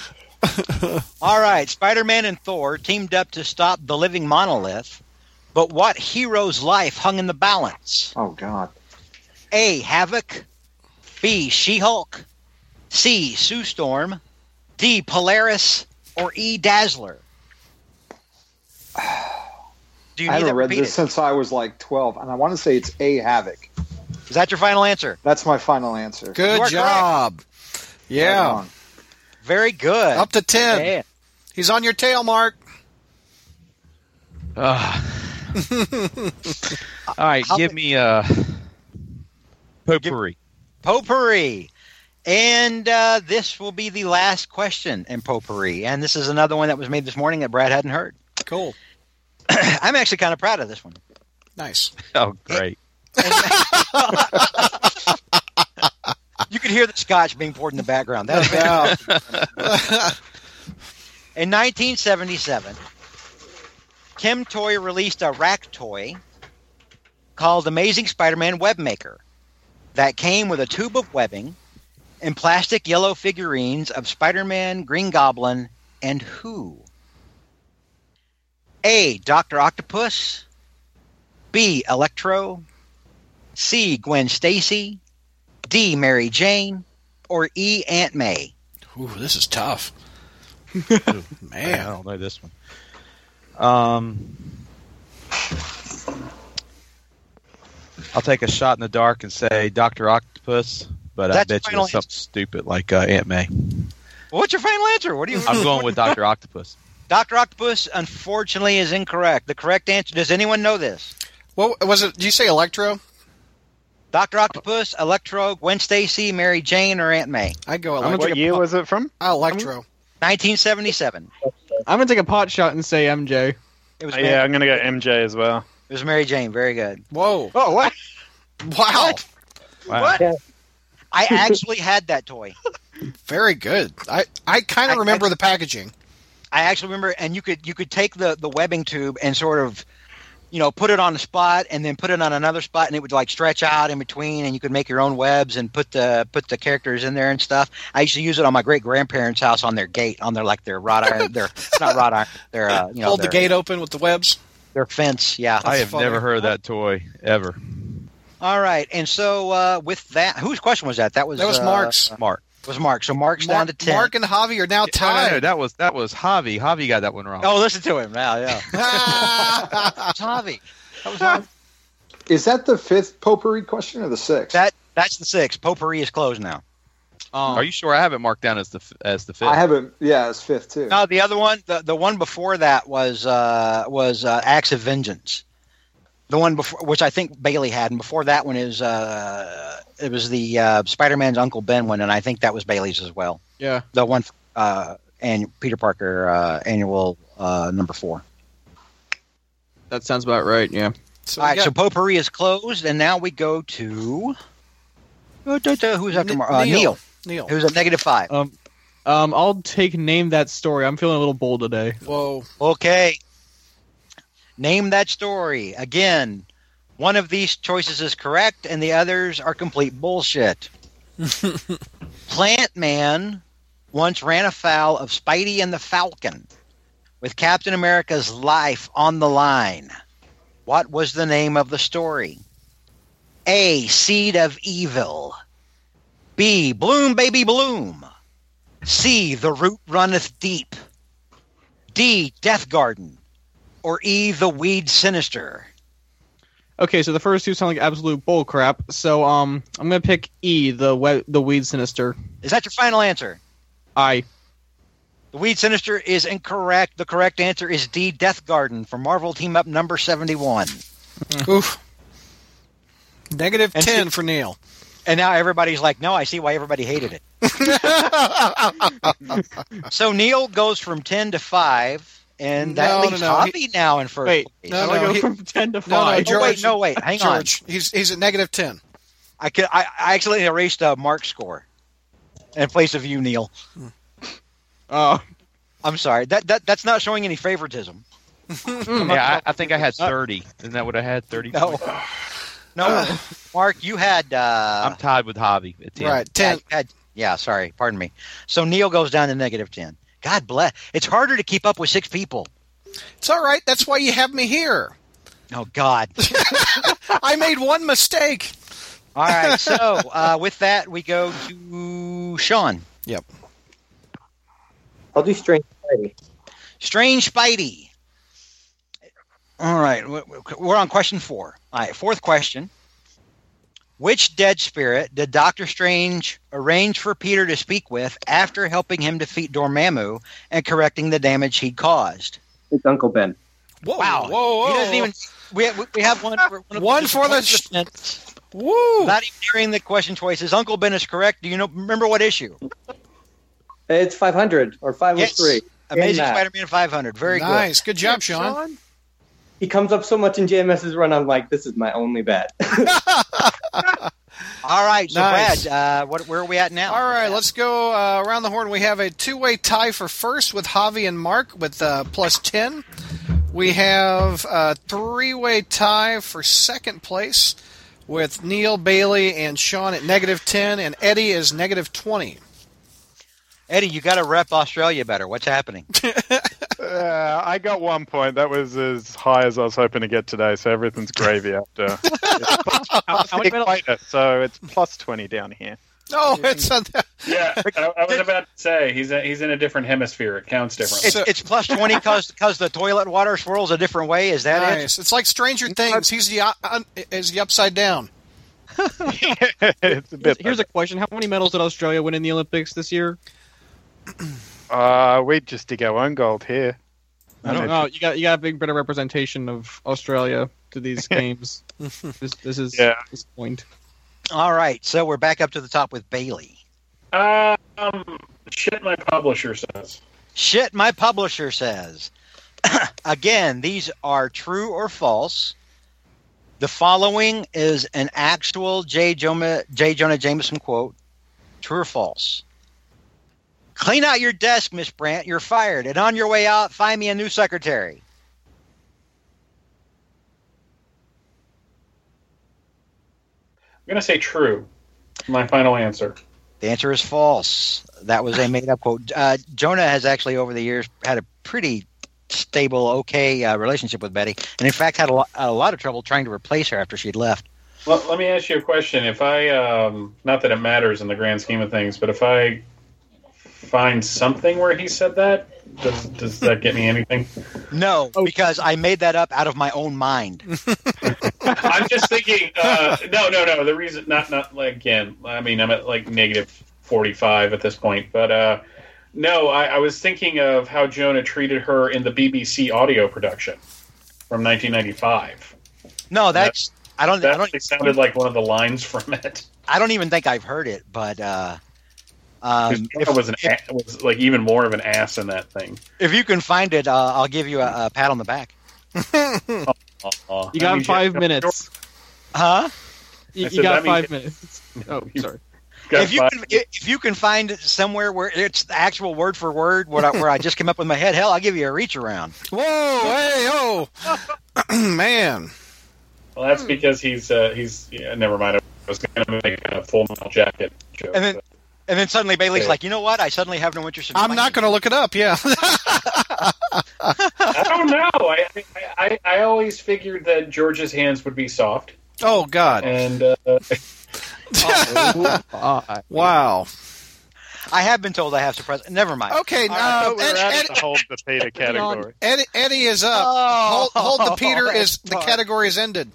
[SPEAKER 5] All right, Spider-Man and Thor teamed up to stop the living monolith, but what hero's life hung in the balance?
[SPEAKER 9] Oh God.
[SPEAKER 5] A. Havoc. B. She-Hulk. C. Sue Storm. D. Polaris. Or E. Dazzler. Do you
[SPEAKER 9] I
[SPEAKER 5] need that
[SPEAKER 9] haven't read
[SPEAKER 5] repeated?
[SPEAKER 9] this since I was like 12, and I want to say it's A Havoc.
[SPEAKER 5] Is that your final answer?
[SPEAKER 9] That's my final answer.
[SPEAKER 5] You are
[SPEAKER 6] Good
[SPEAKER 5] correct.
[SPEAKER 6] job. Yeah.
[SPEAKER 9] Right on.
[SPEAKER 5] Very good.
[SPEAKER 6] Up to ten.
[SPEAKER 5] Yeah.
[SPEAKER 6] He's on your tail, Mark.
[SPEAKER 2] All right,
[SPEAKER 5] How
[SPEAKER 2] give
[SPEAKER 5] ma-
[SPEAKER 2] me uh, potpourri.
[SPEAKER 5] Potpourri. And uh, this will be the last question in Potpourri. And this is another one that was made this morning that Brad hadn't heard.
[SPEAKER 6] Cool.
[SPEAKER 5] I'm actually kind of proud of this one.
[SPEAKER 6] Nice.
[SPEAKER 2] Oh, great!
[SPEAKER 5] You could hear the scotch being poured in the background. That was bad.
[SPEAKER 6] Yeah.
[SPEAKER 5] In 1977, Kim Toy released a rack toy called Amazing Spider-Man Webmaker that came with a tube of webbing and plastic yellow figurines of Spider-Man, Green Goblin, and who? A. Doctor Octopus. B. Electro. C. Gwen Stacy. D. Mary Jane. Or E. Aunt May.
[SPEAKER 6] Ooh, this is tough. Man.
[SPEAKER 2] I don't know this one. Um, I'll take a shot in the dark and say Doctor Octopus, but I
[SPEAKER 5] That's
[SPEAKER 2] bet you
[SPEAKER 5] final
[SPEAKER 2] it's something stupid like uh, Aunt May.
[SPEAKER 5] What's your final answer? What do you?
[SPEAKER 2] I'm going with Doctor Octopus.
[SPEAKER 5] Doctor Octopus, unfortunately, is incorrect. The correct answer. Does anyone know this?
[SPEAKER 6] What was it? Did you say Electro?
[SPEAKER 5] Doctor Octopus, Electro, Gwen Stacy, Mary Jane, or Aunt May?
[SPEAKER 6] I go
[SPEAKER 4] How much
[SPEAKER 6] Electro.
[SPEAKER 4] what year was it from?
[SPEAKER 6] Electro.
[SPEAKER 5] 1977.
[SPEAKER 10] I'm gonna take a pot shot and say MJ.
[SPEAKER 5] It was, Mary,
[SPEAKER 4] Oh, Yeah, I'm gonna go MJ as well.
[SPEAKER 5] it was Mary Jane. Very good.
[SPEAKER 6] Whoa!
[SPEAKER 10] Oh what?
[SPEAKER 6] Wow!
[SPEAKER 2] Wow.
[SPEAKER 5] What?
[SPEAKER 8] Yeah.
[SPEAKER 5] I actually had that toy.
[SPEAKER 6] Very good. I I kind
[SPEAKER 5] I-
[SPEAKER 6] of
[SPEAKER 5] I-
[SPEAKER 6] remember the packaging.
[SPEAKER 5] I actually remember, and you could you could take the the webbing tube and sort of, you know, put it on a spot and then put it on another spot, and it would like stretch out in between, and you could make your own webs and put the put the characters in there and stuff. I used to use it on my great grandparents' house on their gate, on their like their wrought iron, their it's not wrought iron, their uh, you know,
[SPEAKER 6] Hold
[SPEAKER 5] their,
[SPEAKER 6] the gate open with the webs.
[SPEAKER 5] their fence, yeah.
[SPEAKER 2] I
[SPEAKER 6] That's
[SPEAKER 2] have
[SPEAKER 6] funny.
[SPEAKER 2] never heard of that toy ever.
[SPEAKER 5] All right, and so uh, with that, whose question was that? That was
[SPEAKER 6] That was
[SPEAKER 5] uh,
[SPEAKER 6] Mark's.
[SPEAKER 2] Mark.
[SPEAKER 5] Was Mark? So Mark's down to
[SPEAKER 6] Mark,
[SPEAKER 5] ten.
[SPEAKER 6] Mark and Javi are now
[SPEAKER 2] No, no,
[SPEAKER 6] tied.
[SPEAKER 2] no, that was that was Javi. Javi got that one wrong.
[SPEAKER 5] oh, listen to him now. Yeah,
[SPEAKER 6] Ah!
[SPEAKER 5] It's Javi. That was Javi.
[SPEAKER 9] Is that the fifth potpourri question or the sixth?
[SPEAKER 5] That that's the six. Potpourri is closed now.
[SPEAKER 6] Oh.
[SPEAKER 2] Are you sure I haven't marked down as the f- as the fifth?
[SPEAKER 9] I haven't. Yeah, it's fifth too.
[SPEAKER 5] No, the other one, the, the one before that was uh, was uh, Acts of Vengeance. The one before, which I think Bailey had, and before that one is uh, it was the uh, Spider Man's Uncle Ben one, and I think that was Bailey's as well.
[SPEAKER 10] Yeah.
[SPEAKER 5] The one uh, and Peter Parker uh, annual uh, number four.
[SPEAKER 10] That sounds about right. Yeah.
[SPEAKER 6] So
[SPEAKER 5] All right,
[SPEAKER 6] we
[SPEAKER 5] so
[SPEAKER 6] got
[SPEAKER 5] potpourri is closed, and now we go to uh, da- da- who's after
[SPEAKER 6] N-
[SPEAKER 5] Mar- uh,
[SPEAKER 6] Neil.
[SPEAKER 5] Neil,
[SPEAKER 6] Neil.
[SPEAKER 5] who's at negative five.
[SPEAKER 10] Um, um, I'll take name that story. I'm feeling a little bold today.
[SPEAKER 6] Whoa!
[SPEAKER 5] Okay. Name that story. Again, one of these choices is correct and the others are complete bullshit. Plant Man once ran afoul of Spidey and the Falcon with Captain America's life on the line. What was the name of the story? A. Seed of Evil. B. Bloom, Baby Bloom. C. The Root Runneth Deep. D. Death Garden, or E. The Weed Sinister.
[SPEAKER 10] Okay, so the first two sound like absolute bull crap. So um, I'm gonna pick E, the we- the weed sinister.
[SPEAKER 5] Is that your final answer?
[SPEAKER 10] I.
[SPEAKER 5] The Weed Sinister is incorrect. The correct answer is D. Death Garden for Marvel Team Up number 71.
[SPEAKER 6] Oof. Hmm. Negative
[SPEAKER 5] And
[SPEAKER 6] ten for Neil.
[SPEAKER 5] And now everybody's like, no, I see why everybody hated it. so Neil goes from 10 to 5, and that
[SPEAKER 6] No, no,
[SPEAKER 5] leaves
[SPEAKER 6] no,
[SPEAKER 5] Hobby now in first
[SPEAKER 10] Wait,
[SPEAKER 5] place.
[SPEAKER 6] No,
[SPEAKER 10] I'm gonna
[SPEAKER 6] no,
[SPEAKER 10] go
[SPEAKER 6] he-
[SPEAKER 10] from ten to
[SPEAKER 6] no,
[SPEAKER 10] five.
[SPEAKER 6] George-
[SPEAKER 5] oh, wait, no, wait. Hang on.
[SPEAKER 6] George, he's he's at negative ten.
[SPEAKER 5] I could I, I accidentally erased uh, Mark's score in place of you, Neil.
[SPEAKER 2] Hmm.
[SPEAKER 10] Oh,
[SPEAKER 5] I'm sorry. That, that That's not showing any favoritism.
[SPEAKER 6] Hmm.
[SPEAKER 2] yeah, I, I think I had thirty. Isn't that what I had? Thirty.
[SPEAKER 5] No. No, Mark, you had. Uh,
[SPEAKER 2] I'm tied with Javi at ten.
[SPEAKER 6] Right, ten.
[SPEAKER 5] you had- yeah, sorry, pardon me. So Neil goes down to negative ten. God bless. It's harder to keep up with six people.
[SPEAKER 6] It's all right. That's why you have me here.
[SPEAKER 5] Oh God.
[SPEAKER 6] I made one mistake.
[SPEAKER 5] All right. So uh, with that, we go to Sean.
[SPEAKER 8] I'll do Strange Spidey.
[SPEAKER 5] Strange Spidey. All right, w- w- we're on question four. All right, fourth question. Which dead spirit did Doctor Strange arrange for Peter to speak with after helping him defeat Dormammu and correcting the damage he caused?
[SPEAKER 8] It's Uncle Ben.
[SPEAKER 6] Whoa!
[SPEAKER 5] Wow.
[SPEAKER 6] Whoa! Whoa!
[SPEAKER 5] He doesn't even. We have, we have one. For, of
[SPEAKER 6] One for the sh-
[SPEAKER 5] defense.
[SPEAKER 6] Woo!
[SPEAKER 5] Not even hearing the question choices. Uncle Ben is correct. Do you know? Remember what issue?
[SPEAKER 8] It's 500 or 503.
[SPEAKER 5] Amazing
[SPEAKER 8] that.
[SPEAKER 5] Spider-Man 500. Very good.
[SPEAKER 6] nice. Good job, Sean.
[SPEAKER 8] He comes up so much in JMS's run, I'm like, this is my only bet.
[SPEAKER 5] All right, so
[SPEAKER 6] Nice.
[SPEAKER 5] Brad, uh, what, where are we at now?
[SPEAKER 6] All right, let's go uh, around the horn. We have a two-way tie for first with Javi and Mark with uh, plus ten. We have a three-way tie for second place with Neil Bailey and Sean at negative ten, and Eddie is negative twenty.
[SPEAKER 5] Eddie, you got to rep Australia better. What's happening?
[SPEAKER 4] Uh, I got one point. That was as high as I was hoping to get today, so everything's gravy after. It's plus- it's later, so it's plus 20 down here.
[SPEAKER 6] No, it's on the-
[SPEAKER 7] Yeah, I, I was about to say he's a, he's in a different hemisphere. It counts differently.
[SPEAKER 5] It's, it's plus twenty because the toilet water swirls a different way. Is that it?
[SPEAKER 6] nice. It's like Stranger Things. He's the uh, un- is the upside down.
[SPEAKER 4] it's a
[SPEAKER 10] here's,
[SPEAKER 4] bit.
[SPEAKER 10] here's a question: How many medals did Australia win in the Olympics this year?
[SPEAKER 4] uh, we just dig our own gold here.
[SPEAKER 10] I don't know. Oh, You got you got a big better representation of Australia to these games. this, this is
[SPEAKER 7] Yeah.
[SPEAKER 10] this point.
[SPEAKER 5] All right, so we're back up to the top with Bailey.
[SPEAKER 7] Um, shit, my publisher says.
[SPEAKER 5] Shit, my publisher says. Again, these are true or false. The following is an actual J. Jonah, J. Jonah Jameson quote True or false? Clean out your desk, Miss Brandt. You're fired. And on your way out, find me a new secretary.
[SPEAKER 7] I'm gonna say true. My final answer.
[SPEAKER 5] The answer is false. That was a made up quote. Uh, Jonah has actually, over the years, had a pretty stable, okay uh, relationship with Betty, and in fact, had a, lo- a lot of trouble trying to replace her after she'd left.
[SPEAKER 7] Well, let me ask you a question. If I, um, not that it matters in the grand scheme of things, but if I find something where he said that, does does that get me anything?
[SPEAKER 5] No,
[SPEAKER 10] Oh.
[SPEAKER 5] because I made that up out of my own mind.
[SPEAKER 7] I'm just thinking. Uh, no, no, no. The reason, not, not like again. I mean, I'm at like negative forty-five at this point, but uh, no, I, I was thinking of how Jonah treated her in the BBC audio production from 1995.
[SPEAKER 5] No, that's I don't. I
[SPEAKER 7] That
[SPEAKER 5] don't.
[SPEAKER 7] actually sounded like one of the lines from it.
[SPEAKER 5] I don't even think I've heard it, but. Uh, um,
[SPEAKER 7] Jonah was an a- was like even more of an ass in that thing.
[SPEAKER 5] if you can find it, uh, I'll give you a, a pat on the back.
[SPEAKER 7] Aw.
[SPEAKER 10] You
[SPEAKER 7] I
[SPEAKER 10] got
[SPEAKER 7] mean,
[SPEAKER 10] five
[SPEAKER 7] Jonah-
[SPEAKER 10] minutes.
[SPEAKER 5] Huh?
[SPEAKER 10] You,
[SPEAKER 7] I
[SPEAKER 10] you
[SPEAKER 7] said, I
[SPEAKER 10] got
[SPEAKER 7] mean-
[SPEAKER 10] five minutes. Oh, sorry.
[SPEAKER 7] Got
[SPEAKER 5] if you
[SPEAKER 7] five-
[SPEAKER 5] can, if you can find it somewhere where it's the actual word for word what I, where I just came up with my head, hell, I'll give you a reach around.
[SPEAKER 6] Whoa, hey, oh, man.
[SPEAKER 7] Well, that's because he's uh, he's. Yeah, never mind. I was going to make a full metal jacket joke.
[SPEAKER 5] And then,
[SPEAKER 7] but-
[SPEAKER 5] and then suddenly Bailey's
[SPEAKER 7] Yeah.
[SPEAKER 5] like, you know what? I suddenly have no interest in.
[SPEAKER 6] I'm not going to look it up. Yeah.
[SPEAKER 7] I don't know. I, I I I always figured that George's hands would be soft,
[SPEAKER 6] oh God.
[SPEAKER 7] and uh,
[SPEAKER 10] Uh,
[SPEAKER 6] Wow.
[SPEAKER 5] I have been told I have suppressed. Never mind.
[SPEAKER 6] Okay.
[SPEAKER 4] Uh,
[SPEAKER 6] Uh,
[SPEAKER 4] we're
[SPEAKER 6] Eddie,
[SPEAKER 4] out
[SPEAKER 6] Eddie,
[SPEAKER 4] of the hold the theta category.
[SPEAKER 6] Eddie, Eddie is up.
[SPEAKER 5] Oh,
[SPEAKER 6] hold, hold the Peter is the
[SPEAKER 5] that's fine.
[SPEAKER 6] category is ended.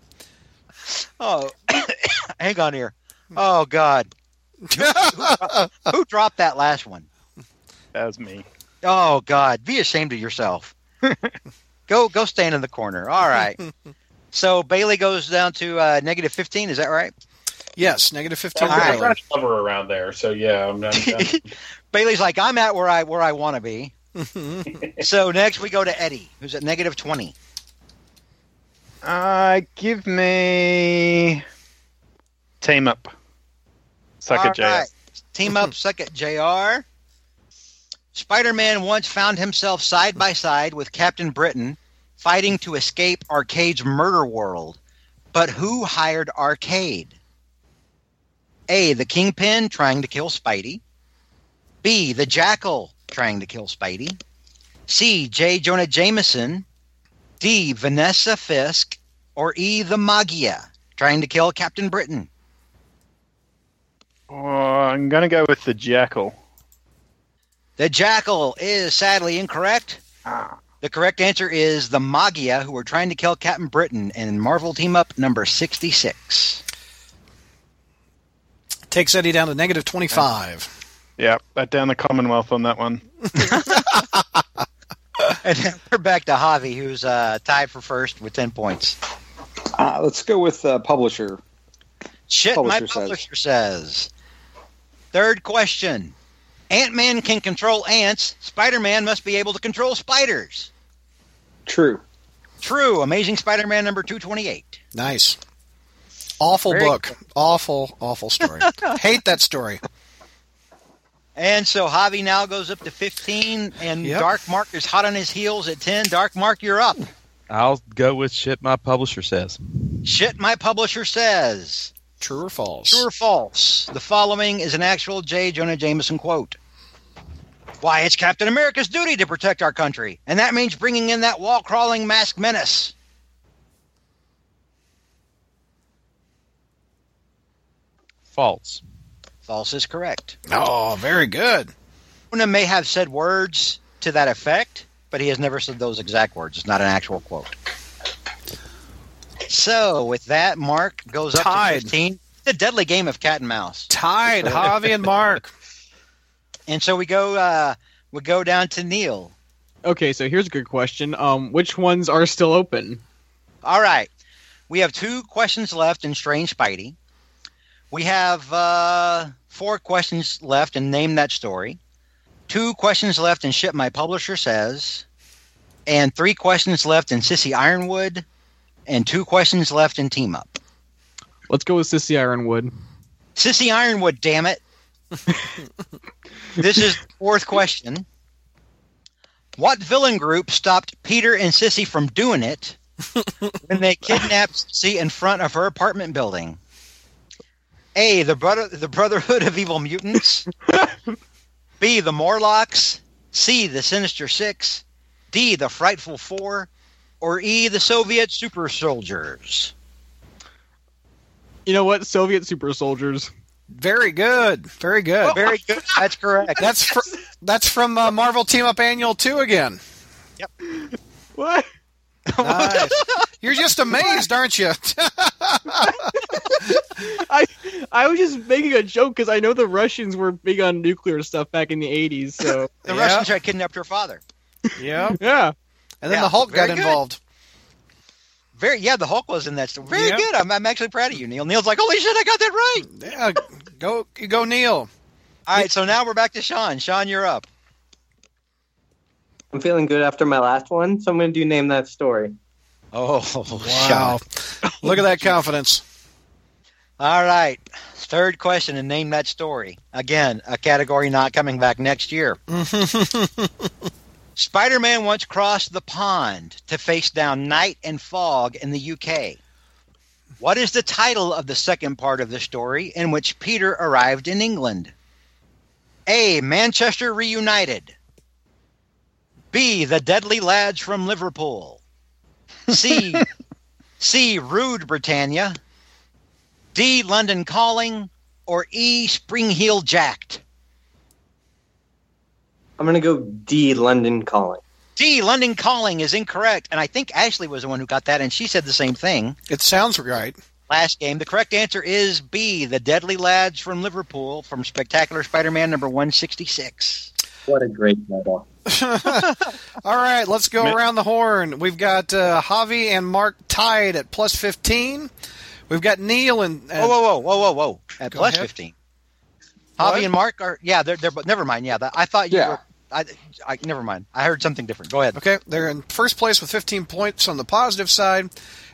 [SPEAKER 5] Oh, hang on here. Oh God, who dropped that last one?
[SPEAKER 4] That was me.
[SPEAKER 5] Oh God, be ashamed of yourself. go go stand in the corner. All right. So Bailey goes down to uh, negative fifteen. Is that right?
[SPEAKER 6] yes, negative fifteen.
[SPEAKER 7] I'm,
[SPEAKER 5] Alright.
[SPEAKER 7] I'm trying to hover around there. So yeah, I'm, I'm, I'm
[SPEAKER 5] Bailey's like, I'm at where I where I want to be. so next we go to Eddie, who's at negative twenty.
[SPEAKER 4] Uh, give me team up. Suck
[SPEAKER 5] All
[SPEAKER 4] it, JS.
[SPEAKER 5] right. Team up, suck at JR. Spider Man once found himself side by side with Captain Britain fighting to escape Arcade's murder world. But who hired Arcade? A. The Kingpin trying to kill Spidey. B. The Jackal trying to kill Spidey. C. J. Jonah Jameson. D. Vanessa Fisk. Or E. The Magia trying to kill Captain Britain.
[SPEAKER 4] Oh, I'm gonna go with the jackal.
[SPEAKER 5] The jackal is sadly incorrect. The correct answer is the Magia, who were trying to kill Captain Britain in Marvel Team Up number 66.
[SPEAKER 6] Takes Eddie down to negative twenty-five.
[SPEAKER 4] Yeah, but down the Commonwealth on that one.
[SPEAKER 5] And then we're back to Javi, who's uh, tied for first with 10 points.
[SPEAKER 9] Uh, let's go with uh, publisher.
[SPEAKER 5] Shit, my
[SPEAKER 9] Publisher says.
[SPEAKER 5] publisher says. Third question Ant Man can control ants, Spider Man must be able to control spiders.
[SPEAKER 9] True.
[SPEAKER 5] True, Amazing Spider Man number 228.
[SPEAKER 6] Nice. Awful
[SPEAKER 5] Very
[SPEAKER 6] book. Awful, awful story. Hate that story.
[SPEAKER 5] And so Javi now goes up to 15, and
[SPEAKER 6] Yep.
[SPEAKER 5] Dark Mark is hot on his heels at 10. Dark Mark, you're up.
[SPEAKER 2] I'll go with shit my publisher says.
[SPEAKER 5] Shit, my publisher says.
[SPEAKER 6] True or false?
[SPEAKER 5] True or false? The following is an actual J. Jonah Jameson quote. Why, it's Captain America's duty to protect our country, and that means bringing in that wall crawling mask menace.
[SPEAKER 2] False.
[SPEAKER 5] False is correct.
[SPEAKER 6] Oh, very good.
[SPEAKER 5] Jonah may have said words to that effect, but he has never said those exact words. It's not an actual quote. So, with that, Mark goes up to
[SPEAKER 6] Tied.
[SPEAKER 5] 15. The deadly game of cat and mouse.
[SPEAKER 6] Tied, Javi and Mark.
[SPEAKER 5] And so we go uh, we go down to Neil,
[SPEAKER 10] Okay, so here's a good question. Um, which ones are still open?
[SPEAKER 5] All right. We have two questions left in Strange Spidey. We have uh, four questions left in Name That Story. Two questions left in Ship My Publisher Says. And three questions left in Sissy Ironwood. And two questions left in Team Up.
[SPEAKER 10] Let's go with Sissy Ironwood.
[SPEAKER 5] Sissy Ironwood, damn it. this is the fourth question. What villain group stopped Peter and Sissy from doing it when they kidnapped Sissy in front of her apartment building? A. The brother, the Brotherhood of Evil Mutants. B. The Morlocks. C. The Sinister Six. D. The Frightful Four. Or E. The Soviet Super Soldiers.
[SPEAKER 10] You know what? Soviet super soldiers.
[SPEAKER 6] Very good. Very good.
[SPEAKER 5] Very good. That's correct.
[SPEAKER 6] That's fr- that's from uh, Marvel Team Up Annual 2 again.
[SPEAKER 10] What?
[SPEAKER 6] Nice. You're just amazed, aren't you?
[SPEAKER 10] I I was just making a joke because I know the Russians were big on nuclear stuff back in the '80s. So
[SPEAKER 5] the
[SPEAKER 6] Yeah.
[SPEAKER 5] Russians had kidnapped her father.
[SPEAKER 6] yeah.
[SPEAKER 10] yeah,
[SPEAKER 6] And then
[SPEAKER 5] Yeah,
[SPEAKER 6] the Hulk
[SPEAKER 5] very
[SPEAKER 6] got
[SPEAKER 5] good.
[SPEAKER 6] involved.
[SPEAKER 5] Very yeah, the Hulk was in that story. Very
[SPEAKER 6] Yeah.
[SPEAKER 5] good. I'm, I'm actually proud of you, Neil. Neil's like, holy shit, I got that right.
[SPEAKER 6] Yeah. Go you go Neil.
[SPEAKER 5] All right, so now we're back to Sean. Sean, you're up.
[SPEAKER 8] I'm feeling good after my last one, so I'm going to do name that story.
[SPEAKER 5] Oh
[SPEAKER 6] Wow. Look at that confidence.
[SPEAKER 5] All right. Third question and name that story. Again, a category not coming back next year.
[SPEAKER 6] Mm-hmm.
[SPEAKER 5] Spider Man once crossed the pond to face down night and fog in the UK. What is the title of the second part of the story in which Peter arrived in England? A. Manchester Reunited. B. The Deadly Lads from Liverpool. C. C. Rude Britannia. D. London Calling, or E. Spring Heel Jacked?
[SPEAKER 8] I'm going to go D. London Calling.
[SPEAKER 5] D. London Calling is incorrect, and I think Ashley was the one who got that, and she said the same thing
[SPEAKER 6] It sounds right.
[SPEAKER 5] last game. The correct answer is B. The Deadly Lads from Liverpool from Spectacular Spider-Man number one sixty-six.
[SPEAKER 8] What a great title.
[SPEAKER 6] All right, let's go
[SPEAKER 4] Ma-
[SPEAKER 6] around the horn. We've got uh, Javi and Mark tied at plus 15. We've got Neil and,
[SPEAKER 5] Whoa,
[SPEAKER 6] and
[SPEAKER 5] whoa, whoa, whoa, whoa, whoa! At
[SPEAKER 6] Go
[SPEAKER 5] plus
[SPEAKER 6] ahead.
[SPEAKER 5] fifteen. Javi and Mark are yeah, they're they're but never mind. Yeah, that, I thought you
[SPEAKER 9] Yeah.
[SPEAKER 5] were. I, I never mind. I heard something different. Go ahead.
[SPEAKER 6] Okay, they're in first place with 15 points on the positive side.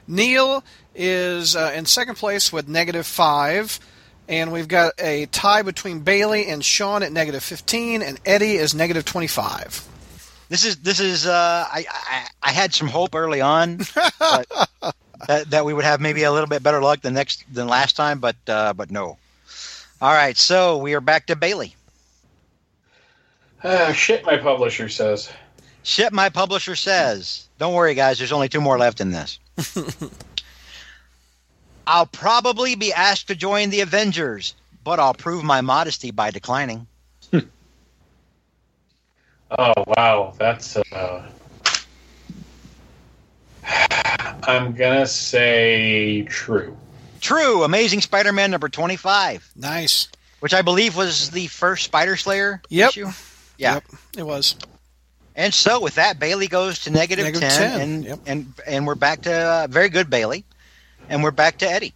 [SPEAKER 6] Neil is uh, in second place with negative five, and we've got a tie between Bailey and Sean at negative 15, and Eddie is negative 25.
[SPEAKER 5] This is this is uh, I, I I had some hope early on but that that we would have maybe a little bit better luck than next than last time, but uh, but no. All right, so we are back to Bailey.
[SPEAKER 7] Ah, shit, my publisher says.
[SPEAKER 5] Shit, my publisher says. Don't worry, guys. There's only two more left in this. I'll probably be asked to join the Avengers, but I'll prove my modesty by declining.
[SPEAKER 7] Oh wow, that's. Uh... I'm gonna say true.
[SPEAKER 5] True, Amazing Spider-Man number twenty-five,
[SPEAKER 6] Nice.
[SPEAKER 5] which I believe was the first Spider Slayer
[SPEAKER 6] Yep.
[SPEAKER 5] issue. Yeah.
[SPEAKER 6] Yep, it was.
[SPEAKER 5] And so with that, Bailey goes to negative,
[SPEAKER 6] Negative
[SPEAKER 5] 10,
[SPEAKER 6] 10,
[SPEAKER 5] and
[SPEAKER 6] yep.
[SPEAKER 5] and and we're back to uh, very good Bailey, and we're back to Eddie.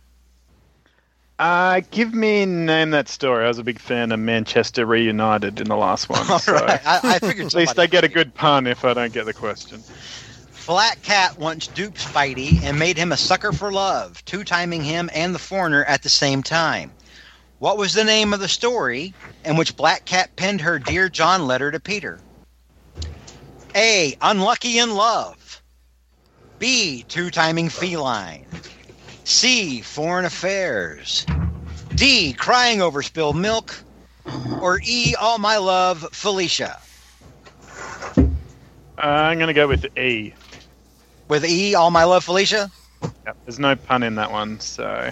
[SPEAKER 4] Uh, give me name that story. I was a big fan of Manchester Reunited in the last one.
[SPEAKER 5] All
[SPEAKER 4] so
[SPEAKER 5] right, I, I figured.
[SPEAKER 4] At least I get a good pun if I don't get the question.
[SPEAKER 5] Flat Cat once duped Spidey and made him a sucker for love, two timing him and the foreigner at the same time. What was the name of the story in which Black Cat penned her Dear John letter to Peter? A. Unlucky in Love. B. Two timing Feline. C. Foreign Affairs. D. Crying over spilled milk. Or E. All my love, Felicia.
[SPEAKER 4] Uh, I'm going to go with E.
[SPEAKER 5] With E. All my love, Felicia?
[SPEAKER 4] Yep, there's no pun in that one, so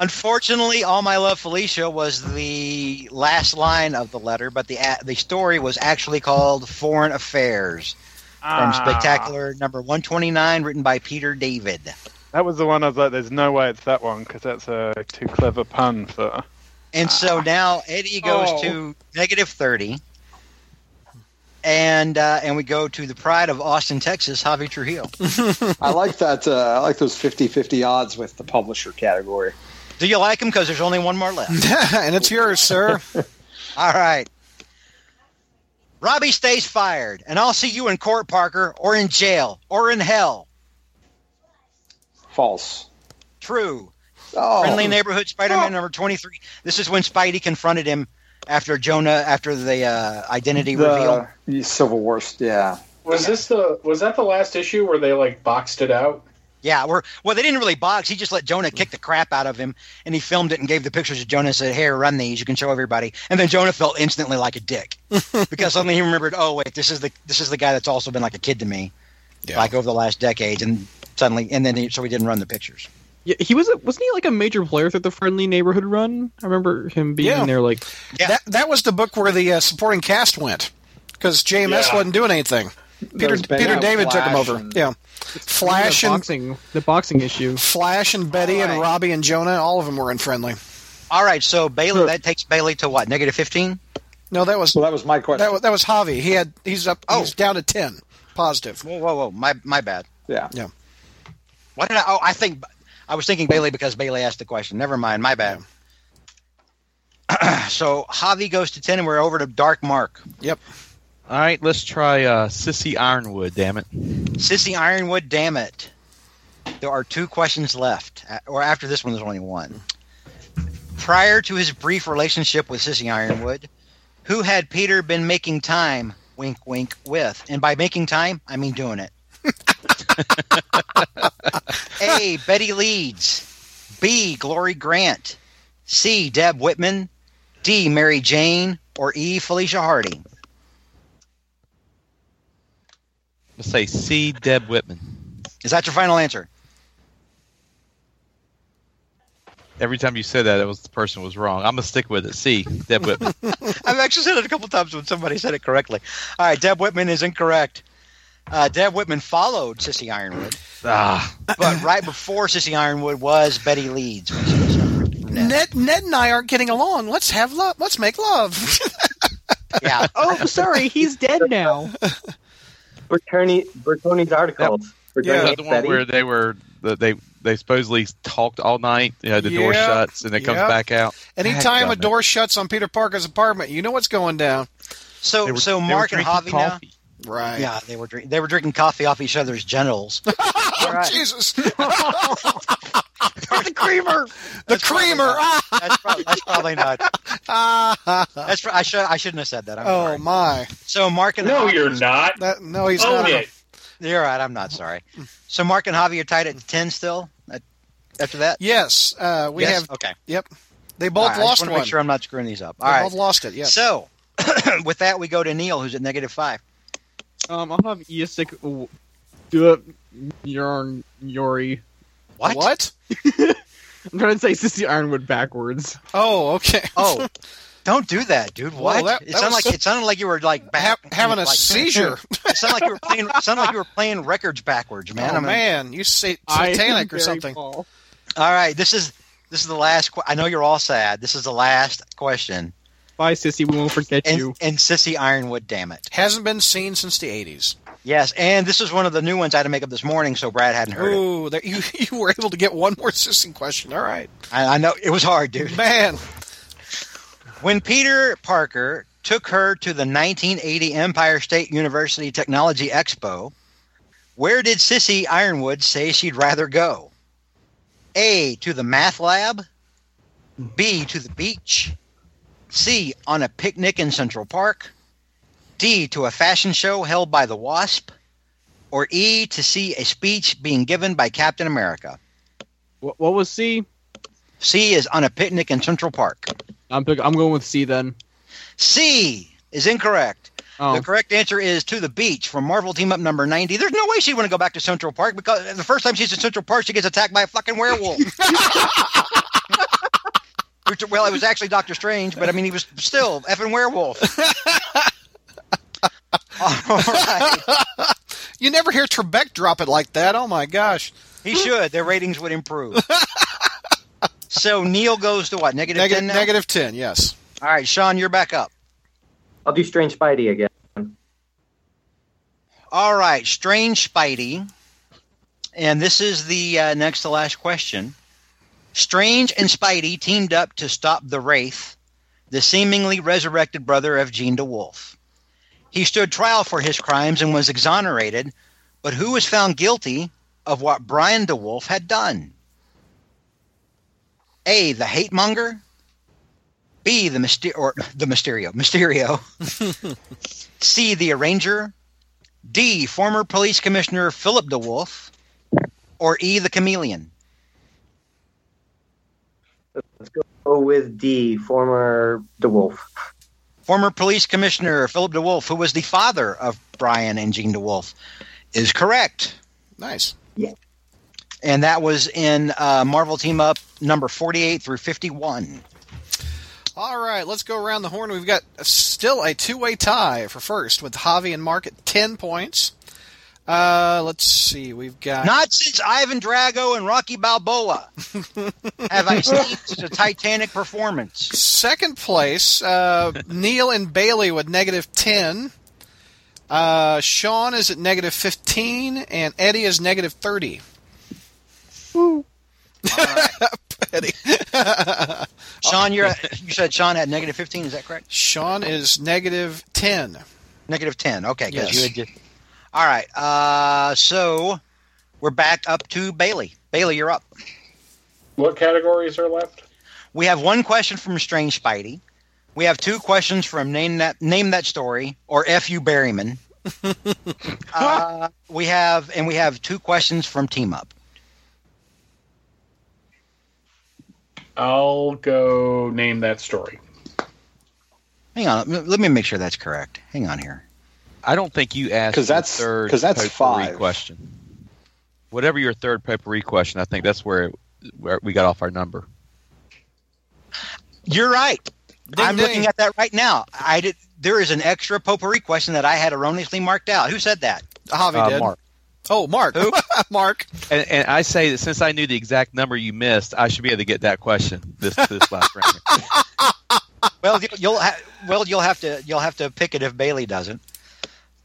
[SPEAKER 5] Unfortunately, "All My Love Felicia" was the last line of the letter, but the the story was actually called "Foreign Affairs" from
[SPEAKER 4] Ah,
[SPEAKER 5] Spectacular Number One Twenty Nine, written by Peter David.
[SPEAKER 4] That was the one I was like, "There's no way it's that one because that's a too clever pun for." Ah.
[SPEAKER 5] And so now Eddie goes
[SPEAKER 4] Oh.
[SPEAKER 5] to negative thirty, and uh, and we go to the pride of Austin, Texas, Javi Trujillo.
[SPEAKER 9] I like that. Uh, I like those 50-50 odds with the publisher category.
[SPEAKER 5] Do you like him? Because there's only one more left.
[SPEAKER 6] and it's yours, sir.
[SPEAKER 5] All right. Robbie stays fired, and I'll see you in court, Parker, or in jail, or in hell.
[SPEAKER 9] False.
[SPEAKER 5] True.
[SPEAKER 9] Oh,
[SPEAKER 5] Friendly Neighborhood Spider-Man number 23. This is when Spidey confronted him after Jonah after the uh, identity reveal.
[SPEAKER 9] the, the Civil War. Yeah,
[SPEAKER 7] Was this the was that the last issue where they like boxed it out?
[SPEAKER 5] Yeah, we're, well, they didn't really box. He just let Jonah kick the crap out of him, and he filmed it and gave the pictures to Jonah and said, Here, run these. You can show everybody. And then Jonah felt instantly like a dick because suddenly he remembered, Oh, wait, this is the this is the guy that's also been like a kid to me,
[SPEAKER 11] Yeah.
[SPEAKER 5] like over the last decades. And suddenly, and then he, so he didn't run the pictures.
[SPEAKER 10] Yeah, he was a, wasn't he like a major player through the friendly neighborhood run? I remember him being
[SPEAKER 6] Yeah.
[SPEAKER 10] there like
[SPEAKER 5] Yeah.
[SPEAKER 6] That that was the book where the uh, supporting cast went because JMS
[SPEAKER 7] Yeah.
[SPEAKER 6] wasn't doing anything. Peter
[SPEAKER 9] There's been
[SPEAKER 6] Peter
[SPEAKER 9] a
[SPEAKER 6] David took him
[SPEAKER 9] Flash
[SPEAKER 6] over.
[SPEAKER 9] and-
[SPEAKER 6] yeah, Flash
[SPEAKER 10] the
[SPEAKER 6] and
[SPEAKER 10] boxing the boxing issue.
[SPEAKER 6] Flash and Betty
[SPEAKER 5] All
[SPEAKER 6] and
[SPEAKER 5] right.
[SPEAKER 6] Robbie and Jonah, all of them were in friendly.
[SPEAKER 5] All right, so Bailey,
[SPEAKER 10] Sure.
[SPEAKER 5] that takes Bailey to what, negative 15?
[SPEAKER 6] No, that was
[SPEAKER 9] Well, that was my question.
[SPEAKER 6] that was, that was Javi. He had he's up.
[SPEAKER 5] Oh.
[SPEAKER 6] He's down to ten positive.
[SPEAKER 5] Whoa, whoa, whoa. My, my bad.
[SPEAKER 9] yeah.
[SPEAKER 5] Why did I? Oh, I think I was thinking Bailey because Bailey asked the question. Never mind, my bad. so Javi goes to ten, and we're over to Dark Mark.
[SPEAKER 2] All right, let's try uh, Sissy Ironwood. Damn it!
[SPEAKER 5] Sissy Ironwood, damn it! There are two questions left, A- or after this one, there's only one. Prior to his brief relationship with Sissy Ironwood, who had Peter been making time? Wink, wink, with, and by making time, I mean doing it. A. Betty Leeds. B. Glory Grant. C. Deb Whitman. D. Mary Jane. Or E. Felicia Hardy.
[SPEAKER 2] Let's say C. Deb Whitman.
[SPEAKER 5] Is that your final answer?
[SPEAKER 2] Every time you said that, it was the person was wrong. I'm gonna stick with it. C. Deb Whitman.
[SPEAKER 5] I've actually said it a couple times when somebody said it correctly. All right, Deb Whitman is incorrect. Uh, Deb Whitman followed Sissy Ironwood,
[SPEAKER 2] ah,
[SPEAKER 5] but right before Sissy Ironwood was Betty Leeds. when she was up for net.
[SPEAKER 6] Ned Ned and I aren't getting along. Let's have love. Let's make love.
[SPEAKER 5] Yeah.
[SPEAKER 10] Oh, sorry, he's dead now.
[SPEAKER 8] Bertoni Bertoni's article.
[SPEAKER 2] yeah,
[SPEAKER 8] Bertoni
[SPEAKER 2] the one
[SPEAKER 8] Betty.
[SPEAKER 2] where they were that they they supposedly talked all night. You know, the door
[SPEAKER 6] Yeah.
[SPEAKER 2] shuts and it comes
[SPEAKER 6] Yep.
[SPEAKER 2] back out.
[SPEAKER 6] Anytime
[SPEAKER 2] Heck,
[SPEAKER 6] a door shuts on Peter Parker's apartment, you know what's going down.
[SPEAKER 5] So
[SPEAKER 2] They were- they
[SPEAKER 5] so
[SPEAKER 2] were
[SPEAKER 5] Mark and
[SPEAKER 2] drinking
[SPEAKER 5] Javi now.
[SPEAKER 2] coffee.
[SPEAKER 6] Right.
[SPEAKER 5] Yeah, they were drink- they were drinking coffee off each other's genitals.
[SPEAKER 6] Oh, Jesus.
[SPEAKER 5] the creamer.
[SPEAKER 6] the creamer. Ah,
[SPEAKER 5] That's, prob- that's probably not.
[SPEAKER 6] ah, ah, ah.
[SPEAKER 5] That's pro- I should I shouldn't have said that. I'm
[SPEAKER 6] Oh
[SPEAKER 5] sorry.
[SPEAKER 6] my.
[SPEAKER 5] So Mark and
[SPEAKER 7] No,
[SPEAKER 5] Javi-
[SPEAKER 7] you're not. Oh,
[SPEAKER 6] That no, he's
[SPEAKER 7] Own
[SPEAKER 6] not.
[SPEAKER 7] it.
[SPEAKER 5] You're right. I'm not sorry. So Mark and Javi are tied at ten still. At, after that,
[SPEAKER 6] Yes, uh, we
[SPEAKER 5] Yes?
[SPEAKER 6] have.
[SPEAKER 5] okay.
[SPEAKER 6] Yep, they both
[SPEAKER 5] All right, I just
[SPEAKER 6] lost
[SPEAKER 5] wanna
[SPEAKER 6] one.
[SPEAKER 5] Make sure I'm not screwing these up.
[SPEAKER 6] they
[SPEAKER 5] All right.
[SPEAKER 6] both lost it. Yeah.
[SPEAKER 5] So, with that, we go to Neil, who's at negative five.
[SPEAKER 10] Um, I'll have Iastic do it. Yarn Yori.
[SPEAKER 5] What?
[SPEAKER 10] I'm trying to say Sissy Ironwood backwards.
[SPEAKER 6] Oh, okay.
[SPEAKER 5] Oh, don't do that, dude. What?
[SPEAKER 6] that-
[SPEAKER 5] it
[SPEAKER 6] that
[SPEAKER 5] sounded
[SPEAKER 6] was-
[SPEAKER 5] like it sounded like you were like
[SPEAKER 6] ha-
[SPEAKER 5] back,
[SPEAKER 6] having a
[SPEAKER 5] like-
[SPEAKER 6] seizure.
[SPEAKER 5] It sounded like you were playing. it sounded like you were playing records backwards, man.
[SPEAKER 6] oh
[SPEAKER 5] I'm a-
[SPEAKER 6] man, you say
[SPEAKER 10] I am
[SPEAKER 6] satanic or
[SPEAKER 10] very
[SPEAKER 6] something.
[SPEAKER 10] Paul.
[SPEAKER 5] All right, this is this is the last. Que- I know you're all sad. This is the last question.
[SPEAKER 10] Bye, Sissy. We won't forget
[SPEAKER 5] And
[SPEAKER 10] you.
[SPEAKER 5] and Sissy Ironwood, damn it.
[SPEAKER 6] Hasn't been seen since the eighties.
[SPEAKER 5] Yes, and this is one of the new ones I had to make up this morning, so Brad hadn't heard it.
[SPEAKER 6] Ooh, that you you were able to get one more sissy question. All right,
[SPEAKER 5] I, I know it was hard, dude.
[SPEAKER 6] man.
[SPEAKER 5] When Peter Parker took her to the 1980 Empire State University Technology Expo, where did Sissy Ironwood say she'd rather go? A. To the math lab. B. To the beach. C. On a picnic in Central Park. D. To a fashion show held by the Wasp. Or E. To see a speech being given by Captain America.
[SPEAKER 10] What, what was C?
[SPEAKER 5] C. Is on a picnic in Central Park.
[SPEAKER 10] I'm pick, I'm going with C then.
[SPEAKER 5] C. Is incorrect.
[SPEAKER 10] Oh,
[SPEAKER 5] The correct answer is to the beach from Marvel Team Up number 90. There's no way she'd want to go back to Central Park because the first time she's in Central Park, she gets attacked by a fucking werewolf. Which- well, it was actually Doctor Strange, but I mean, he was still effing werewolf. All right.
[SPEAKER 6] You never hear Trebek drop it like that. Oh my gosh.
[SPEAKER 5] He should. Their ratings would improve. so Neil goes to what? Negative
[SPEAKER 6] Negative
[SPEAKER 5] 10 now?
[SPEAKER 6] negative ten. Yes.
[SPEAKER 5] All right, Sean, you're back up.
[SPEAKER 8] I'll do Strange Spidey again.
[SPEAKER 5] All right, Strange Spidey. And this is the uh, next to last question. Strange and Spidey teamed up to stop the Wraith, the seemingly resurrected brother of Gene DeWolf. He stood trial for his crimes and was exonerated, but who was found guilty of what Brian DeWolf had done? A. The hate monger. B. The myster- or the Mysterio. Mysterio. C. The arranger. D. Former police commissioner Philip DeWolf. Or E. The chameleon.
[SPEAKER 8] Go with D, former DeWolf.
[SPEAKER 5] Former police commissioner Philip DeWolf, who was the father of Brian and Gene DeWolf, is correct.
[SPEAKER 6] Nice.
[SPEAKER 5] And that was in uh, Marvel Team Up number 48 through 51.
[SPEAKER 6] All right, let's go around the horn. We've got still a two-way tie for first with Javi and Mark at ten points. Uh, let's see. We've got
[SPEAKER 5] Not since Ivan Drago and Rocky Balboa have I seen such a titanic performance.
[SPEAKER 6] second place. Uh, Neil and Bailey with negative ten. Uh, Sean is at negative fifteen, and Eddie is negative thirty.
[SPEAKER 5] Sean, you're at, you said Sean had negative 15, is that correct?
[SPEAKER 6] Sean is negative ten.
[SPEAKER 5] Negative 10. Okay, because
[SPEAKER 6] Yes.
[SPEAKER 5] you had just. All right. Uh, so we're back up to Bailey. Bailey, you're up.
[SPEAKER 7] What categories are left?
[SPEAKER 5] We have one question from Strange Spidey. We have two questions from Name That Name That Story or F.U. Berryman. uh, we have and we have two questions from Team Up.
[SPEAKER 7] I'll go name that story.
[SPEAKER 5] Hang on, let- let me make sure that's correct. Hang on here.
[SPEAKER 2] I don't think you asked
[SPEAKER 9] 'Cause
[SPEAKER 2] your
[SPEAKER 9] that's-
[SPEAKER 2] third
[SPEAKER 9] 'cause that's
[SPEAKER 2] potpourri
[SPEAKER 9] five.
[SPEAKER 2] question. Whatever your third potpourri question, I think that's where, where we got off our number.
[SPEAKER 5] You're right.
[SPEAKER 6] Ding,
[SPEAKER 5] I'm
[SPEAKER 6] ding.
[SPEAKER 5] looking at that right now. I did. There is an extra potpourri question that I had erroneously marked out. Who said that?
[SPEAKER 6] Javi
[SPEAKER 2] Uh,
[SPEAKER 6] did.
[SPEAKER 2] Mark.
[SPEAKER 6] Oh, Mark.
[SPEAKER 5] Who?
[SPEAKER 6] Mark.
[SPEAKER 2] And, and I say that since I knew the exact number you missed, I should be able to get that question this this last round.
[SPEAKER 5] Well, you- you'll ha- well you'll have to you'll have to pick it if Bailey doesn't.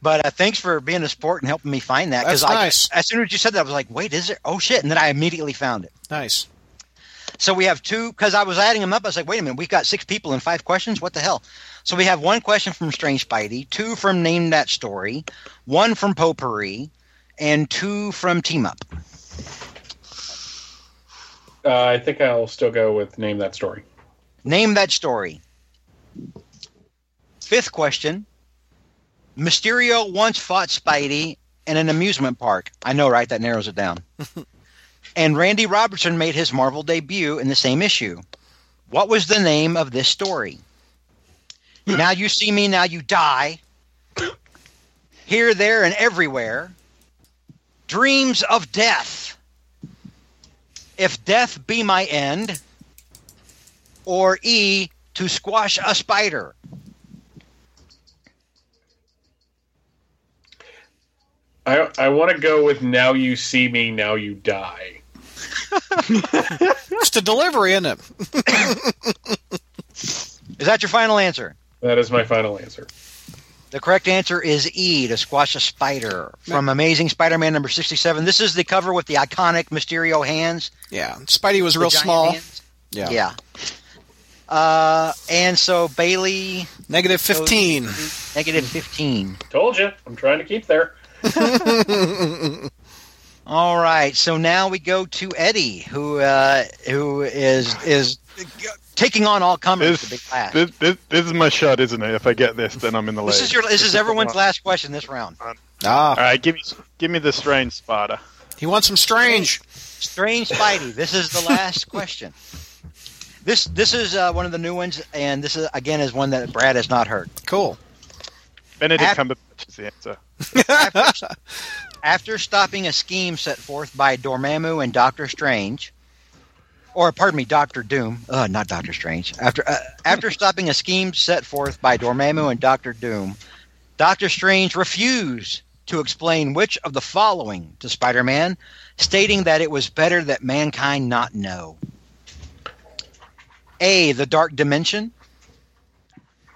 [SPEAKER 5] But uh, thanks for being a sport and helping me find that
[SPEAKER 6] That's
[SPEAKER 5] I
[SPEAKER 6] nice.
[SPEAKER 5] as soon as you said that I was like, wait, is it? Oh shit! And then I immediately found it.
[SPEAKER 6] Nice.
[SPEAKER 5] So we have two because I was adding them up. I was like, wait a minute, we've got six people and five questions. What the hell? So we have one question from Strange Spidey, two from Name That Story, one from Potpourri, and two from Team Up.
[SPEAKER 7] Uh, I think I'll still go with name that story.
[SPEAKER 5] Name that story. Fifth question. Mysterio once fought Spidey in an amusement park. I know, right? That narrows it down. and Randy Robertson made his Marvel debut in the same issue. What was the name of this story? now you see me, now you die. Here, there, and everywhere. Dreams of death. If death be my end or E to squash a spider.
[SPEAKER 7] I I want to go with now you see me, now you die.
[SPEAKER 6] It's the delivery, isn't it?
[SPEAKER 5] Is that your final answer?
[SPEAKER 7] That is my final answer.
[SPEAKER 5] The correct answer is E to squash a spider from Amazing Spider-Man number 67. This is the cover with the iconic Mysterio hands.
[SPEAKER 6] Yeah. Spidey was
[SPEAKER 5] the
[SPEAKER 6] real
[SPEAKER 5] giant
[SPEAKER 6] small.
[SPEAKER 5] hands.
[SPEAKER 6] Yeah.
[SPEAKER 5] Yeah. Uh, and so Bailey
[SPEAKER 6] Negative fifteen.
[SPEAKER 5] negative 15.
[SPEAKER 7] Told you. I'm trying to keep there.
[SPEAKER 5] All right, so now we go to Eddie, who uh, who is is taking on all comers. to be last.
[SPEAKER 4] this, this, this is my shot, isn't it? If I get this, then I'm in the lead.
[SPEAKER 5] This is your this is everyone's last question this round.
[SPEAKER 6] Ah,
[SPEAKER 4] All right, give me give me the strange spider.
[SPEAKER 6] he wants some strange.
[SPEAKER 5] Strange Spidey. This is the last question. This this is uh, one of the new ones, and this is again is one that Brad has not heard.
[SPEAKER 6] Cool.
[SPEAKER 4] Benedict
[SPEAKER 5] Ac-
[SPEAKER 4] Cumberbatch is the answer.
[SPEAKER 5] After stopping a scheme set forth by Dormammu and Doctor Strange, or pardon me, Doctor Doom, uh, not Doctor Strange. After uh, after stopping a scheme set forth by Dormammu and Doctor Doom, Doctor Strange refused to explain which of the following to Spider-Man, stating that it was better that mankind not know. A. The Dark Dimension.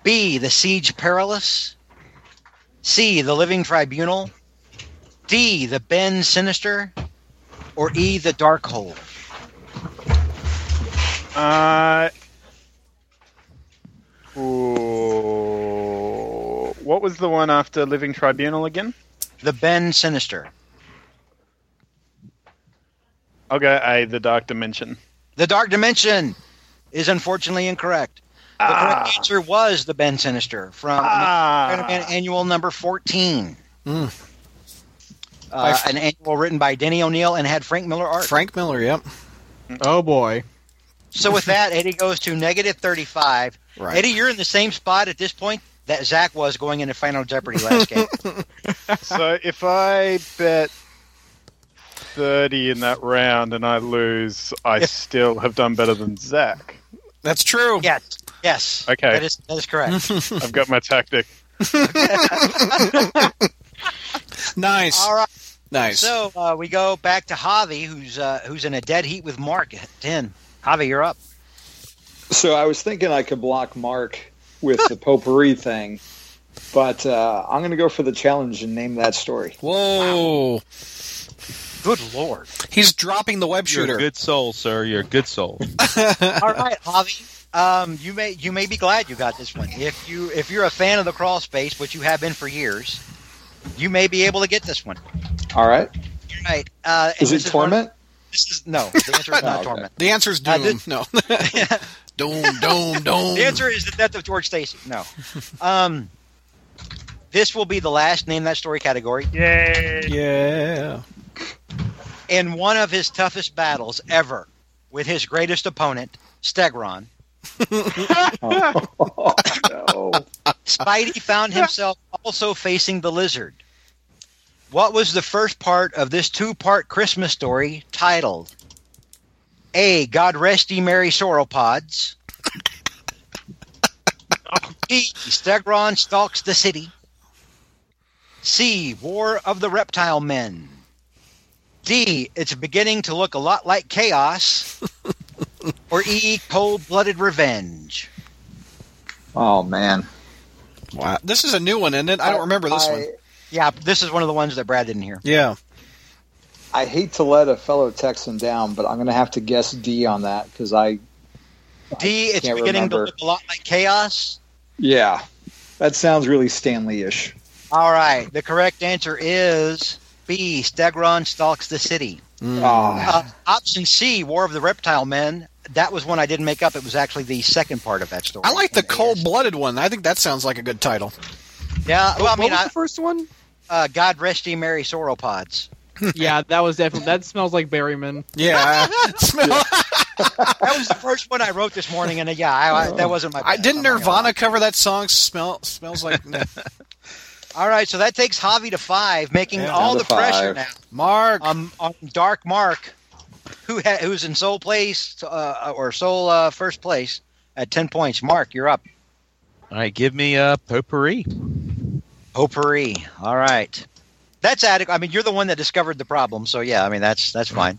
[SPEAKER 5] B. The Siege Perilous. C. The Living Tribunal D, the Ben Sinister, or E, the Dark Hole?
[SPEAKER 4] Uh, ooh, what was the one after Living Tribunal again?
[SPEAKER 5] The Ben Sinister.
[SPEAKER 4] I'll go A, The Dark Dimension.
[SPEAKER 5] The Dark Dimension is unfortunately incorrect. The correct answer was the Ben Sinister from
[SPEAKER 4] Ah.
[SPEAKER 5] Spider-Man Annual number 14.
[SPEAKER 6] Mm.
[SPEAKER 5] Uh, an annual written by Denny O'Neill and had Frank Miller art.
[SPEAKER 6] Frank Miller, yep.
[SPEAKER 4] Mm.
[SPEAKER 10] Oh boy.
[SPEAKER 5] So with that, Eddie goes to negative 35.
[SPEAKER 6] Right.
[SPEAKER 5] Eddie, you're in the same spot at this point that Zach was going into Final Jeopardy last game.
[SPEAKER 4] so if I bet 30 in that round and I lose, I still have done better than Zach.
[SPEAKER 6] That's true.
[SPEAKER 5] yes. Yes.
[SPEAKER 4] Okay.
[SPEAKER 5] That is, that is correct.
[SPEAKER 4] I've got my tactic.
[SPEAKER 6] Nice.
[SPEAKER 5] All right.
[SPEAKER 6] Nice.
[SPEAKER 5] So uh, we go back to Javi, who's uh, who's in a dead heat with Mark at 10. Javi, you're up.
[SPEAKER 9] So I was thinking I could block Mark with the potpourri thing, but uh, I'm going to go for the challenge and name that story.
[SPEAKER 6] Whoa.
[SPEAKER 5] Good lord.
[SPEAKER 6] He's dropping the web
[SPEAKER 2] You're
[SPEAKER 6] shooter.
[SPEAKER 2] a good soul, sir. You're a good soul.
[SPEAKER 5] All right, Javi. Um, you may you may be glad you got this one. If you if you're a fan of the crawl space, which you have been for years, you may be able to get this one.
[SPEAKER 9] All right.
[SPEAKER 5] All right. Uh, and
[SPEAKER 9] Is it
[SPEAKER 5] this one-
[SPEAKER 9] torment?
[SPEAKER 5] this is no. The answer is
[SPEAKER 9] Oh,
[SPEAKER 5] not
[SPEAKER 9] okay.
[SPEAKER 5] torment. Uh,
[SPEAKER 6] The answer's
[SPEAKER 5] I
[SPEAKER 6] doom.
[SPEAKER 5] did-
[SPEAKER 6] No. doom, doom, doom.
[SPEAKER 5] The answer is the death of George Stacy. No. Um, this will be the last name that story category.
[SPEAKER 6] Yeah.
[SPEAKER 5] In one of his toughest battles ever with his greatest opponent, Stegron,
[SPEAKER 9] Oh, no.
[SPEAKER 5] Spidey found himself also facing the lizard. What was the first part of this two part Christmas story titled? A. God rest ye merry sauropods. B. Stegron stalks the city. C. War of the reptile men. D. It's beginning to look a lot like chaos. or E. Cold blooded revenge.
[SPEAKER 9] Oh, man.
[SPEAKER 6] Wow. This is a new one, isn't it? I don't remember this
[SPEAKER 9] I-
[SPEAKER 6] one.
[SPEAKER 5] Yeah, this is one of the ones that Brad didn't hear.
[SPEAKER 6] Yeah.
[SPEAKER 9] I hate to let a fellow Texan down, but I'm going to have to guess D on that because I,
[SPEAKER 5] D, it's
[SPEAKER 9] can't
[SPEAKER 5] beginning
[SPEAKER 9] remember.
[SPEAKER 5] to look a lot like chaos.
[SPEAKER 9] yeah, that sounds really Stanley-ish.
[SPEAKER 5] All right, the correct answer is B. Stegron stalks the city.
[SPEAKER 9] Ah,
[SPEAKER 5] Uh, option C, War of the Reptile Men. That was one I didn't make up. It was actually the second part of that story.
[SPEAKER 10] Uh,
[SPEAKER 6] I like the
[SPEAKER 5] And it is-
[SPEAKER 6] cold blooded one. I think that sounds like a good title.
[SPEAKER 5] Yeah, well, I
[SPEAKER 10] what
[SPEAKER 5] mean,
[SPEAKER 10] was
[SPEAKER 5] I,
[SPEAKER 10] the first one?
[SPEAKER 5] uh, God rest ye merry sauropods.
[SPEAKER 10] yeah, that was definitely that smells like Berryman.
[SPEAKER 5] Uh,
[SPEAKER 6] Yeah. Smell-
[SPEAKER 5] That was the first one I wrote this morning, and uh, yeah, I, I, that wasn't my.
[SPEAKER 6] I didn't
[SPEAKER 5] I'm not gonna lie.
[SPEAKER 6] Nirvana cover that song. Smell smells like
[SPEAKER 5] All right, so that takes Javi to five, making
[SPEAKER 6] Yeah,
[SPEAKER 5] all
[SPEAKER 9] down
[SPEAKER 5] the
[SPEAKER 9] to
[SPEAKER 5] pressure
[SPEAKER 9] five.
[SPEAKER 5] now.
[SPEAKER 6] Mark.
[SPEAKER 5] um, on Dark Mark, who ha- who's in sole place uh, or sole uh, first place at ten points. Mark, you're up.
[SPEAKER 2] All right, give me a potpourri.
[SPEAKER 5] Potpourri. All right, that's adequate. I mean, you're the one that discovered the problem, so yeah, I mean that's that's fine.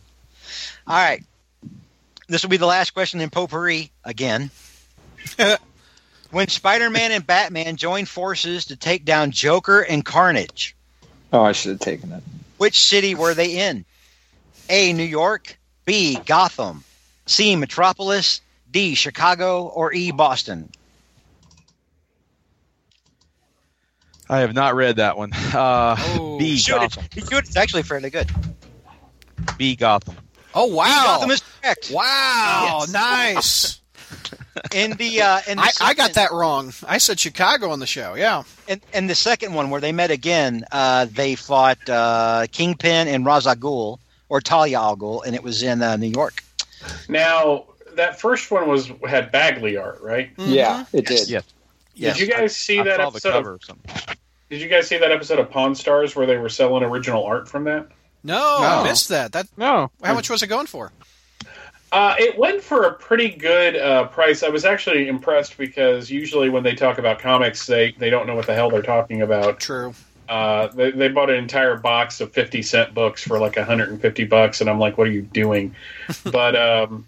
[SPEAKER 5] All right, this will be the last question in potpourri again. when Spider-Man and Batman join forces to take down Joker and Carnage,
[SPEAKER 9] oh, I should have taken it.
[SPEAKER 5] Which city were they in? A. New York, B. Gotham, C. Metropolis, D. Chicago, or E. Boston?
[SPEAKER 2] I have not read that one. Uh,
[SPEAKER 6] Oh,
[SPEAKER 2] B
[SPEAKER 5] Shoot, it's,
[SPEAKER 2] Gotham.
[SPEAKER 5] shoot, it's actually fairly good.
[SPEAKER 2] B Gotham.
[SPEAKER 6] oh wow.
[SPEAKER 5] Gotham is correct.
[SPEAKER 6] Wow.
[SPEAKER 5] Yes.
[SPEAKER 6] Nice.
[SPEAKER 5] In the uh, in the
[SPEAKER 6] I, I got
[SPEAKER 5] second-
[SPEAKER 6] that wrong. I said Chicago on the show. Yeah.
[SPEAKER 5] In, in the second one where they met again, uh, they fought uh, Kingpin and Ra's al Ghul or Talia al Ghul, and it was in uh, New York.
[SPEAKER 7] Now that first one was had Bagley art, right?
[SPEAKER 5] Mm-hmm.
[SPEAKER 9] Yeah,
[SPEAKER 6] Mm-hmm.
[SPEAKER 9] it did.
[SPEAKER 2] Yeah.
[SPEAKER 5] Yes.
[SPEAKER 7] Did you guys see
[SPEAKER 2] I
[SPEAKER 7] that
[SPEAKER 2] saw the
[SPEAKER 7] episode?
[SPEAKER 2] cover
[SPEAKER 7] Of,
[SPEAKER 2] or something.
[SPEAKER 7] did you guys see that episode of Pawn Stars where they were selling original art from that?
[SPEAKER 6] No,
[SPEAKER 10] No.
[SPEAKER 6] Oh, I missed that. That
[SPEAKER 10] No.
[SPEAKER 6] how much was it going for?
[SPEAKER 7] Uh, it went for a pretty good uh, price. I was actually impressed because usually when they talk about comics, they, they don't know what the hell they're talking about.
[SPEAKER 6] True.
[SPEAKER 7] Uh, they, they bought an entire box of 50 cent books for like 150 bucks, and I'm like, what are you doing? but um,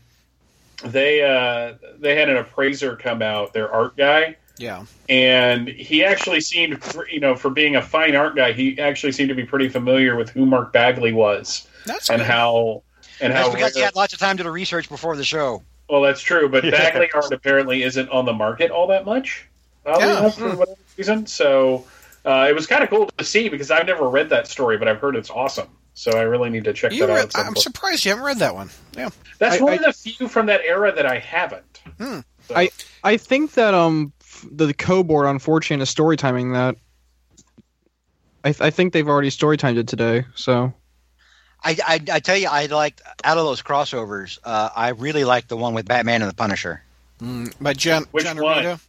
[SPEAKER 7] they, uh, they had an appraiser come out, their art guy,
[SPEAKER 6] Yeah.
[SPEAKER 7] and he actually seemed, you know, for being a fine art guy, he actually seemed to be pretty familiar with who Mark Bagley was
[SPEAKER 6] That's
[SPEAKER 7] and
[SPEAKER 6] good.
[SPEAKER 7] how and
[SPEAKER 5] That's
[SPEAKER 7] how.
[SPEAKER 5] because he
[SPEAKER 7] rare-
[SPEAKER 5] had lots of time to do research before the show.
[SPEAKER 7] well, that's true, but
[SPEAKER 4] Yeah.
[SPEAKER 7] Bagley art apparently isn't on the market all that much. Oddly
[SPEAKER 6] Yeah.
[SPEAKER 7] enough, for whatever reason, so uh, it was kind of cool to see because I've never read that story, but I've heard it's awesome. So I really need to check that
[SPEAKER 6] You read,
[SPEAKER 7] out. at some
[SPEAKER 6] I'm
[SPEAKER 7] point.
[SPEAKER 6] surprised you haven't read that one. Yeah.
[SPEAKER 7] That's
[SPEAKER 10] I-
[SPEAKER 7] one
[SPEAKER 10] I-
[SPEAKER 7] of the few from that era that I haven't.
[SPEAKER 6] Hmm.
[SPEAKER 7] So-
[SPEAKER 10] I- I think that um f- the, the co board on 4chan is story timing that. I, th- I think they've already story timed it today, so
[SPEAKER 5] I, I, I tell you, I liked out of those crossovers. Uh, I really liked the one with Batman and the Punisher.
[SPEAKER 6] Mm, by John,
[SPEAKER 7] Which
[SPEAKER 6] John
[SPEAKER 7] one?
[SPEAKER 6] Romita.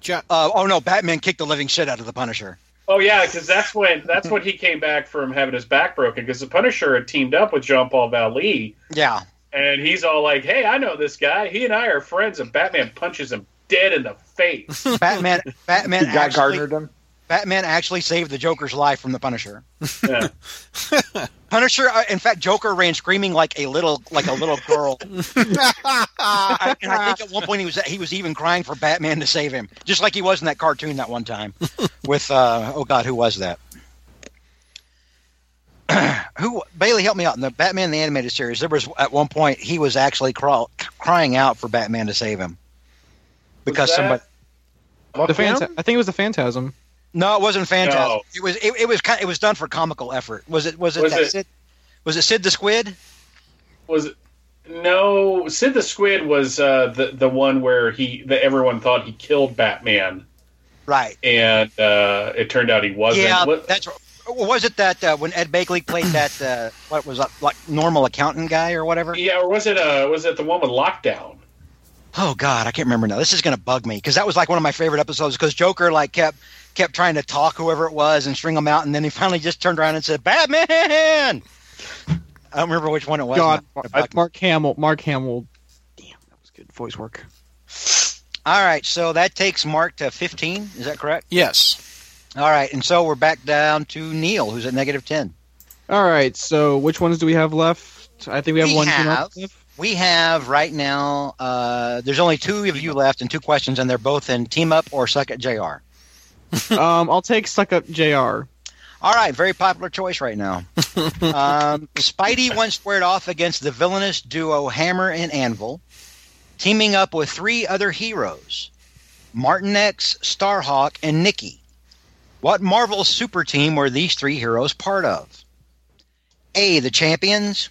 [SPEAKER 6] John,
[SPEAKER 5] Uh, oh no, Batman kicked the living shit out of the Punisher.
[SPEAKER 7] oh yeah, because that's when that's when he came back from having his back broken because the Punisher had teamed up with Jean Paul Valley,
[SPEAKER 5] Yeah,
[SPEAKER 7] and he's all like, "Hey, I know this guy. He and I are friends." And Batman punches him dead in the face.
[SPEAKER 5] Batman. Batman
[SPEAKER 9] He got
[SPEAKER 5] actually,
[SPEAKER 9] garnered him.
[SPEAKER 5] Batman actually saved the Joker's life from the Punisher.
[SPEAKER 7] Yeah.
[SPEAKER 5] Punisher, uh, in fact, Joker ran screaming like a little like a little girl. I, and I think at one point he was he was even crying for Batman to save him, just like he was in that cartoon that one time with uh, oh god, who was that? who Bailey help me out in the Batman the animated series? There was at one point he was actually crawl, crying out for Batman to save him because
[SPEAKER 7] that-
[SPEAKER 5] somebody.
[SPEAKER 10] the
[SPEAKER 7] Clown?
[SPEAKER 10] phanta- I think it was the Phantasm.
[SPEAKER 5] No, it wasn't Phantasm.
[SPEAKER 7] No.
[SPEAKER 5] It was it, it was kind it was done for comical effort. Was it was it
[SPEAKER 7] Was
[SPEAKER 5] that
[SPEAKER 7] it-
[SPEAKER 5] Sid? Was it Sid the Squid?
[SPEAKER 7] was no Sid the Squid was uh, the the one where he that everyone thought he killed Batman,
[SPEAKER 5] Right.
[SPEAKER 7] and uh, it turned out he wasn't.
[SPEAKER 5] yeah,
[SPEAKER 7] What-
[SPEAKER 5] that's. Was it that uh, when Ed Bagley played that uh, what was that, like normal accountant guy or whatever?
[SPEAKER 7] yeah, or was it uh, was it the one with Lockdown?
[SPEAKER 5] Oh God, I can't remember now. This is gonna bug me because that was like one of my favorite episodes because Joker like kept kept trying to talk whoever it was and string them out, and then he finally just turned around and said Batman. I don't remember which one it was.
[SPEAKER 10] God,
[SPEAKER 5] It
[SPEAKER 10] Mar-
[SPEAKER 5] bugged me.
[SPEAKER 10] Mark Hamill. Mark Hamill. Damn, that was good voice work.
[SPEAKER 5] All right, so that takes Mark to fifteen. Is that correct?
[SPEAKER 6] yes.
[SPEAKER 5] All right, and so we're back down to Neil, who's at negative ten.
[SPEAKER 10] All right, so which ones do we have left? I think we have
[SPEAKER 5] We
[SPEAKER 10] one. team
[SPEAKER 5] have-
[SPEAKER 10] up left.
[SPEAKER 5] We have right now. Uh, there's only two of you left and two questions, and they're both in team up or suck at Jr.
[SPEAKER 10] um, I'll take suck up Jr.
[SPEAKER 5] All right, very popular choice right now. um, Spidey once squared off against the villainous duo Hammer and Anvil, teaming up with three other heroes Martin X, Starhawk, and Nikki. What Marvel super team were these three heroes part of? A. The Champions,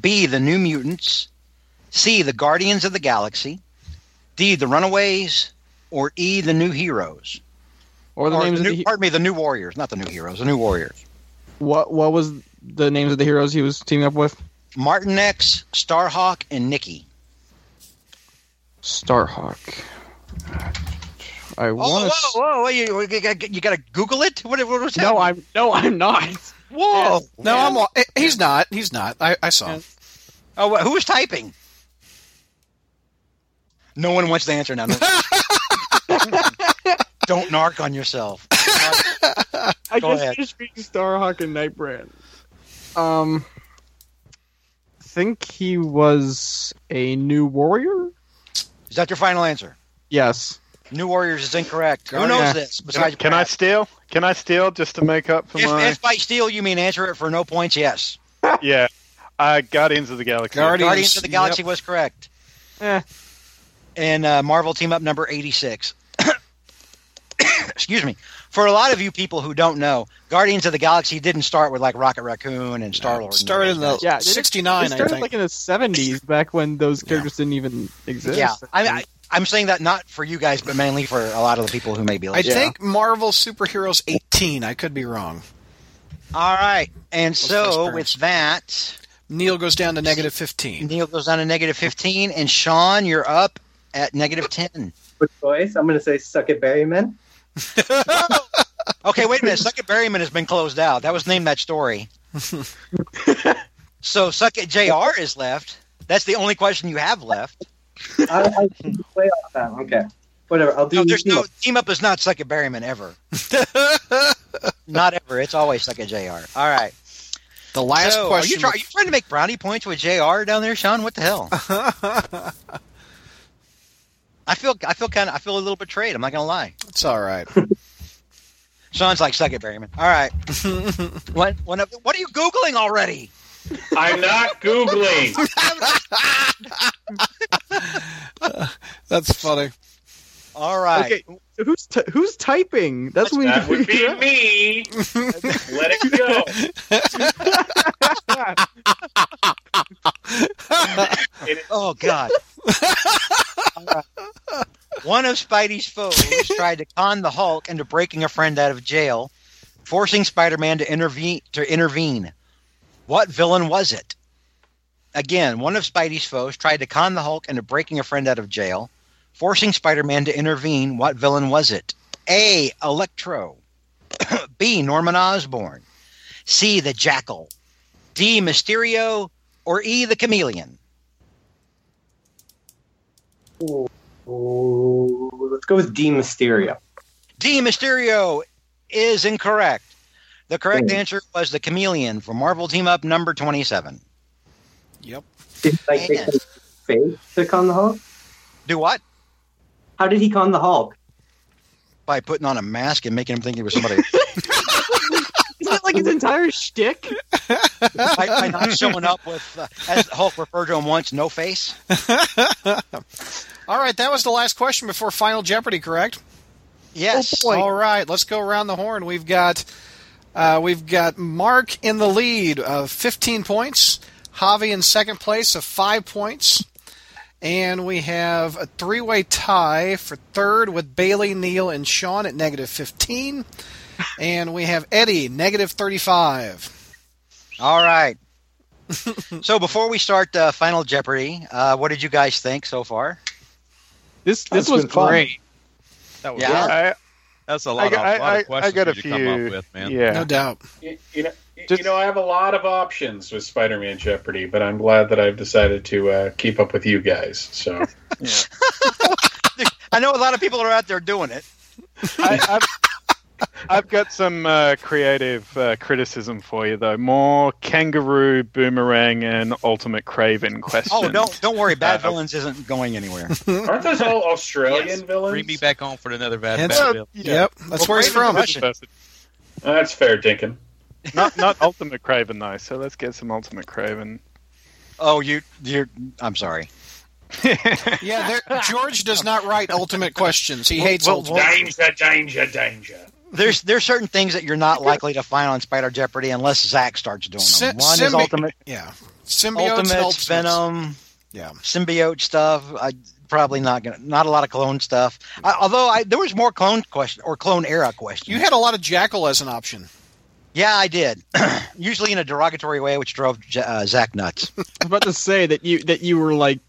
[SPEAKER 5] B. The New Mutants, C. The Guardians of the Galaxy, D. The Runaways, or E. The New Heroes.
[SPEAKER 10] Or the
[SPEAKER 5] Or
[SPEAKER 10] names
[SPEAKER 5] the
[SPEAKER 10] of
[SPEAKER 5] new,
[SPEAKER 10] the he-
[SPEAKER 5] pardon me, the New Warriors, not the New Heroes, the New Warriors.
[SPEAKER 10] what? What was the names of the heroes he was teaming up with?
[SPEAKER 5] Martin X, Starhawk, and Nikki.
[SPEAKER 10] Starhawk. I
[SPEAKER 5] Oh,
[SPEAKER 10] want
[SPEAKER 5] whoa, whoa, whoa, you, you, gotta- you gotta Google it? What, what was that? Oh,
[SPEAKER 10] No, I'm no, I'm not.
[SPEAKER 5] Whoa!
[SPEAKER 6] No, I'm. wa- eh, He's not. He's not. I, I saw. him.
[SPEAKER 5] Oh, wha- who was typing? No one wants to answer now. No- Don't narc on yourself.
[SPEAKER 10] I
[SPEAKER 5] Go
[SPEAKER 10] just
[SPEAKER 5] ahead.
[SPEAKER 10] finished reading Starhawk and Nightbrand. Um, I think he was a new warrior.
[SPEAKER 5] Is that your final answer?
[SPEAKER 10] Yes.
[SPEAKER 5] New Warriors is incorrect. Who
[SPEAKER 10] Oh,
[SPEAKER 5] knows
[SPEAKER 10] yeah.
[SPEAKER 5] this?
[SPEAKER 4] Can I,
[SPEAKER 5] Besides,
[SPEAKER 4] can I steal? Can I steal just to make up for
[SPEAKER 5] If,
[SPEAKER 4] my?
[SPEAKER 5] if by steal you mean answer it for no points, yes.
[SPEAKER 4] Yeah, uh, Guardians of the Galaxy.
[SPEAKER 6] Guardians.
[SPEAKER 5] Guardians of the Galaxy was correct.
[SPEAKER 10] Eh.
[SPEAKER 5] And uh, Marvel team up number 86. Excuse me. For a lot of you people who don't know, Guardians of the Galaxy didn't start with like Rocket Raccoon and Star Lord.
[SPEAKER 6] Started in the
[SPEAKER 10] Yeah, it is- it
[SPEAKER 6] '69, I
[SPEAKER 10] started
[SPEAKER 6] think.
[SPEAKER 10] like in the '70s, back when those characters didn't even exist.
[SPEAKER 5] Yeah, I, I, I'm saying that not for you guys, but mainly for a lot of the people who may be
[SPEAKER 6] I
[SPEAKER 5] listening.
[SPEAKER 6] think Marvel superheroes 18. I could be wrong.
[SPEAKER 5] All right, and so
[SPEAKER 6] first
[SPEAKER 5] with
[SPEAKER 6] appearance?
[SPEAKER 5] that,
[SPEAKER 6] Neil goes down to negative 15.
[SPEAKER 5] Neil goes down to negative 15, and Sean, you're up at negative 10.
[SPEAKER 8] Good choice. I'm going to say suck it, Berryman.
[SPEAKER 5] Okay, wait a minute. Suck it Berryman has been closed out. That was named that story. so Suck it JR is left. That's the only question you have left.
[SPEAKER 8] I, I didn't play off that. Okay. Whatever. I'll do
[SPEAKER 5] No, there's
[SPEAKER 8] team
[SPEAKER 5] no
[SPEAKER 8] up.
[SPEAKER 5] team up is not Suck it Berryman ever. not ever. It's always Suck it JR. All right.
[SPEAKER 6] The last
[SPEAKER 5] so, Are you,
[SPEAKER 6] question.
[SPEAKER 5] try, are you trying to make brownie points with JR down there, Sean? What the hell? I feel I feel kind of I feel a little betrayed. I'm not gonna lie.
[SPEAKER 6] It's all right.
[SPEAKER 5] Sean's like, suck it, Berryman. All right. what, what what are you googling already?
[SPEAKER 7] I'm not googling.
[SPEAKER 6] That's funny.
[SPEAKER 5] All right.
[SPEAKER 10] Okay, so who's t- who's typing? That's what we
[SPEAKER 7] That
[SPEAKER 10] need to
[SPEAKER 7] would be
[SPEAKER 10] figure out.
[SPEAKER 7] me. Let it go. It,
[SPEAKER 5] Oh God. All right. One of Spidey's foes tried to con the Hulk into breaking a friend out of jail, forcing Spider-Man to intervene. To intervene, what villain was it? Again, one of Spidey's foes tried to con the Hulk into breaking a friend out of jail, forcing Spider-Man to intervene. What villain was it? A. Electro. B. Norman Osborn. C. The Jackal. D. Mysterio. Or E. The Chameleon.
[SPEAKER 8] Ooh, let's go with D Mysterio.
[SPEAKER 5] D. Mysterio is incorrect. The correct
[SPEAKER 8] Dang.
[SPEAKER 5] answer was the Chameleon from Marvel Team Up number 27.
[SPEAKER 6] Yep.
[SPEAKER 8] Did like they
[SPEAKER 5] Man.
[SPEAKER 8] couldn't fake to con the Hulk?
[SPEAKER 5] Do what?
[SPEAKER 8] How did he con the Hulk?
[SPEAKER 5] By putting on a mask and making him think he was somebody.
[SPEAKER 10] Isn't that like his entire shtick?
[SPEAKER 5] by, by not showing up with, uh, as Hulk referred to him once, no face.
[SPEAKER 6] All right, that was the last question before Final Jeopardy, correct?
[SPEAKER 5] Yes.
[SPEAKER 10] boy. Wait.
[SPEAKER 6] All right, let's go around the horn. We've got uh, we've got Mark in the lead of 15 points, Javi in second place of five points, and we have a three-way tie for third with Bailey, Neil, and Sean at negative 15, and we have Eddie negative 35.
[SPEAKER 5] All right. so before we start uh, Final Jeopardy, uh, what did you guys think so far?
[SPEAKER 10] This this
[SPEAKER 9] That's
[SPEAKER 10] was
[SPEAKER 9] been fun.
[SPEAKER 10] great.
[SPEAKER 2] That was
[SPEAKER 5] Yeah.
[SPEAKER 4] I,
[SPEAKER 2] that's a
[SPEAKER 4] I
[SPEAKER 2] lot,
[SPEAKER 4] got-
[SPEAKER 2] of, lot
[SPEAKER 4] I- I- I
[SPEAKER 2] of questions
[SPEAKER 4] got a
[SPEAKER 2] for you to come
[SPEAKER 4] few-
[SPEAKER 2] up with, man.
[SPEAKER 4] yeah.
[SPEAKER 6] No doubt.
[SPEAKER 7] you, you know,
[SPEAKER 4] Just-
[SPEAKER 7] you know, I have a lot of options with Spider-Man Jeopardy, but I'm glad that I've decided to uh, keep up with you guys. So uh,
[SPEAKER 5] I know a lot of people are out there doing it.
[SPEAKER 4] I, I've, I've got some uh, creative uh, criticism for you, though. More kangaroo, boomerang, and ultimate craven questions.
[SPEAKER 5] Oh, don't don't worry. Bad
[SPEAKER 4] Uh,
[SPEAKER 5] Villains isn't going anywhere.
[SPEAKER 7] aren't those all Australian
[SPEAKER 2] Yes.
[SPEAKER 7] villains?
[SPEAKER 2] Bring me back on for another bad,
[SPEAKER 6] That's-
[SPEAKER 2] bad bill.
[SPEAKER 6] Yep, that's where he's
[SPEAKER 5] Craven's
[SPEAKER 6] from.
[SPEAKER 5] Russian.
[SPEAKER 7] Uh, that's fair, Dinkin.
[SPEAKER 4] not not ultimate craven though. So let's get some ultimate craven.
[SPEAKER 5] Oh, you you. I'm sorry.
[SPEAKER 6] Yeah, there- George does not write ultimate questions. He hates
[SPEAKER 5] well,
[SPEAKER 6] ultimate.
[SPEAKER 7] Danger, danger, danger.
[SPEAKER 5] there's there's certain things that you're not likely to find on Spider Jeopardy unless Zach starts doing them.
[SPEAKER 6] Sy-
[SPEAKER 5] One is
[SPEAKER 6] symbi-
[SPEAKER 5] ultimate,
[SPEAKER 6] Yeah. Symbiotes, and
[SPEAKER 5] ultimate
[SPEAKER 6] ultimates.
[SPEAKER 5] Venom,
[SPEAKER 6] Yeah.
[SPEAKER 5] symbiote stuff. I, probably not gonna, not a lot of clone stuff. I, although I, there was more clone question or clone era questions.
[SPEAKER 6] You had a lot of Jackal as an option.
[SPEAKER 5] yeah, I did. Usually in a derogatory way, which drove J- uh, Zach nuts.
[SPEAKER 10] I was about to say that you that you were like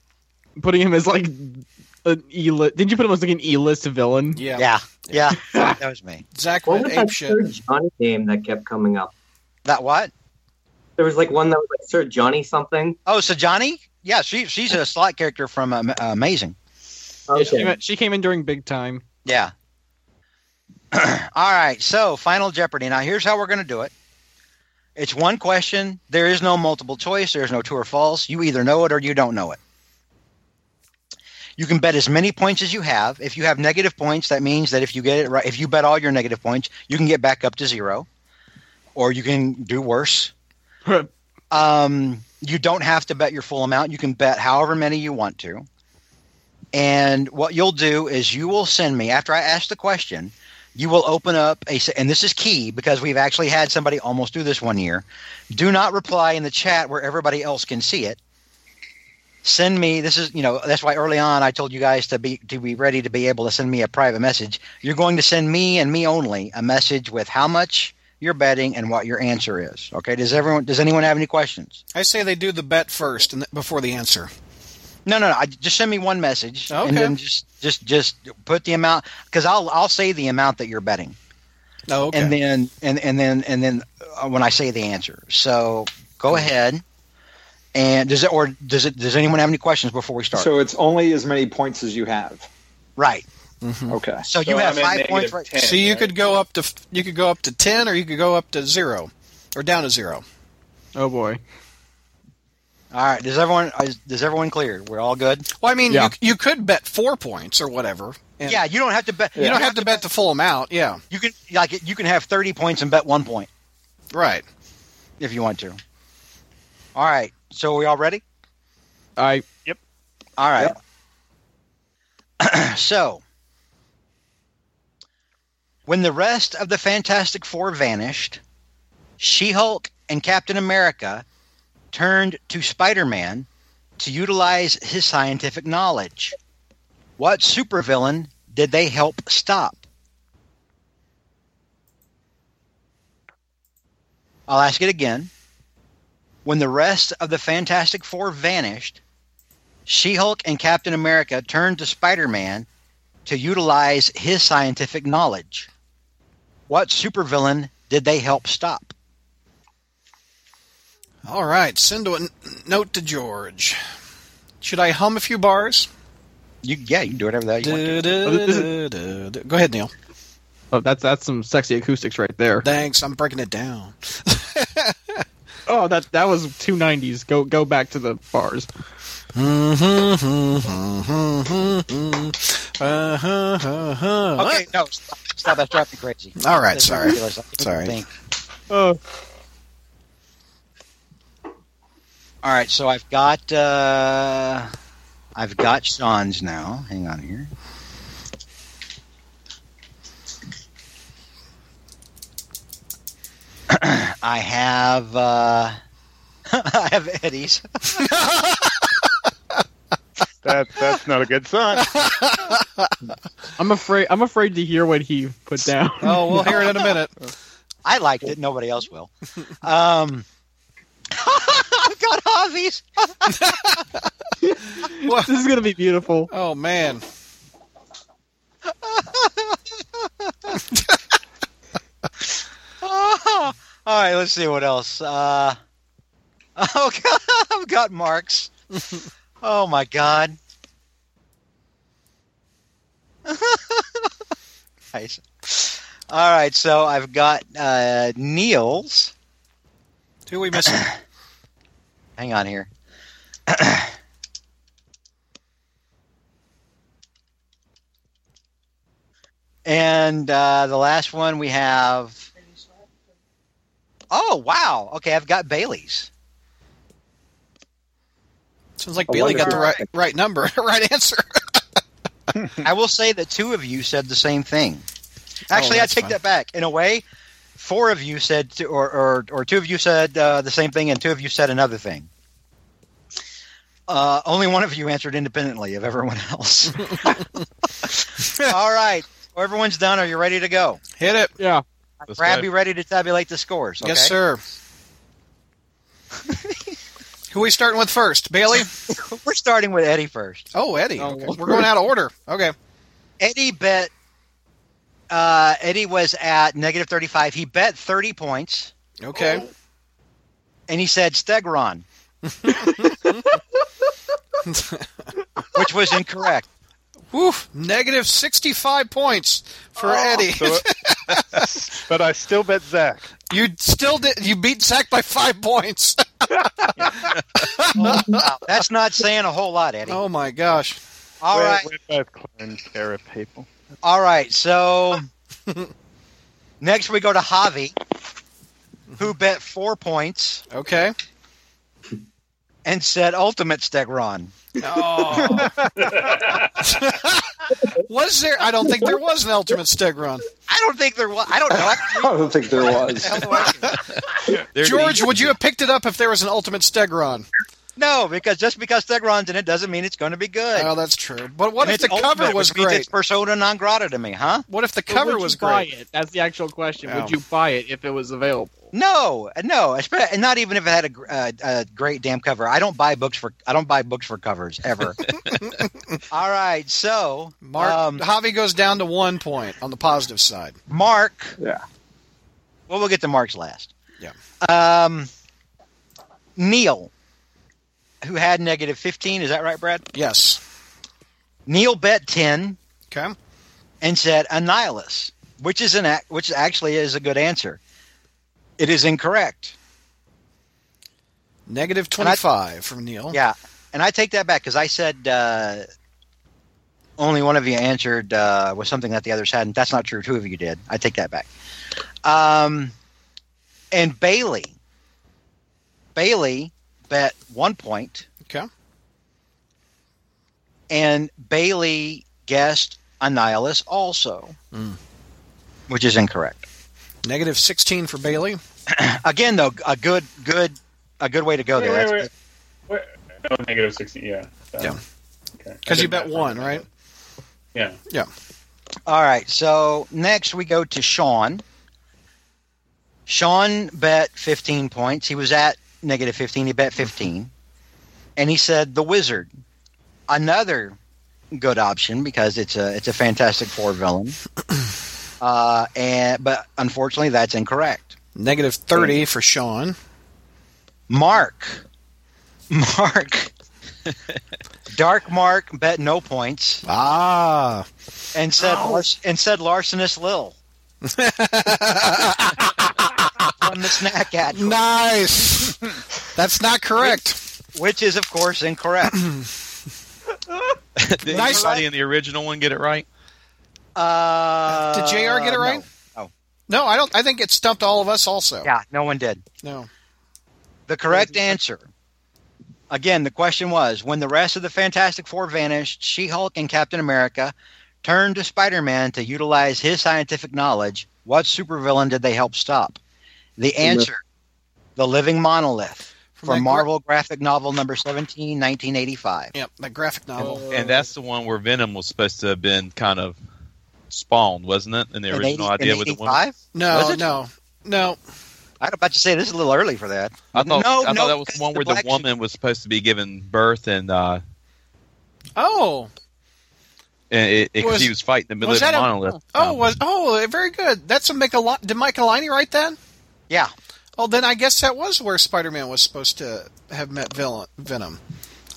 [SPEAKER 10] putting him as like an E list. Did you put him as like an E list villain?
[SPEAKER 6] Yeah.
[SPEAKER 5] yeah, yeah, that was me.
[SPEAKER 6] Zach
[SPEAKER 8] What
[SPEAKER 6] went
[SPEAKER 8] was that
[SPEAKER 6] ape shit.
[SPEAKER 8] Sir Johnny name that kept coming up?
[SPEAKER 5] That what?
[SPEAKER 8] There was like one that was like Sir Johnny something.
[SPEAKER 5] Oh, so Johnny? Yeah, she she's a slot character from um, Amazing.
[SPEAKER 10] Yeah, she, came
[SPEAKER 8] Okay.
[SPEAKER 10] in, she came in during big time.
[SPEAKER 5] Yeah. All right. So, Final Jeopardy. Now, here's how we're going to do it it's one question. There is no multiple choice. There's no true or false. You either know it or you don't know it. You can bet as many points as you have. If you have negative points, that means that if you get it right, if you bet all your negative points, you can get back up to zero, or you can do worse. Um, you don't have to bet your full amount. You can bet however many you want to. And what you'll do is you will send me after I ask the question. You will open up a s- and this is key because we've actually had somebody almost do this one year. Do not reply in the chat where everybody else can see it. Send me this is you know that's why early on I told you guys to be to be ready to be able to send me a private message. You're going to send me and me only a message with how much you're betting and what your answer is. Okay? Does everyone does anyone have any questions?
[SPEAKER 6] I say they do the bet first and th- before the answer.
[SPEAKER 5] No, no, no. I, just send me one message,
[SPEAKER 6] Okay.
[SPEAKER 5] and then just, just, just put the amount because I'll, I'll say the amount that you're betting,
[SPEAKER 6] No, Oh, okay.
[SPEAKER 5] and then, and, and then, and then uh, when I say the answer. So go ahead, and does it, or does it, does anyone have any questions before we start?
[SPEAKER 9] So it's only as many points as you have.
[SPEAKER 5] right.
[SPEAKER 9] Okay.
[SPEAKER 5] So,
[SPEAKER 7] So
[SPEAKER 5] you have
[SPEAKER 7] I'm at
[SPEAKER 5] five
[SPEAKER 7] negative
[SPEAKER 5] points. Right?
[SPEAKER 7] 10,
[SPEAKER 6] so you
[SPEAKER 7] right?
[SPEAKER 6] could go up to f- you could go up to ten, or you could go up to zero, or down to zero.
[SPEAKER 10] Oh boy.
[SPEAKER 5] All right. Does everyone is, does everyone clear? We're all good.
[SPEAKER 6] Well, I mean,
[SPEAKER 10] Yeah.
[SPEAKER 6] you, you could bet four points or whatever. and
[SPEAKER 5] Yeah. You don't have to bet.
[SPEAKER 6] You don't have to bet the full amount. Yeah.
[SPEAKER 5] You can like you can have thirty points and bet one point
[SPEAKER 6] Right.
[SPEAKER 5] if you want to. All right. So are we all ready?
[SPEAKER 10] I
[SPEAKER 5] All right. so, when the rest of the Fantastic Four vanished, She Hulk and Captain America turned to Spider Man to utilize his scientific knowledge. What supervillain did they help stop? I'll ask it again. When the rest of the Fantastic Four vanished, she Hulk and Captain America turned to Spider Man to utilize his scientific knowledge. What supervillain did they help stop?
[SPEAKER 6] All right. Send a n- note to George. Should I hum a few bars?
[SPEAKER 5] You, yeah, you can do whatever that you want. to.
[SPEAKER 6] Du-du-du-du-du. Go ahead, Neil.
[SPEAKER 10] oh, that's that's some sexy acoustics right there.
[SPEAKER 6] Thanks. I'm breaking it down.
[SPEAKER 10] oh, that that was two nineties. Go go back to the bars.
[SPEAKER 6] Mm-hmm, okay. mm-hmm. Uh-huh,
[SPEAKER 5] Okay, no, stop, stop. That's driving me crazy.
[SPEAKER 6] All right,
[SPEAKER 5] That's
[SPEAKER 6] sorry.
[SPEAKER 5] ridiculous. I can't
[SPEAKER 6] Sorry.
[SPEAKER 5] think.
[SPEAKER 10] Oh,
[SPEAKER 5] All right, so I've got uh, I've got Sean's now. Hang on here. I have uh, I have Eddie's.
[SPEAKER 4] That, that's not a good sign.
[SPEAKER 10] I'm afraid I'm afraid to hear what he put down.
[SPEAKER 6] Oh, we'll hear it in a minute.
[SPEAKER 5] I liked it. Nobody else will. Um, I've got Javi's.
[SPEAKER 10] this is gonna be beautiful.
[SPEAKER 6] Oh man.
[SPEAKER 5] all right, let's see what else. Uh, oh God, I've got Mark's. Oh my God. nice. All right, so I've got uh, Neil's.
[SPEAKER 6] Who we missing?
[SPEAKER 5] Hang on here. and uh, the last one we have. Oh wow! Okay, I've got Bailey's.
[SPEAKER 6] Sounds like
[SPEAKER 9] I
[SPEAKER 6] Bailey
[SPEAKER 9] wonder
[SPEAKER 6] got the
[SPEAKER 9] who-
[SPEAKER 6] right right number, right answer.
[SPEAKER 5] I will say that two of you said the same thing. Actually, I
[SPEAKER 6] Oh, that's
[SPEAKER 5] take
[SPEAKER 6] fine.
[SPEAKER 5] that back. In a way, four of you said, two, or, or or two of you said uh, the same thing, and two of you said another thing. Uh, only one of you answered independently of everyone else. All right, Well, everyone's done. Are you ready to go?
[SPEAKER 6] Hit it.
[SPEAKER 10] Yeah.
[SPEAKER 2] Let's
[SPEAKER 5] Brad,
[SPEAKER 2] go.
[SPEAKER 5] be ready to tabulate the scores. Okay?
[SPEAKER 6] Yes, sir. Who we starting with first? Bailey?
[SPEAKER 5] We're starting with Eddie first.
[SPEAKER 6] Oh, Eddie.
[SPEAKER 10] Oh,
[SPEAKER 6] Okay.
[SPEAKER 10] Lord.
[SPEAKER 6] We're going out of order. Okay.
[SPEAKER 5] Eddie bet. Uh, Eddie was at negative thirty-five. He bet thirty points,
[SPEAKER 6] Okay.
[SPEAKER 5] and he said Stegron, which was incorrect.
[SPEAKER 6] Woof. Negative 65 points for Eddie.
[SPEAKER 4] So- uh, but I still bet Zach.
[SPEAKER 6] you still did. You beat Zach by five points.
[SPEAKER 5] Wow, that's not saying a whole lot, Eddie.
[SPEAKER 6] oh, my gosh.
[SPEAKER 5] all
[SPEAKER 4] we're,
[SPEAKER 5] right,
[SPEAKER 4] we're both clone era people.
[SPEAKER 5] all right. So next we go to Javi, who bet four points
[SPEAKER 6] Mm-hmm. Okay.
[SPEAKER 5] and said Ultimate Stegron.
[SPEAKER 6] Oh. was there? I don't think there was an ultimate Stegron.
[SPEAKER 5] I don't think there was. I don't know.
[SPEAKER 9] I
[SPEAKER 5] I-
[SPEAKER 9] don't think there was.
[SPEAKER 5] how do I-
[SPEAKER 2] There's
[SPEAKER 6] George,
[SPEAKER 2] the-
[SPEAKER 6] would you have picked it up if there was an ultimate Stegron?
[SPEAKER 5] no, because just because Stegron's in it doesn't mean it's going to be good.
[SPEAKER 6] Oh, that's true. But what
[SPEAKER 5] And
[SPEAKER 6] if
[SPEAKER 5] it's
[SPEAKER 6] the cover
[SPEAKER 5] ultimate,
[SPEAKER 6] was
[SPEAKER 5] which means
[SPEAKER 6] great?
[SPEAKER 5] It's persona non grata to me, huh?
[SPEAKER 6] What if the
[SPEAKER 10] But
[SPEAKER 6] cover
[SPEAKER 10] would
[SPEAKER 6] was
[SPEAKER 10] you buy
[SPEAKER 6] great?
[SPEAKER 10] It? That's the actual question.
[SPEAKER 6] Oh.
[SPEAKER 10] Would you buy it if it was available?
[SPEAKER 5] No, no, espe- and not even if it had a, gr- uh, a great damn cover. I don't buy books for I don't buy books for covers ever. All right, so
[SPEAKER 6] Mark
[SPEAKER 5] um,
[SPEAKER 6] Javi goes down to one point on the positive side.
[SPEAKER 5] Mark.
[SPEAKER 9] Yeah.
[SPEAKER 5] Well, we'll get to Mark's last.
[SPEAKER 6] Yeah.
[SPEAKER 5] Um, Neil, who had negative 15. Is that right, Brad?
[SPEAKER 6] Yes.
[SPEAKER 5] Neil bet 10
[SPEAKER 6] Okay.
[SPEAKER 5] and said Annihilus, which is an ac- which actually is a good answer. It is incorrect.
[SPEAKER 6] Negative
[SPEAKER 5] And I-
[SPEAKER 6] 25 from Neil.
[SPEAKER 5] Yeah, and I take that back because I said uh, only one of you answered uh, was something that the others hadn't. That's not true. Two of you did. I take that back. Um, and Bailey, Bailey bet one point,
[SPEAKER 6] Okay.
[SPEAKER 5] and Bailey guessed Annihilus also, which is incorrect.
[SPEAKER 6] Negative 16 for Bailey.
[SPEAKER 5] Again, though, a good, good, a good way to go
[SPEAKER 7] Wait,
[SPEAKER 5] there.
[SPEAKER 7] wait,
[SPEAKER 5] That's-
[SPEAKER 7] wait. Wait, no, Oh, negative 60, yeah. So,
[SPEAKER 6] Yeah.
[SPEAKER 7] okay. I
[SPEAKER 6] Because you
[SPEAKER 7] did
[SPEAKER 6] bet
[SPEAKER 7] that.
[SPEAKER 6] one, right?
[SPEAKER 7] Yeah.
[SPEAKER 5] All right. So next we go to Sean. Sean bet 15 points. He was at negative 15. He bet 15. And he said the wizard. Another good option because it's a it's a Fantastic Four villain. Uh, and but unfortunately that's incorrect.
[SPEAKER 6] Negative 30 for Sean.
[SPEAKER 5] Mark. Mark. Dark Mark bet no points
[SPEAKER 6] Ah.
[SPEAKER 5] and said lar- and said larcenous Lil. From the snack at
[SPEAKER 6] Nice. That's not correct.
[SPEAKER 5] which is of course incorrect.
[SPEAKER 2] Did
[SPEAKER 6] Nice.
[SPEAKER 2] anybody in the original one get it right?
[SPEAKER 5] Uh,
[SPEAKER 6] Did JR get it
[SPEAKER 5] no.
[SPEAKER 6] right?
[SPEAKER 5] no.
[SPEAKER 6] No, I don't. I think it stumped all of us also.
[SPEAKER 5] Yeah, no one did.
[SPEAKER 6] No.
[SPEAKER 5] The correct answer. Again, the question was when the rest of the Fantastic Four vanished, She Hulk and Captain America turned to Spider Man to utilize his scientific knowledge. What supervillain did they help stop? The answer the living monolith
[SPEAKER 6] that
[SPEAKER 5] from
[SPEAKER 6] gra-
[SPEAKER 5] Marvel graphic novel number 17, 1985.
[SPEAKER 6] Yep. That graphic novel.
[SPEAKER 7] Oh.
[SPEAKER 2] And that's the one where Venom was supposed to have been kind of spawned, wasn't it? In the
[SPEAKER 5] In
[SPEAKER 2] original
[SPEAKER 5] 80
[SPEAKER 2] idea
[SPEAKER 5] in
[SPEAKER 2] with the woman.
[SPEAKER 5] 85?
[SPEAKER 6] No,
[SPEAKER 2] Was it?
[SPEAKER 6] no, no.
[SPEAKER 5] I'm about to say this is a little early for that.
[SPEAKER 2] I thought,
[SPEAKER 5] No,
[SPEAKER 2] I thought
[SPEAKER 5] no,
[SPEAKER 2] that was the
[SPEAKER 5] because
[SPEAKER 2] one
[SPEAKER 5] the
[SPEAKER 2] where the,
[SPEAKER 5] black suit-
[SPEAKER 2] woman was supposed to be given birth and uh,
[SPEAKER 6] Oh,
[SPEAKER 2] and it, it, 'cause
[SPEAKER 6] Was-
[SPEAKER 2] he was fighting the middle
[SPEAKER 6] was
[SPEAKER 2] of the
[SPEAKER 6] that a-
[SPEAKER 2] monolith.
[SPEAKER 6] oh,
[SPEAKER 2] Um,
[SPEAKER 6] was oh, very good. That's a Michelini. Did Michelini write that?
[SPEAKER 5] Yeah.
[SPEAKER 6] Oh, then I guess that was where Spider-Man was supposed to have met villain, Venom.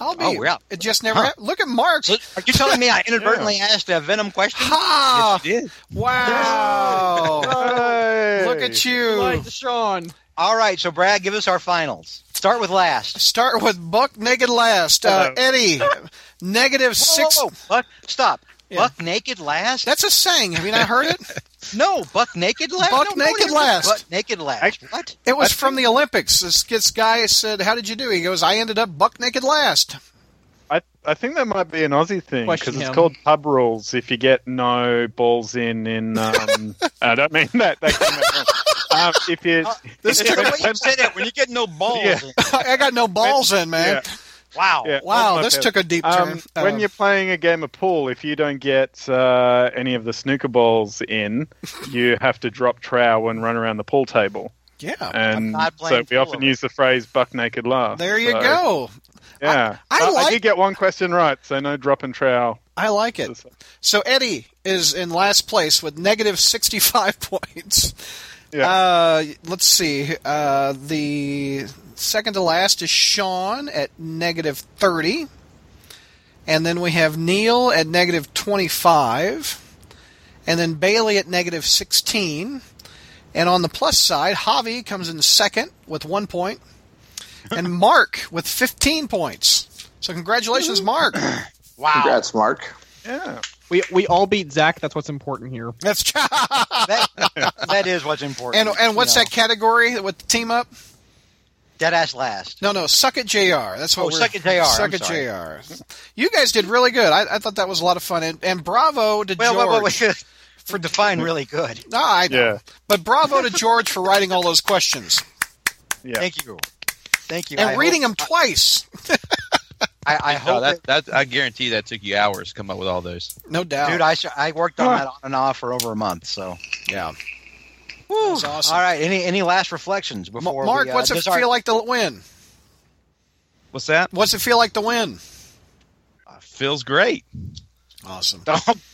[SPEAKER 6] I'll be.
[SPEAKER 5] Oh, yeah.
[SPEAKER 6] It just never. happened. Look at Mark.
[SPEAKER 5] Are you telling me I inadvertently asked a Venom question?
[SPEAKER 6] Ha!
[SPEAKER 2] It did.
[SPEAKER 6] Wow! Look at you.
[SPEAKER 10] Light to Sean.
[SPEAKER 5] All right, so Brad, give us our finals. Start with last.
[SPEAKER 6] Start with Buck Naked last. Uh, Eddie, negative
[SPEAKER 5] Whoa,
[SPEAKER 6] six.
[SPEAKER 5] whoa, whoa. Buck, stop.
[SPEAKER 6] Yeah.
[SPEAKER 5] Buck naked last?
[SPEAKER 6] That's a saying. Have you not heard it?
[SPEAKER 5] no, buck naked last.
[SPEAKER 6] Buck
[SPEAKER 5] No,
[SPEAKER 6] naked
[SPEAKER 5] no,
[SPEAKER 6] last.
[SPEAKER 5] Buck naked last. what?
[SPEAKER 6] It was from the Olympics. This, this guy said, "How did you do?" He goes, "I ended up buck naked last."
[SPEAKER 4] I, I think that might be an Aussie thing
[SPEAKER 10] Question
[SPEAKER 4] because it's
[SPEAKER 10] him.
[SPEAKER 4] called pub rules. If you get no balls in, in um, I don't mean that. that came out wrong. um, if you,
[SPEAKER 6] Uh, This
[SPEAKER 5] Look
[SPEAKER 6] took
[SPEAKER 5] at
[SPEAKER 6] a-
[SPEAKER 5] the way you said it when you get no balls.
[SPEAKER 4] Yeah.
[SPEAKER 5] in.
[SPEAKER 6] I got no balls in, man.
[SPEAKER 5] Wow.
[SPEAKER 4] yeah, that's
[SPEAKER 6] Wow,
[SPEAKER 4] my
[SPEAKER 6] this
[SPEAKER 4] bad.
[SPEAKER 6] took a deep
[SPEAKER 4] Um,
[SPEAKER 6] turn.
[SPEAKER 4] when
[SPEAKER 6] Uh,
[SPEAKER 4] you're playing a game of pool, if you don't get uh, any of the snooker balls in, you have to drop trow and run around the pool table.
[SPEAKER 6] yeah,
[SPEAKER 4] And
[SPEAKER 5] not
[SPEAKER 4] so
[SPEAKER 5] playing
[SPEAKER 4] we
[SPEAKER 5] pool
[SPEAKER 4] often
[SPEAKER 5] already.
[SPEAKER 4] use the phrase "buck naked last."
[SPEAKER 6] there you
[SPEAKER 4] So,
[SPEAKER 6] go.
[SPEAKER 4] Yeah,
[SPEAKER 6] I- I
[SPEAKER 4] But I
[SPEAKER 6] like-
[SPEAKER 4] did get one question right, so no drop and trow.
[SPEAKER 6] I like it. So Eddie is in last place with negative sixty-five points.
[SPEAKER 4] Yeah.
[SPEAKER 6] Uh, let's see. Uh, the second to last is Sean at negative thirty, and then we have Neil at negative twenty-five, and then Bailey at negative sixteen. And on the plus side, Javi comes in second with one point, and Mark with fifteen points. So congratulations, Mark.
[SPEAKER 5] Wow.
[SPEAKER 9] Congrats, Mark.
[SPEAKER 4] yeah,
[SPEAKER 10] We we all beat Zach. That's what's important here.
[SPEAKER 6] That's
[SPEAKER 5] That, that is what's important.
[SPEAKER 6] And and what's
[SPEAKER 5] You know.
[SPEAKER 6] that category with the team up?
[SPEAKER 5] Dead ass last.
[SPEAKER 6] No, no, suck at Jr. That's what
[SPEAKER 5] Oh,
[SPEAKER 6] we're
[SPEAKER 5] Suck It JR,
[SPEAKER 6] Suck
[SPEAKER 5] I'm
[SPEAKER 6] at
[SPEAKER 5] sorry.
[SPEAKER 6] Jr. You guys did really good. I, I thought that was a lot of fun, and, and bravo to
[SPEAKER 5] Well,
[SPEAKER 6] George.
[SPEAKER 5] well, well, well, for define really good.
[SPEAKER 6] No, I know.
[SPEAKER 4] yeah,
[SPEAKER 6] But bravo to George for writing all those questions
[SPEAKER 4] yeah.
[SPEAKER 5] Thank you. Thank you.
[SPEAKER 6] and
[SPEAKER 5] I
[SPEAKER 6] reading
[SPEAKER 5] hope,
[SPEAKER 6] them twice.
[SPEAKER 5] I, I
[SPEAKER 2] No,
[SPEAKER 5] hope
[SPEAKER 2] that, that, I guarantee that took you hours to come up with all those.
[SPEAKER 6] No doubt.
[SPEAKER 5] Dude, I, sh- I worked on that on and off for over a month. So,
[SPEAKER 6] yeah. That's awesome.
[SPEAKER 5] all right. Any any last reflections
[SPEAKER 6] M-
[SPEAKER 5] before
[SPEAKER 6] Mark,
[SPEAKER 5] we, uh,
[SPEAKER 6] what's it
[SPEAKER 5] does our-
[SPEAKER 6] feel like to win?
[SPEAKER 2] What's that?
[SPEAKER 6] What's it feel like to win?
[SPEAKER 2] Feels great.
[SPEAKER 6] Awesome.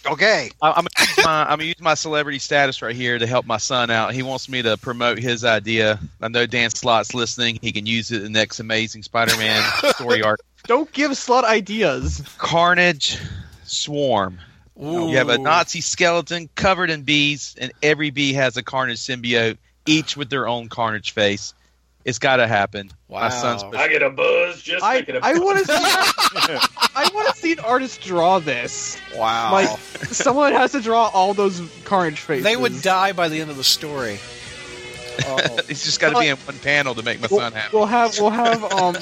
[SPEAKER 5] Okay.
[SPEAKER 2] I- I'm gonna use my I'm gonna use my celebrity status right here to help my son out. He wants me to promote his idea. I know Dan Slot's listening. He can use it in the next Amazing Spider-Man story arc.
[SPEAKER 10] Don't give slot ideas.
[SPEAKER 2] Carnage Swarm. You have a Nazi skeleton covered in bees, and every bee has a Carnage symbiote, each with their own Carnage face. It's got to happen.
[SPEAKER 11] Wow.
[SPEAKER 2] My son's been-
[SPEAKER 7] I get a buzz just
[SPEAKER 10] I,
[SPEAKER 7] thinking about
[SPEAKER 10] I want to
[SPEAKER 7] it.
[SPEAKER 10] see I want to see an artist draw this.
[SPEAKER 6] Wow.
[SPEAKER 10] Like someone has to draw all those carnage faces.
[SPEAKER 6] they would die by the end of the story.
[SPEAKER 10] Oh.
[SPEAKER 2] It's just got to be in one panel to make my
[SPEAKER 10] We'll,
[SPEAKER 2] son happy.
[SPEAKER 10] we'll have we'll have um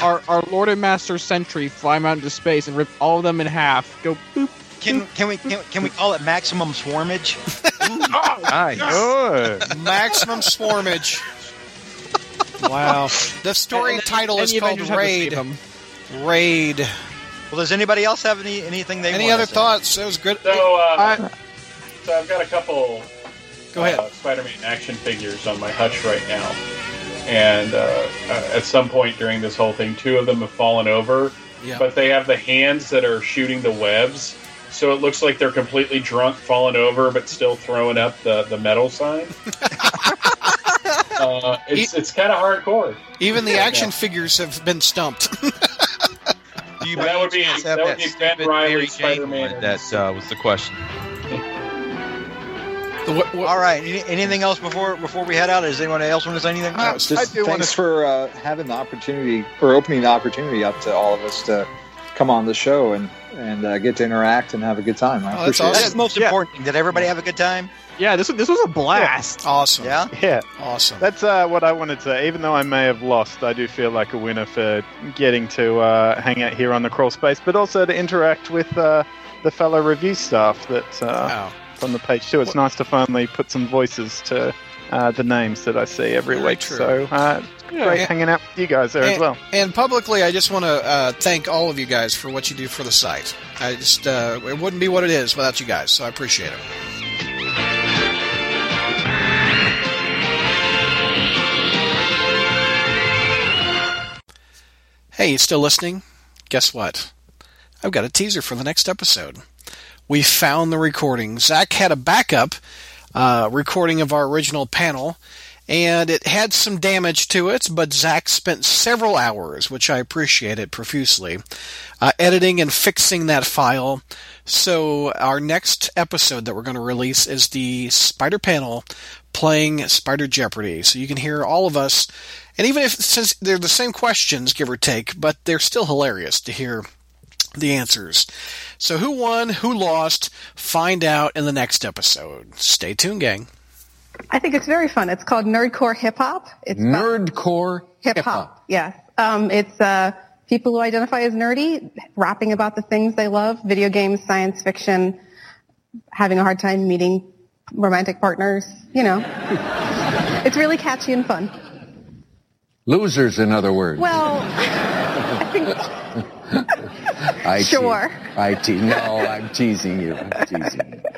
[SPEAKER 10] our, our Lord and Master Sentry fly 'em out into space and rip all of them in half. Go boop.
[SPEAKER 5] Can can we can, can we call it maximum swarmage?
[SPEAKER 2] Nice.
[SPEAKER 4] Oh,
[SPEAKER 6] Maximum swarmage. Wow. The story
[SPEAKER 10] And then-
[SPEAKER 6] title
[SPEAKER 10] and
[SPEAKER 6] is
[SPEAKER 10] the
[SPEAKER 6] called
[SPEAKER 10] Avengers have to save
[SPEAKER 6] Raid.
[SPEAKER 10] 'em.
[SPEAKER 6] Raid.
[SPEAKER 5] Well, does anybody else have any anything they
[SPEAKER 6] Any
[SPEAKER 5] wanna
[SPEAKER 6] other
[SPEAKER 5] say?
[SPEAKER 6] thoughts? That was good.
[SPEAKER 7] So, uh,
[SPEAKER 10] I-
[SPEAKER 7] so I've got a couple
[SPEAKER 6] Go ahead.
[SPEAKER 7] uh, Spider-Man action figures on my hutch right now, and uh, uh, at some point during this whole thing, two of them have fallen over,
[SPEAKER 6] Yeah.
[SPEAKER 7] but they have the hands that are shooting the webs, so it looks like they're completely drunk, falling over, but still throwing up the, the metal sign. uh, it's it's kind of hardcore.
[SPEAKER 6] Even the action figures have been stumped.
[SPEAKER 2] Do you
[SPEAKER 7] That
[SPEAKER 2] by
[SPEAKER 7] would be-
[SPEAKER 2] chance have
[SPEAKER 7] that would be Ben
[SPEAKER 2] stupid
[SPEAKER 7] Reilly
[SPEAKER 2] Mary Jane one?
[SPEAKER 7] Spider-Man.
[SPEAKER 2] That uh, was the question.
[SPEAKER 5] All right. Any, anything else before before we head out? Does anyone else want to say anything?
[SPEAKER 10] Uh,
[SPEAKER 9] No, it's just
[SPEAKER 4] I do
[SPEAKER 9] thanks
[SPEAKER 4] wanna-
[SPEAKER 9] for uh, having the opportunity or opening the opportunity up to all of us to come on the show and and uh, get to interact and have a good time. I
[SPEAKER 6] Oh, that's
[SPEAKER 9] appreciate
[SPEAKER 6] awesome.
[SPEAKER 5] That's the most
[SPEAKER 10] Yeah.
[SPEAKER 5] important thing. Did everybody have a good time?
[SPEAKER 10] Yeah, this was- this was a blast.
[SPEAKER 6] Awesome.
[SPEAKER 5] Yeah.
[SPEAKER 4] yeah.
[SPEAKER 6] Awesome.
[SPEAKER 4] That's uh, what I wanted to. Even though I may have lost, I do feel like a winner for getting to uh, hang out here on the crawl space, but also to interact with uh, the fellow review staff that uh,
[SPEAKER 6] Wow.
[SPEAKER 4] from the page too. It's nice to finally put some voices to uh, the names that I see every
[SPEAKER 6] Very
[SPEAKER 4] week.
[SPEAKER 6] true.
[SPEAKER 4] So uh, great
[SPEAKER 6] Yeah.
[SPEAKER 4] hanging out with you guys there as
[SPEAKER 6] And,
[SPEAKER 4] well.
[SPEAKER 6] and publicly, I just want to uh, thank all of you guys for what you do for the site. I just uh, it wouldn't be what it is without you guys, so I appreciate it. Hey, you still listening? Guess what? I've got a teaser for the next episode. We found the recording. Zach had a backup uh, recording of our original panel, and it had some damage to it, but Zach spent several hours, which I appreciated profusely, uh, editing and fixing that file. So, our next episode that we're going to release is the Spider Panel playing Spider Jeopardy. So, you can hear all of us, and even if since they're the same questions, give or take, but they're still hilarious to hear the answers. So, who won, who lost, find out in the next episode. Stay tuned, gang.
[SPEAKER 12] I think it's very fun. It's called Nerdcore Hip Hop. It's about
[SPEAKER 1] Nerdcore
[SPEAKER 12] hip hop. Yes. Um, it's uh, people who identify as nerdy rapping about the things they love, video games, science fiction, having a hard time meeting romantic partners, you know. it's really catchy and fun.
[SPEAKER 1] Losers, in other words.
[SPEAKER 12] Well, I think
[SPEAKER 1] I te-
[SPEAKER 12] sure.
[SPEAKER 1] I te- no, I'm teasing you. I'm teasing you.